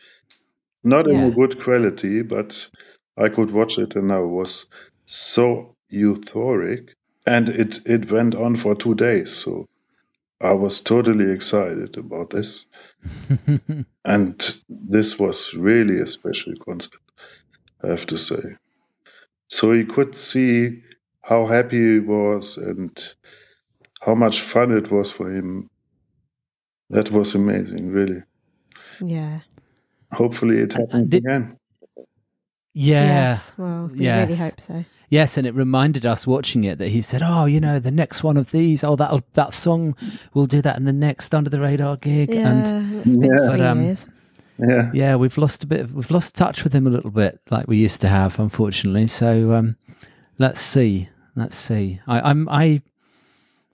Speaker 16: Not in a good quality, but I could watch it and I was so euphoric. And it, it went on for two days. So I was totally excited about this. and this was really a special concert, I have to say. So you could see how happy he was and how much fun it was for him. That was amazing, really.
Speaker 11: Yeah.
Speaker 16: Hopefully, it happens again.
Speaker 2: Yeah.
Speaker 11: Yes, well, we really
Speaker 2: Yes.
Speaker 11: hope so.
Speaker 2: Yes, and it reminded us watching it that he said, "Oh, you know, the next one of these, oh, that that song, we'll do that in the next under the radar gig."
Speaker 11: Yeah,
Speaker 2: and um,
Speaker 11: it's been Yeah. three years.
Speaker 16: yeah,
Speaker 2: yeah, we've lost a bit, of, we've lost touch with him a little bit, like we used to have, unfortunately. So um, let's see, let's see. I, I'm I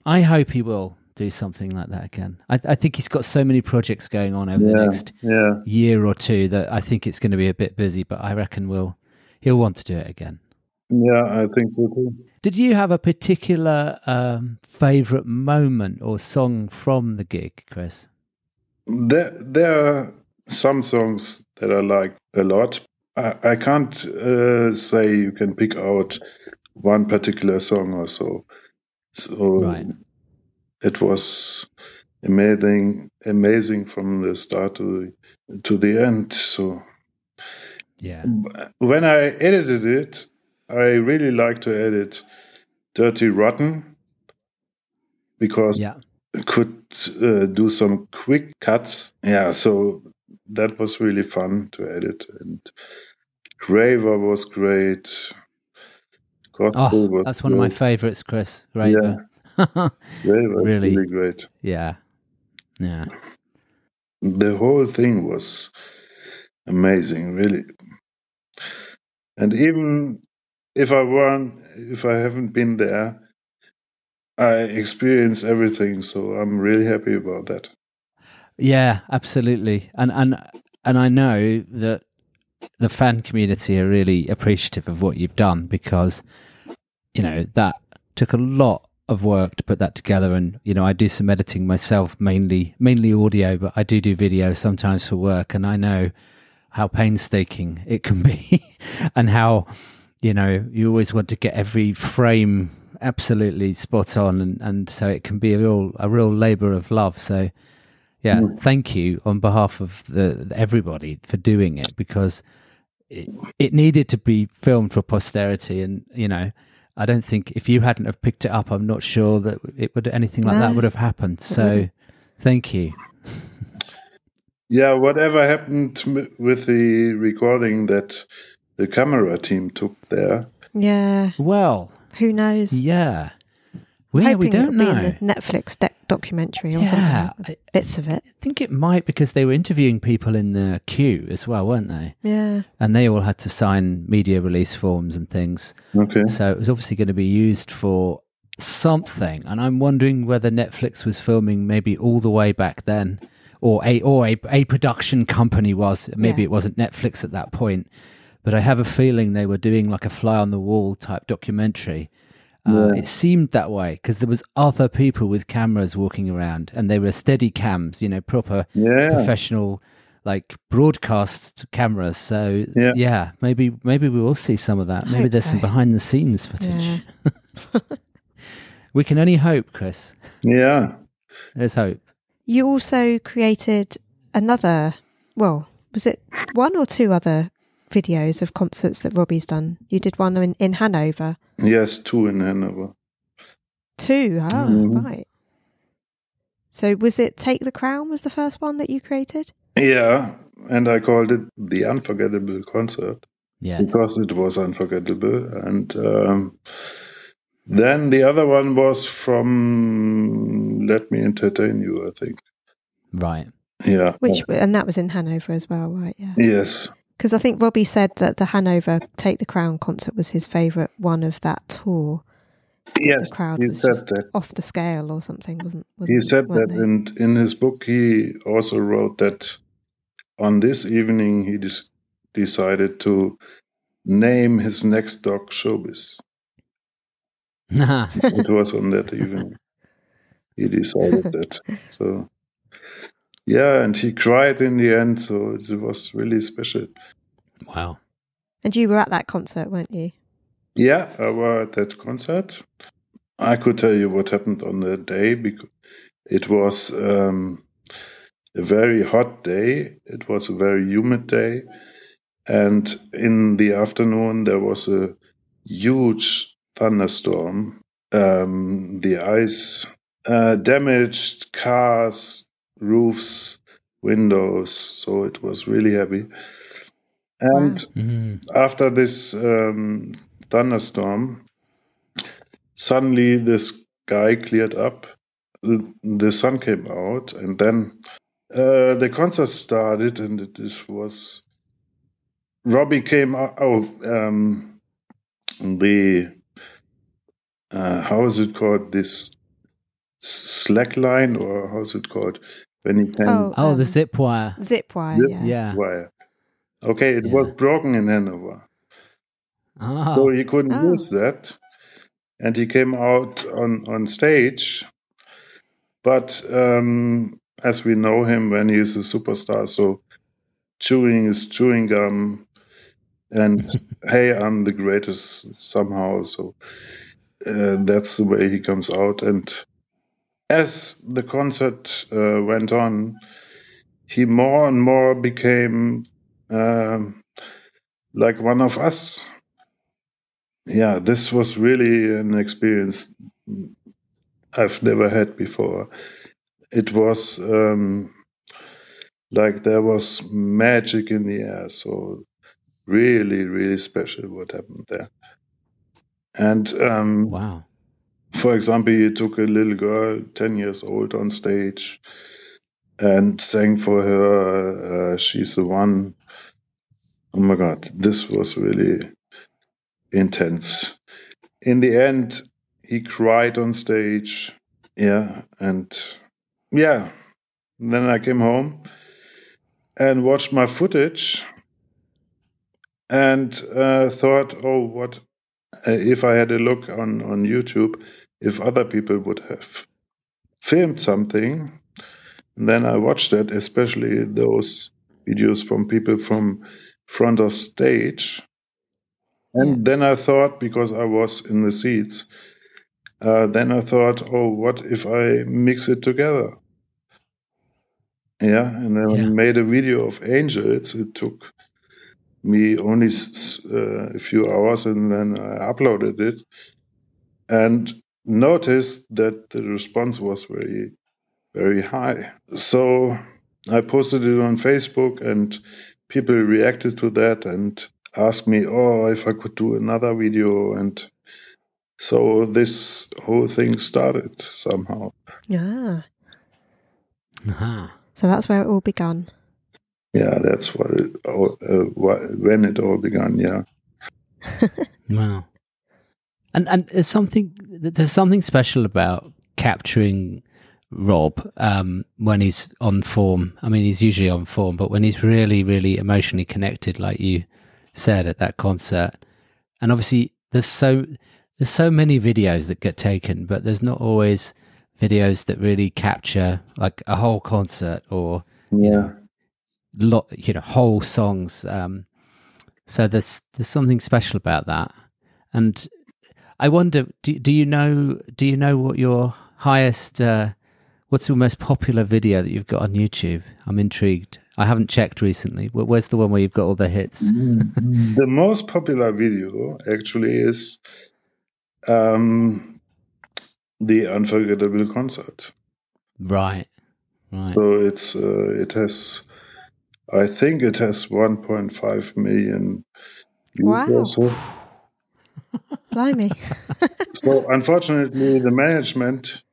Speaker 2: I hope he will do something like that again. I, I think he's got so many projects going on over the
Speaker 16: Yeah,
Speaker 2: next
Speaker 16: yeah.
Speaker 2: year or two that I think it's going to be a bit busy, but I reckon we'll he'll want to do it again.
Speaker 16: Yeah, I think so too.
Speaker 2: Did you have a particular um, favorite moment or song from the gig, Chris?
Speaker 16: There, there are some songs that I like a lot. I, I can't uh, say you can pick out one particular song or so. So it was amazing, amazing from the start to the, to the end. So
Speaker 2: yeah,
Speaker 16: when I edited it, I really like to edit "Dirty Rotten" because it could uh, do some quick cuts. Yeah, so that was really fun to edit. And Graver was great. Godfrey
Speaker 2: Oh,
Speaker 16: was
Speaker 2: that's one of my
Speaker 16: great.
Speaker 2: favorites, Chris. Raver.
Speaker 16: Graver was
Speaker 2: Really.
Speaker 16: really, great.
Speaker 2: Yeah, yeah.
Speaker 16: The whole thing was amazing, really. And even if I weren't, if I haven't been there, I experienced everything. So I'm really happy about that.
Speaker 2: Yeah, absolutely. And and and I know that the fan community are really appreciative of what you've done because you know that took a lot of work to put that together and you know I do some editing myself mainly mainly audio but I do do video sometimes for work and I know how painstaking it can be and how you know you always want to get every frame absolutely spot on and, and so it can be a real a real labor of love so yeah
Speaker 7: Mm.
Speaker 2: thank you on behalf of the everybody for doing it because it, it needed to be filmed for posterity and you know I don't think if you hadn't have picked it up I'm not sure that it would anything like that
Speaker 16: No,
Speaker 2: would have happened
Speaker 16: it
Speaker 2: so
Speaker 16: wouldn't.
Speaker 2: thank you
Speaker 16: Yeah, whatever happened m- with the recording that the camera team took there.
Speaker 11: Yeah.
Speaker 2: Well,
Speaker 11: who knows?
Speaker 2: Yeah. Well, yeah, we
Speaker 11: Hoping it'll
Speaker 2: don't
Speaker 11: be in the
Speaker 2: know.
Speaker 11: Netflix de- documentary or
Speaker 2: Yeah,
Speaker 11: something. Bits of it.
Speaker 2: I think it might because they were interviewing people in the queue as well weren't they
Speaker 11: Yeah.
Speaker 2: and they all had to sign media release forms and things.
Speaker 16: Okay.
Speaker 2: So it was obviously going to be used for something, and I'm wondering whether Netflix was filming maybe all the way back then, or a or a, a production company was. Maybe
Speaker 7: Yeah.
Speaker 2: it wasn't Netflix at that point, but I have a feeling they were doing like a fly on the wall type documentary. Uh,
Speaker 7: Yeah.
Speaker 2: It seemed that way because there was other people with cameras walking around, and they were steady cams, you know, proper
Speaker 16: Yeah.
Speaker 2: professional like broadcast cameras. So yeah. maybe maybe we will see some of that.
Speaker 7: I
Speaker 2: maybe
Speaker 7: hope
Speaker 2: there's some
Speaker 7: so.
Speaker 2: behind the scenes footage.
Speaker 7: Yeah.
Speaker 2: we can only hope, Chris.
Speaker 16: Yeah.
Speaker 2: There's hope.
Speaker 11: You also created another, well, was it one or two other videos of concerts that Robbie's done? You did one in, in Hanover.
Speaker 16: Yes, two in Hanover.
Speaker 11: Two. Oh,
Speaker 2: Mm-hmm.
Speaker 16: Mhm.
Speaker 11: right. So was it Take the Crown was the first one that you created?
Speaker 16: Yeah, and I called it the unforgettable concert.
Speaker 2: Yes.
Speaker 16: Because it was unforgettable. And um, then the other one was from Let Me Entertain You, I think.
Speaker 2: Right.
Speaker 16: Yeah.
Speaker 11: Which and that was in Hanover as well, right? Yeah.
Speaker 16: Yes.
Speaker 11: Because I think Robbie said that the Hanover Take the Crown concert was his favourite one of that tour.
Speaker 16: Yes,
Speaker 11: the crowd
Speaker 16: he
Speaker 11: was
Speaker 16: said
Speaker 11: just
Speaker 16: that.
Speaker 11: off the scale or something, wasn't? wasn't
Speaker 16: He said
Speaker 11: weren't
Speaker 16: that, and in his book, he also wrote that on this evening he dis- decided to name his next dog Showbiz.
Speaker 7: Oh,
Speaker 16: it was on that evening. He decided that. So, yeah, and he cried in the end. So it was really special.
Speaker 2: Wow.
Speaker 11: And you were at that concert, weren't you?
Speaker 16: Yeah, I were at that concert. I could tell you what happened on that day because it was um, a very hot day. It was a very humid day, and in the afternoon there was a huge thunderstorm. Um, the ice uh, damaged cars, roofs, windows. So it was really heavy. And after this um, thunderstorm, suddenly the sky cleared up, the, the sun came out, and then uh, the concert started, and it is- was Robbie came out. Oh, um, the uh, how is it called? This slack line, or how is it called? When he came,
Speaker 11: Oh,
Speaker 2: Oh,
Speaker 7: um,
Speaker 2: the zip wire.
Speaker 11: Zip wire,
Speaker 16: Zip
Speaker 11: yeah.
Speaker 16: wire. Okay, it was broken in Hanover.
Speaker 2: Ah.
Speaker 16: So he couldn't use that. And he came out on, on stage. But um, as we know him, when he is a superstar, so chewing is chewing gum. And hey, I'm the greatest somehow. So uh, that's the way he comes out. And as the concert uh, went on, he more and more became um, like one of us. Yeah, this was really an experience I've never had before. It was um, like there was magic in the air. So, really, really special what happened there. And um,
Speaker 2: wow.
Speaker 16: For example, he took a little girl, 10 years old, on stage and sang for her, uh, She's the One. Oh my God, this was really intense. In the end, he cried on stage. Yeah. And yeah, then I came home and watched my footage and uh, thought, oh, what uh, if I had a look on, on YouTube, if other people would have filmed something, then I watched that, especially those videos from people from front of stage. And then I thought, because I was in the seats, uh, then I thought, oh, what if I mix it together? Yeah, and then I made a video of angels. It took me only s- s- uh, a few hours and then I uploaded it and noticed that the response was very, very high. So I posted it on Facebook and people reacted to that and asked me, oh, if I could do another video. And so this whole thing started somehow.
Speaker 11: Yeah.
Speaker 2: Uh-huh.
Speaker 11: Ah, So that's where it all began.
Speaker 16: Yeah, that's what it, all- uh, wh- when it all began. Yeah.
Speaker 2: Wow. And and there's something there's something special about capturing Rob um, when he's on form. I mean, he's usually on form, but when he's really, really emotionally connected, like you said at that concert, and obviously there's so there's so many videos that get taken, but there's not always videos that really capture like a whole concert or you know lot you know whole songs. Um, so there's there's something special about that, and I wonder do do you know do you know what your highest uh, what's your most popular video that you've got on YouTube? I'm intrigued. I haven't checked recently. Wh- Where's the one where you've got all the hits?
Speaker 16: the most popular video actually is um, the unforgettable concert.
Speaker 2: Right. Right.
Speaker 16: So it's uh, it has, I think it has 1.5 million views
Speaker 11: Wow.
Speaker 16: or so.
Speaker 11: Blimey.
Speaker 16: So unfortunately, the management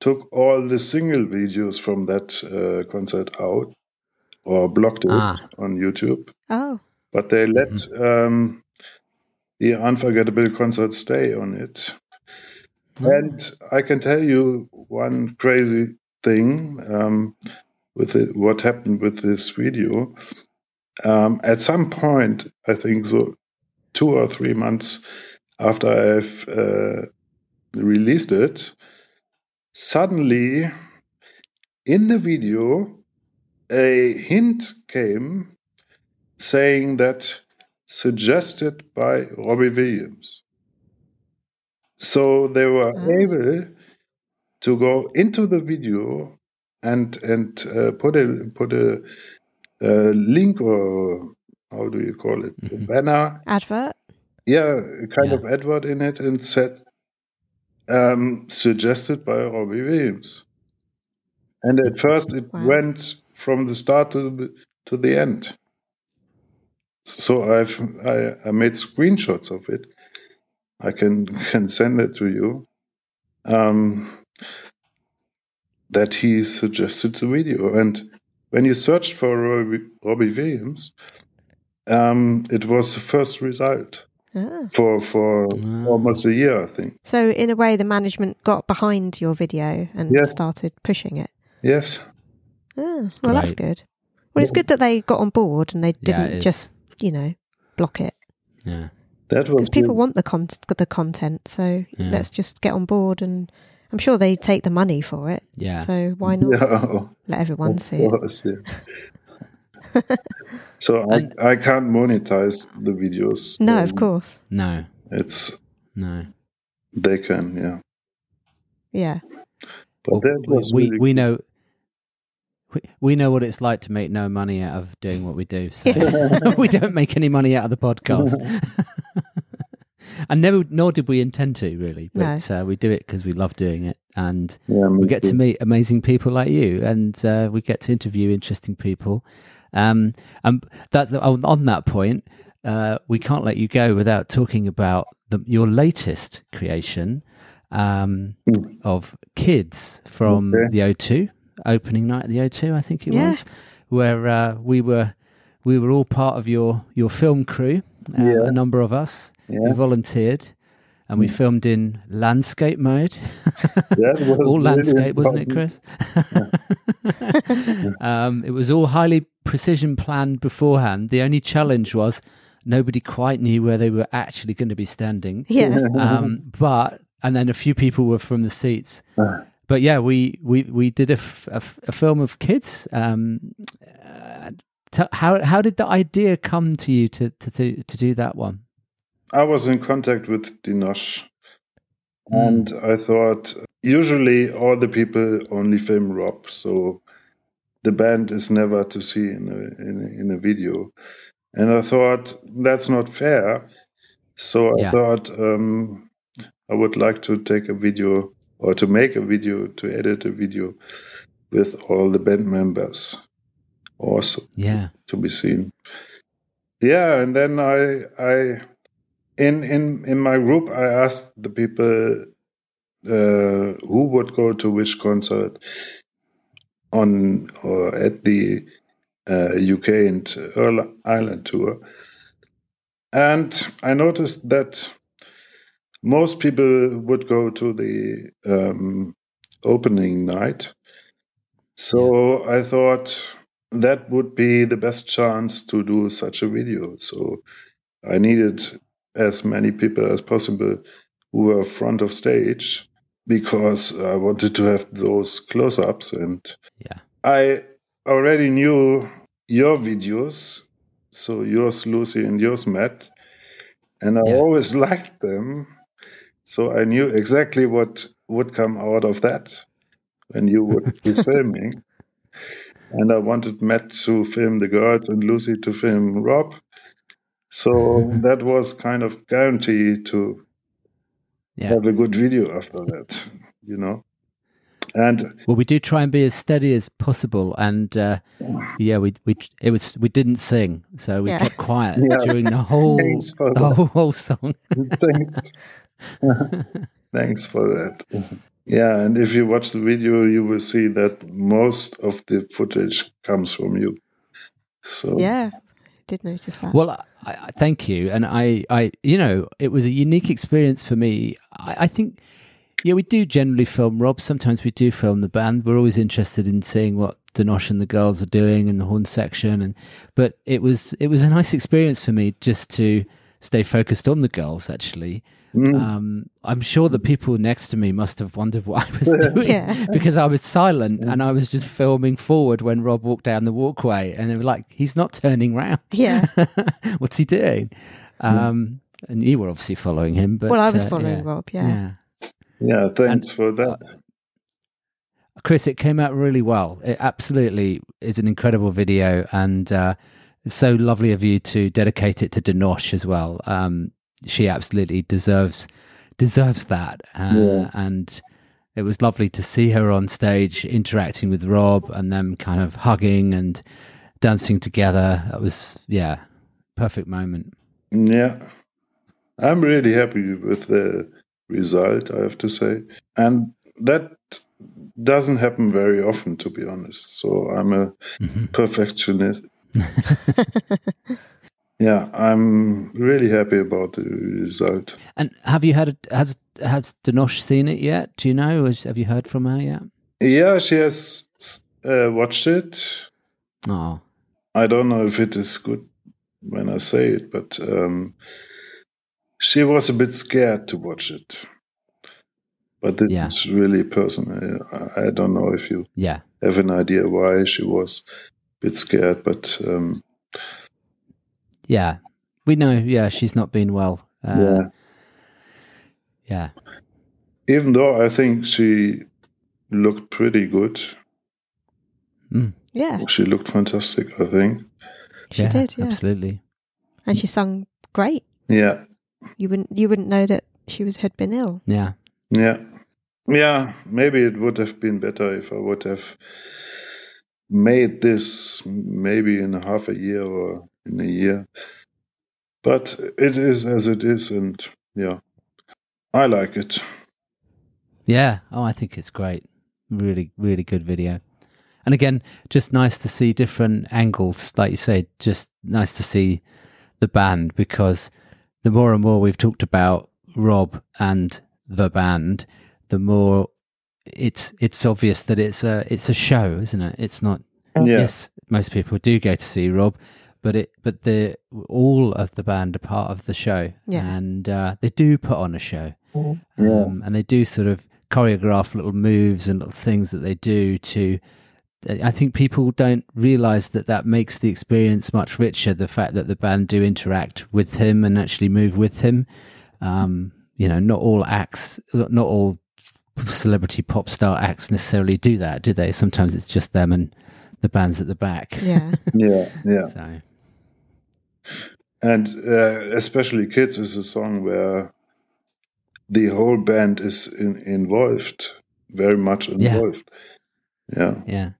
Speaker 16: took all the single videos from that uh, concert out or blocked it on YouTube.
Speaker 11: Oh.
Speaker 16: but they let um, the unforgettable concert stay on it. And I can tell you one crazy thing um, with it, what happened with this video. Um, at some point, I think so, two or three months after I've uh, released it, suddenly in the video, a hint came saying that suggested by Robbie Williams. So they were able to go into the video and and uh, put a put a uh, link or how do you call it a banner
Speaker 11: Advert?
Speaker 16: yeah a kind of advert in it and said um, suggested by Robbie Williams and at first it went from the start to the, to the end so I've I, I made screenshots of it I can can send it to you um, that he suggested the video. And when you searched for Robbie, Robbie Williams, um, it was the first result
Speaker 11: Ah.
Speaker 16: for for almost a year, I think.
Speaker 11: So, in a way, the management got behind your video and
Speaker 16: Yeah.
Speaker 11: started pushing it.
Speaker 16: Yes.
Speaker 11: Ah, well, that's
Speaker 16: Great.
Speaker 11: good. Well, it's good that they got on board and they
Speaker 16: Yeah, it
Speaker 11: didn't
Speaker 16: is.
Speaker 11: just, you know, block it.
Speaker 2: Yeah.
Speaker 16: That was
Speaker 11: Because people
Speaker 16: good.
Speaker 11: want the con- the content, so
Speaker 16: Yeah.
Speaker 11: let's just get on board, and I'm sure they take the money for it.
Speaker 16: Yeah.
Speaker 11: So why not
Speaker 16: Yeah.
Speaker 11: let everyone
Speaker 16: Of
Speaker 11: see it?
Speaker 16: course, yeah. so I, I can't monetize the videos.
Speaker 11: No, of course.
Speaker 2: No.
Speaker 16: It's
Speaker 2: no.
Speaker 16: They can, yeah.
Speaker 11: Yeah.
Speaker 16: But that
Speaker 2: we,
Speaker 16: was
Speaker 2: we,
Speaker 16: really
Speaker 2: we know we, we know what it's like to make no money out of doing what we do so we don't make any money out of the podcast and never nor did we intend to really but uh, we do it because we love doing it and we get to
Speaker 7: too.
Speaker 2: meet amazing people like you and uh, we get to interview interesting people um, and that's on, on that point uh, we can't let you go without talking about the, your latest creation um, of kids from the O2 opening night at the O2, I think it
Speaker 7: Yeah.
Speaker 2: was, where uh, we were we were all part of your your film crew. Uh, A number of us
Speaker 7: Yeah.
Speaker 2: who volunteered, and we
Speaker 7: Mm.
Speaker 2: filmed in landscape mode.
Speaker 7: That was
Speaker 2: all
Speaker 7: really
Speaker 2: landscape, wasn't it, Chris?
Speaker 7: important.
Speaker 2: um, it was all highly precision planned beforehand. The only challenge was nobody quite knew where they were actually going to be standing.
Speaker 7: Yeah.
Speaker 2: Um, but and then a few people were from the seats.
Speaker 16: Uh.
Speaker 2: But yeah, we we we did a, f- a f- a film of kids. Um, uh, t- how how did the idea come to you to to to, to do that one?
Speaker 16: I was in contact with Dinosh, and I thought usually all the people only film Rob, so the band is never to see in a, in a, in a video. And I thought that's not fair, so I
Speaker 30: Yeah.
Speaker 16: thought um, I would like to take a video or to make a video to edit a video with all the band members, also
Speaker 2: Yeah.
Speaker 16: to be seen. Yeah, and then I I in in in my group I asked the people uh, who would go to which concert on or at the uh, UK and Earl- Ireland tour, and I noticed that most people would go to the um, opening night. So I thought that would be the best chance to do such a video. So I needed as many people as possible who were front of stage because I wanted to have those close ups and I already knew your videos, so yours Lucy and yours Matt, and I always liked them. So I knew exactly what would come out of that when you would be filming. And I wanted Matt to film the girls and Lucy to film Rob. So that was kind of guaranteed to have a good video after that, you know. And
Speaker 2: Well, we do try and be as steady as possible, and uh, yeah, we we it was we didn't sing, so we
Speaker 16: Yeah.
Speaker 2: kept quiet
Speaker 16: Yeah.
Speaker 2: during the whole
Speaker 16: Thanks for
Speaker 2: the
Speaker 16: that.
Speaker 2: whole, whole song.
Speaker 16: Thanks. Thanks for that. Yeah, and if you watch the video, you will see that most of the footage comes from you. So
Speaker 11: Yeah. Did notice that.
Speaker 16: uh,
Speaker 2: Well, I, I thank you, and I, I, you know, it was a unique experience for me. I, I think Yeah, we do generally film Rob. Sometimes we do film the band. We're always interested in seeing what Dinosh and the girls are doing in the horn section. And but it was it was a nice experience for me just to stay focused on the girls. Actually,
Speaker 7: Mm.
Speaker 2: um, I'm sure the people next to me must have wondered what I was doing
Speaker 7: Yeah.
Speaker 2: because I was silent and I was just filming forward when Rob walked down the walkway, and they were like, "He's not turning round.
Speaker 11: Yeah.
Speaker 2: What's he doing?" Um, and you were obviously following him, but
Speaker 11: well, I was
Speaker 2: uh,
Speaker 11: following
Speaker 2: yeah.
Speaker 11: Rob. Yeah.
Speaker 2: yeah.
Speaker 16: Yeah, thanks for that.
Speaker 2: Chris, it came out really well. It absolutely is an incredible video, and uh, it's so lovely of you to dedicate it to Dinosh as well. Um, she absolutely deserves deserves that, uh,
Speaker 7: Yeah.
Speaker 2: and it was lovely to see her on stage interacting with Rob and them kind of hugging and dancing together. That was yeah, perfect moment.
Speaker 16: Yeah. I'm really happy with the result, I have to say. And that doesn't happen very often, to be honest. So I'm a perfectionist. yeah, I'm really happy about the result.
Speaker 2: And have you had has has Dinosh seen it yet? Do you know? Has- Have you heard from her yet?
Speaker 16: Yeah, she has uh, watched it.
Speaker 2: Oh.
Speaker 16: I don't know if it is good when I say it, but um, she was a bit scared to watch it. But it's really personal. I I don't know if you
Speaker 2: Yeah.
Speaker 16: have an idea why she was a bit scared, but um,
Speaker 2: Yeah, we know. Yeah, she's not been well. Uh,
Speaker 16: yeah.
Speaker 2: yeah,
Speaker 16: even though I think she looked pretty good,
Speaker 11: Yeah.
Speaker 16: she looked fantastic, I think.
Speaker 11: She did. Yeah.
Speaker 2: absolutely.
Speaker 11: And she sung great.
Speaker 16: Yeah,
Speaker 11: You wouldn't you wouldn't know that she was had been ill.
Speaker 2: yeah.
Speaker 16: Yeah. Yeah, maybe it would have been better if I would have made this maybe in half a year or in a year. But it is as it is, and yeah, I like it.
Speaker 2: Yeah. Oh, I think it's great. Really, really good video. And again, just nice to see different angles. Like you say, just nice to see the band because the more and more we've talked about Rob and the band, the more it's it's obvious that it's a it's a show, isn't it? It's not.
Speaker 7: Yeah.
Speaker 2: Yes, most people do go to see Rob, but it but the all of the band are part of the show,
Speaker 7: Yeah.
Speaker 2: and uh, they do put on a show.
Speaker 7: Mhm.
Speaker 2: Yeah. Um, and they do sort of choreograph little moves and little things that they do to. uh, I think people don't realize that that makes the experience much richer. The fact that the band do interact with him and actually move with him. Um, you know, not all acts, not all celebrity pop star acts necessarily do that, do they? Sometimes it's just them and the bands at the back.
Speaker 11: Yeah.
Speaker 16: Yeah, yeah.
Speaker 2: So.
Speaker 16: And uh, especially Kids is a song where the whole band is in, involved, very much involved. Yeah.
Speaker 2: Yeah.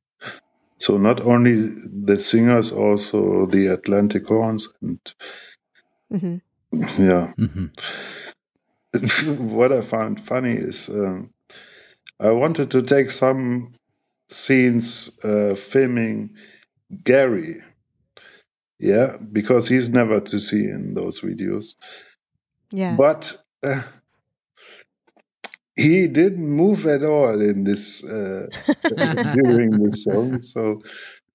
Speaker 16: So not only the singers, also the Atlantic horns and
Speaker 11: hmm
Speaker 16: Yeah. what I found funny is um, I wanted to take some scenes uh, filming Gary. Yeah, because he's never to see in those videos.
Speaker 11: Yeah.
Speaker 16: But uh, he didn't move at all in this uh, during this song. So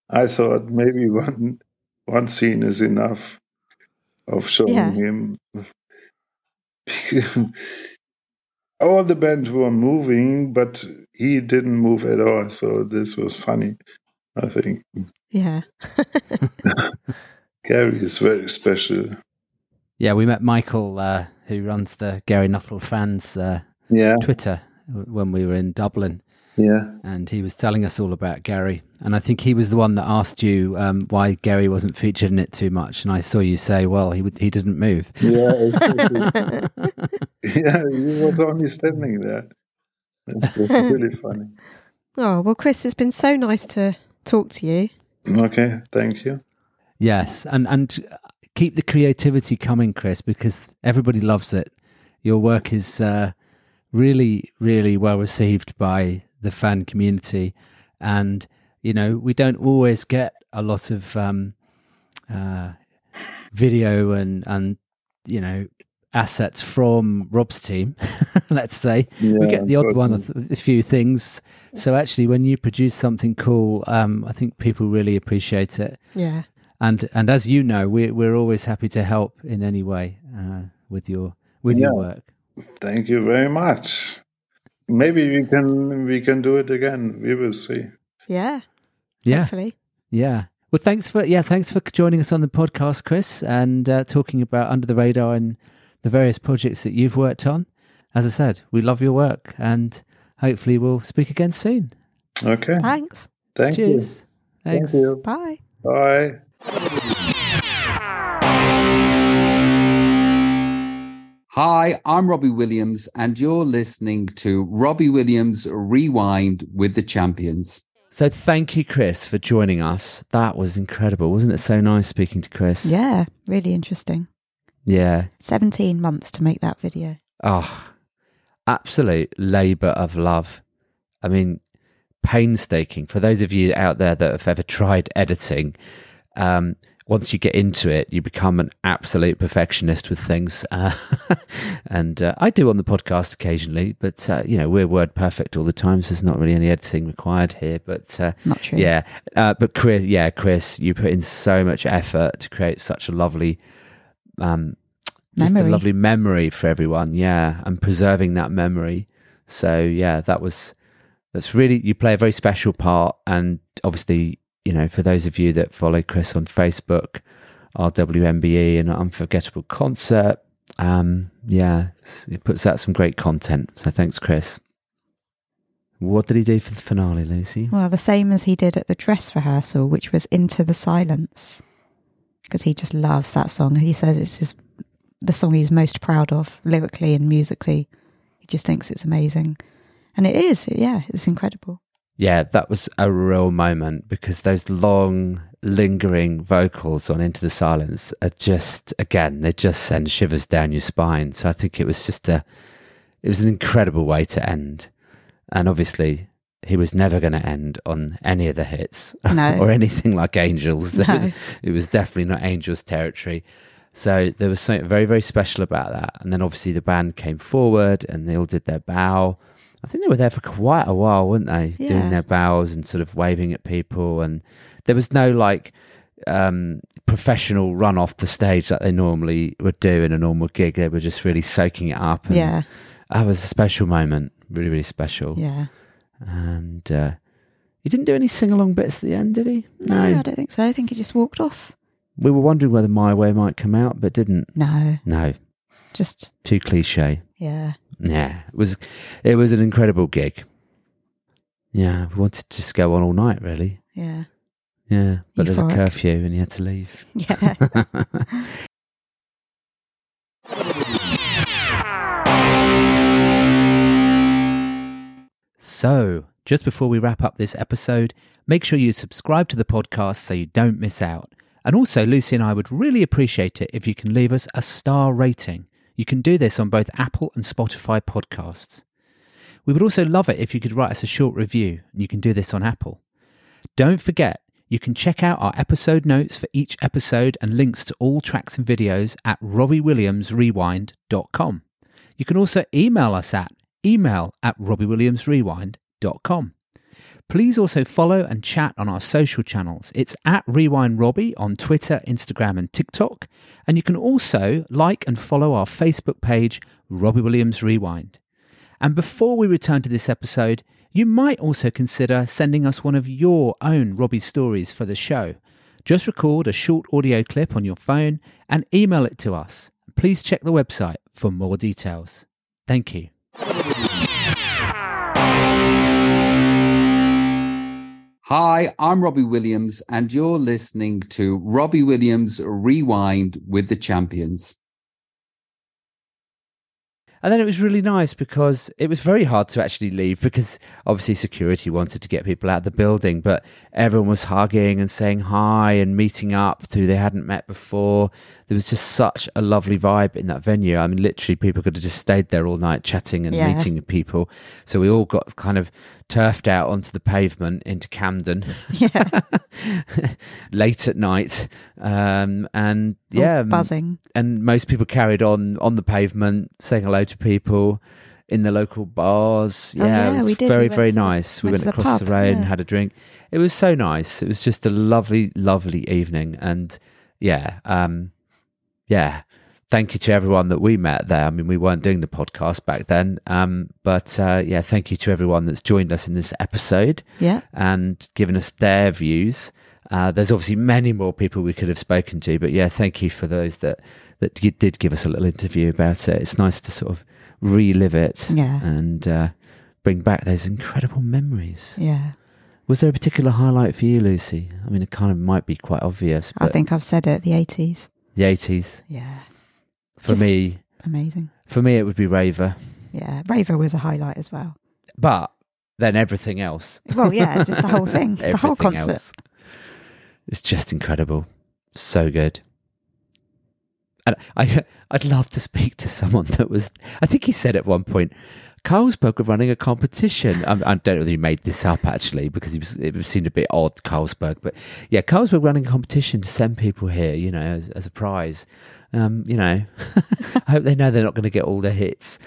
Speaker 16: I thought maybe one one scene is enough of showing
Speaker 11: Yeah.
Speaker 16: him. all the band were moving, but he didn't move at all. So this was funny. I think
Speaker 11: Yeah.
Speaker 16: Gary is very special.
Speaker 2: Yeah, we met Michael, uh, who runs the Gary Nuttall fans uh,
Speaker 16: Yeah.
Speaker 2: Twitter w- when we were in Dublin.
Speaker 16: Yeah.
Speaker 2: And he was telling us all about Gary. And I think he was the one that asked you um, why Gary wasn't featured in it too much. And I saw you say, well, he, would he didn't move.
Speaker 16: Yeah, exactly. yeah, he was only standing there. It was really funny.
Speaker 11: Oh well, Chris, it's been so nice to talk to you.
Speaker 16: Okay, thank you.
Speaker 2: Yes, and and keep the creativity coming, Chris, because everybody loves it. Your work is uh, really, really well received by the fan community, and you know we don't always get a lot of um, uh, video and and you know
Speaker 7: assets from Rob's team, let's say. we
Speaker 2: Yeah,
Speaker 7: get the odd one,
Speaker 2: unfortunately.
Speaker 11: Mm.
Speaker 7: of a few things. So actually, when you produce something cool, um, I think people really appreciate it.
Speaker 11: Yeah.
Speaker 7: And and as you know, we're we're always happy to help in any way uh, with your with your
Speaker 16: Yeah.
Speaker 7: work.
Speaker 16: Thank you very much. Maybe we can we can do it again. We will see.
Speaker 11: Yeah.
Speaker 7: Yeah.
Speaker 11: Hopefully.
Speaker 7: Yeah. Well, thanks for yeah, thanks for joining us on the podcast, Chris, and uh, talking about under the radar and the various projects that you've worked on. As I said, we love your work, and hopefully we'll speak again soon.
Speaker 16: Okay.
Speaker 11: Thanks.
Speaker 16: Thank you.
Speaker 7: Cheers. Thanks.
Speaker 16: Thank you.
Speaker 11: Bye.
Speaker 16: Bye.
Speaker 15: Hi, I'm Robbie Williams, and you're listening to Robbie Williams Rewind with the Champions.
Speaker 2: So thank you, Chris, for joining us. That was incredible, wasn't it? So nice speaking to Chris.
Speaker 3: Yeah, really interesting.
Speaker 2: Yeah.
Speaker 3: 17 months to make that video.
Speaker 2: Oh, absolute labour of love. I mean, painstaking. For those of you out there that have ever tried editing, um, once you get into it, you become an absolute perfectionist with things. Uh, and uh, I do on the podcast occasionally, but uh, you know we're word perfect all the time, so there's not really any editing required here. But uh,
Speaker 3: Not true.
Speaker 2: Yeah, uh, but Chris, yeah, Chris, you put in so much effort to create such a lovely um, just a
Speaker 3: Memory.
Speaker 2: lovely memory for everyone. Yeah, and preserving that memory. So yeah, that was that's really you play a very special part, and obviously you know for those of you that follow Chris on Facebook, our WMBE E and Unforgettable concert. Um, yeah, s- it puts out some great content. So thanks, Chris. What did he do for the finale, Lucy?
Speaker 3: Well, the same as he did at the dress rehearsal, which was Into the Silence, because he just loves that song. He says it's his, the song he's most proud of, lyrically and musically. He just thinks it's amazing. And it is, yeah, it's incredible.
Speaker 2: Yeah, that was a real moment because those long, lingering vocals on Into the Silence are just, again, they just send shivers down your spine. So I think it was just a, it was an incredible way to end. And obviously, he was never going to end on any of the hits
Speaker 3: No.
Speaker 2: or anything like Angels. There
Speaker 3: No.
Speaker 2: was- it was definitely not Angels territory. So there was something very, very special about that. And then obviously the band came forward and they all did their bow. I think they were there for quite a while, weren't they? Yeah. Doing their bows and sort of waving at people. And there was no like um, professional run off the stage like they normally would do in a normal gig. They were just really soaking it up. And
Speaker 3: Yeah.
Speaker 2: That was a special moment. Really, really special.
Speaker 3: Yeah.
Speaker 2: And uh, he didn't do any sing along bits at the end, did he?
Speaker 3: No, I don't think so. I think he just walked off.
Speaker 2: We were wondering whether My Way might come out, but didn't.
Speaker 3: No.
Speaker 2: No.
Speaker 3: Just
Speaker 2: too cliche.
Speaker 3: Yeah.
Speaker 2: Yeah. It was it was an incredible gig. Yeah. We wanted to just go on all night really.
Speaker 3: Yeah.
Speaker 2: Yeah. But there's a
Speaker 3: Euphoric.
Speaker 2: curfew and you had to leave.
Speaker 3: Yeah.
Speaker 7: So, just before we wrap up this episode, make sure you subscribe to the podcast so you don't miss out. And also, Lucy and I would really appreciate it if you can leave us a star rating. You can do this on both Apple and Spotify podcasts. We would also love it if you could write us a short review, and you can do this on Apple. Don't forget, you can check out our episode notes for each episode and links to all tracks and videos at robbiewilliamsrewind.com. You can also email us at email at robbiewilliamsrewind.com. Please also follow and chat on our social channels. It's at Rewind Robbie on Twitter, Instagram, and TikTok. And you can also like and follow our Facebook page, Robbie Williams Rewind. And before we return to this episode, you might also consider sending us one of your own Robbie stories for the show. Just record a short audio clip on your phone and email it to us. Please check the website for more details. Thank you.
Speaker 15: Hi, I'm Robbie Williams, and you're listening to Robbie Williams Rewind with the Champions.
Speaker 2: And then it was really nice because it was very hard to actually leave because obviously security wanted to get people out of the building, but everyone was hugging and saying hi and meeting up who they hadn't met before. There was just such a lovely vibe in that venue. I mean, literally, people could have just stayed there all night chatting and
Speaker 31: Yeah.
Speaker 2: meeting people. So we all got kind of turfed out onto the pavement into Camden. Yeah. Late at night. Um, and
Speaker 3: All
Speaker 2: yeah.
Speaker 3: Oh, buzzing.
Speaker 2: And most people carried on on the pavement, saying hello to people in the local bars.
Speaker 3: Oh,
Speaker 2: Yeah, it
Speaker 3: yeah,
Speaker 2: was
Speaker 3: we did.
Speaker 2: very,
Speaker 3: We went
Speaker 2: very
Speaker 3: to-
Speaker 2: nice. We
Speaker 3: went
Speaker 2: went
Speaker 3: to the
Speaker 2: across the,
Speaker 3: pub,
Speaker 2: road and
Speaker 3: yeah.
Speaker 2: had a drink. It was so nice. It was just a lovely, lovely evening. And yeah, um, yeah. Thank you to everyone that we met there. I mean, we weren't doing the podcast back then, um, but uh, yeah, thank you to everyone that's joined us in this episode
Speaker 3: Yeah.
Speaker 2: and given us their views. Uh, there's obviously many more people we could have spoken to, but yeah, thank you for those that that gi- did give us a little interview about it. It's nice to sort of relive it
Speaker 3: Yeah.
Speaker 2: and uh, bring back those incredible memories.
Speaker 3: Yeah.
Speaker 2: Was there a particular highlight for you, Lucy? I mean, it kind of might be quite obvious,
Speaker 3: I
Speaker 2: but
Speaker 3: think I've said it. The 80s.
Speaker 2: the 80s.
Speaker 3: Yeah.
Speaker 2: For
Speaker 3: Just
Speaker 2: me,
Speaker 3: amazing.
Speaker 2: For me, it would be Raver,
Speaker 3: Yeah. Raver was a highlight as well.
Speaker 2: but then everything else.
Speaker 3: Well, yeah, just the whole thing, the whole
Speaker 2: Everything
Speaker 3: concert.
Speaker 2: else. It's just incredible. So good. And I, I'd love to speak to someone that was. I think he said at one point, Carlsberg are running a competition. I, I don't know whether he made this up actually, because he was, it seemed a bit odd, Carlsberg. But yeah, Carlsberg running a competition to send people here, you know, as, as a prize. Um, you know, I hope they know they're not going to get all the hits.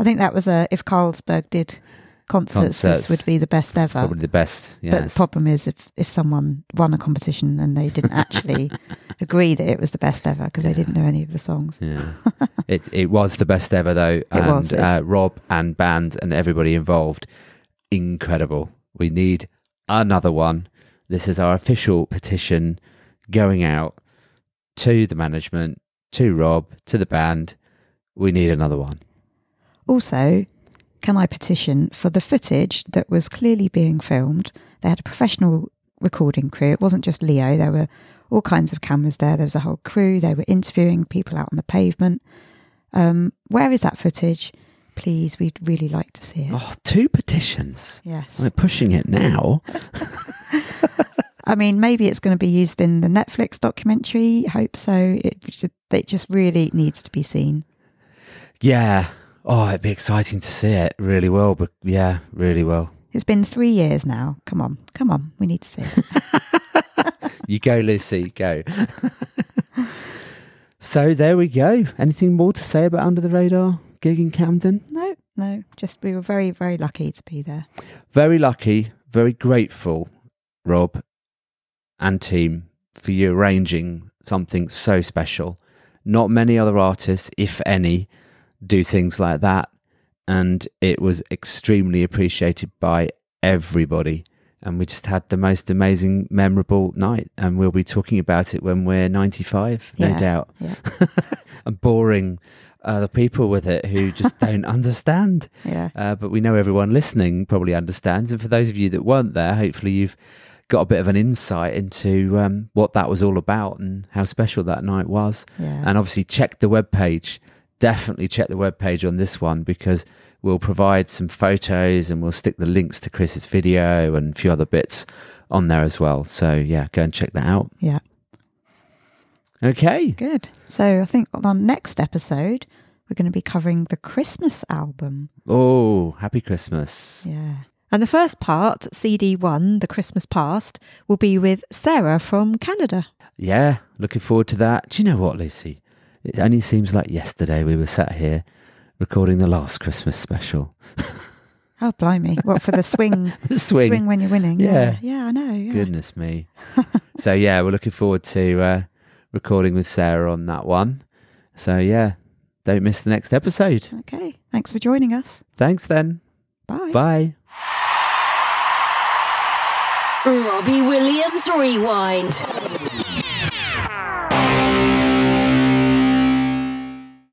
Speaker 3: I think that was a if Carlsberg did concerts,
Speaker 2: Concerts.
Speaker 3: this would be the best ever.
Speaker 2: Probably the best,
Speaker 3: But the
Speaker 2: yes.
Speaker 3: problem is if if someone won a competition and they didn't actually agree that it was the best ever because they didn't know any of the songs.
Speaker 2: Yeah. it it was the best ever though, and
Speaker 3: was,
Speaker 2: uh,
Speaker 3: yes.
Speaker 2: Rob and band and everybody involved, incredible. We need another one. This is our official petition going out to the management, to Rob, to the band. We need another one.
Speaker 3: Also, can I petition for the footage that was clearly being filmed? They had a professional recording crew. It wasn't just Leo, there were all kinds of cameras there. There was a whole crew. They were interviewing people out on the pavement. Um, where is that footage? Please, we'd really like to see it.
Speaker 2: Oh, two petitions.
Speaker 3: Yes.
Speaker 2: We're pushing it now.
Speaker 3: I mean, maybe it's going to be used in the Netflix documentary. Hope so. It, should, it just really needs to be seen.
Speaker 2: Yeah. Oh, it'd be exciting to see it. Really well, but yeah, really well.
Speaker 3: It's been three years now. Come on, come on. We need to see it.
Speaker 2: You go, Lucy, go. so there we go. Anything more to say about Under the Radar gig in Camden?
Speaker 3: no, no. Just we were very, very lucky to be there.
Speaker 2: Very lucky, very grateful, Rob and team, for you arranging something so special. Not many other artists, if any, do things like that. And it was extremely appreciated by everybody. And we just had the most amazing, memorable night. And we'll be talking about it when we're 95, no
Speaker 22: Yeah,
Speaker 2: doubt. and boring other people with it who just don't understand.
Speaker 3: Yeah.
Speaker 2: Uh, but we know everyone listening probably understands. And for those of you that weren't there, hopefully you've got a bit of an insight into um, what that was all about and how special that night was.
Speaker 3: Yeah.
Speaker 2: And obviously, check the webpage. Definitely check the webpage on this one because we'll provide some photos and we'll stick the links to Chris's video and a few other bits on there as well. So, yeah, go and check that out.
Speaker 3: Yeah.
Speaker 2: Okay.
Speaker 3: Good. So I think on our next episode, we're going to be covering the Christmas album.
Speaker 2: Oh, happy Christmas.
Speaker 3: Yeah. And the first part, CD1, The Christmas Past, will be with Sarah from Canada.
Speaker 2: Yeah, looking forward to that. Do you know what, Lucy? It only seems like yesterday we were sat here recording the last Christmas special.
Speaker 3: Oh, blimey. What, for the swing?
Speaker 2: The swing.
Speaker 3: when you're winning.
Speaker 2: Yeah.
Speaker 3: Yeah. Yeah, I know. Yeah.
Speaker 2: Goodness me. so, yeah, we're looking forward to uh, recording with Sarah on that one. So, yeah, don't miss the next episode.
Speaker 3: Okay. Thanks for joining us.
Speaker 2: Thanks then.
Speaker 3: Bye.
Speaker 2: Bye.
Speaker 18: Robbie Williams Rewind.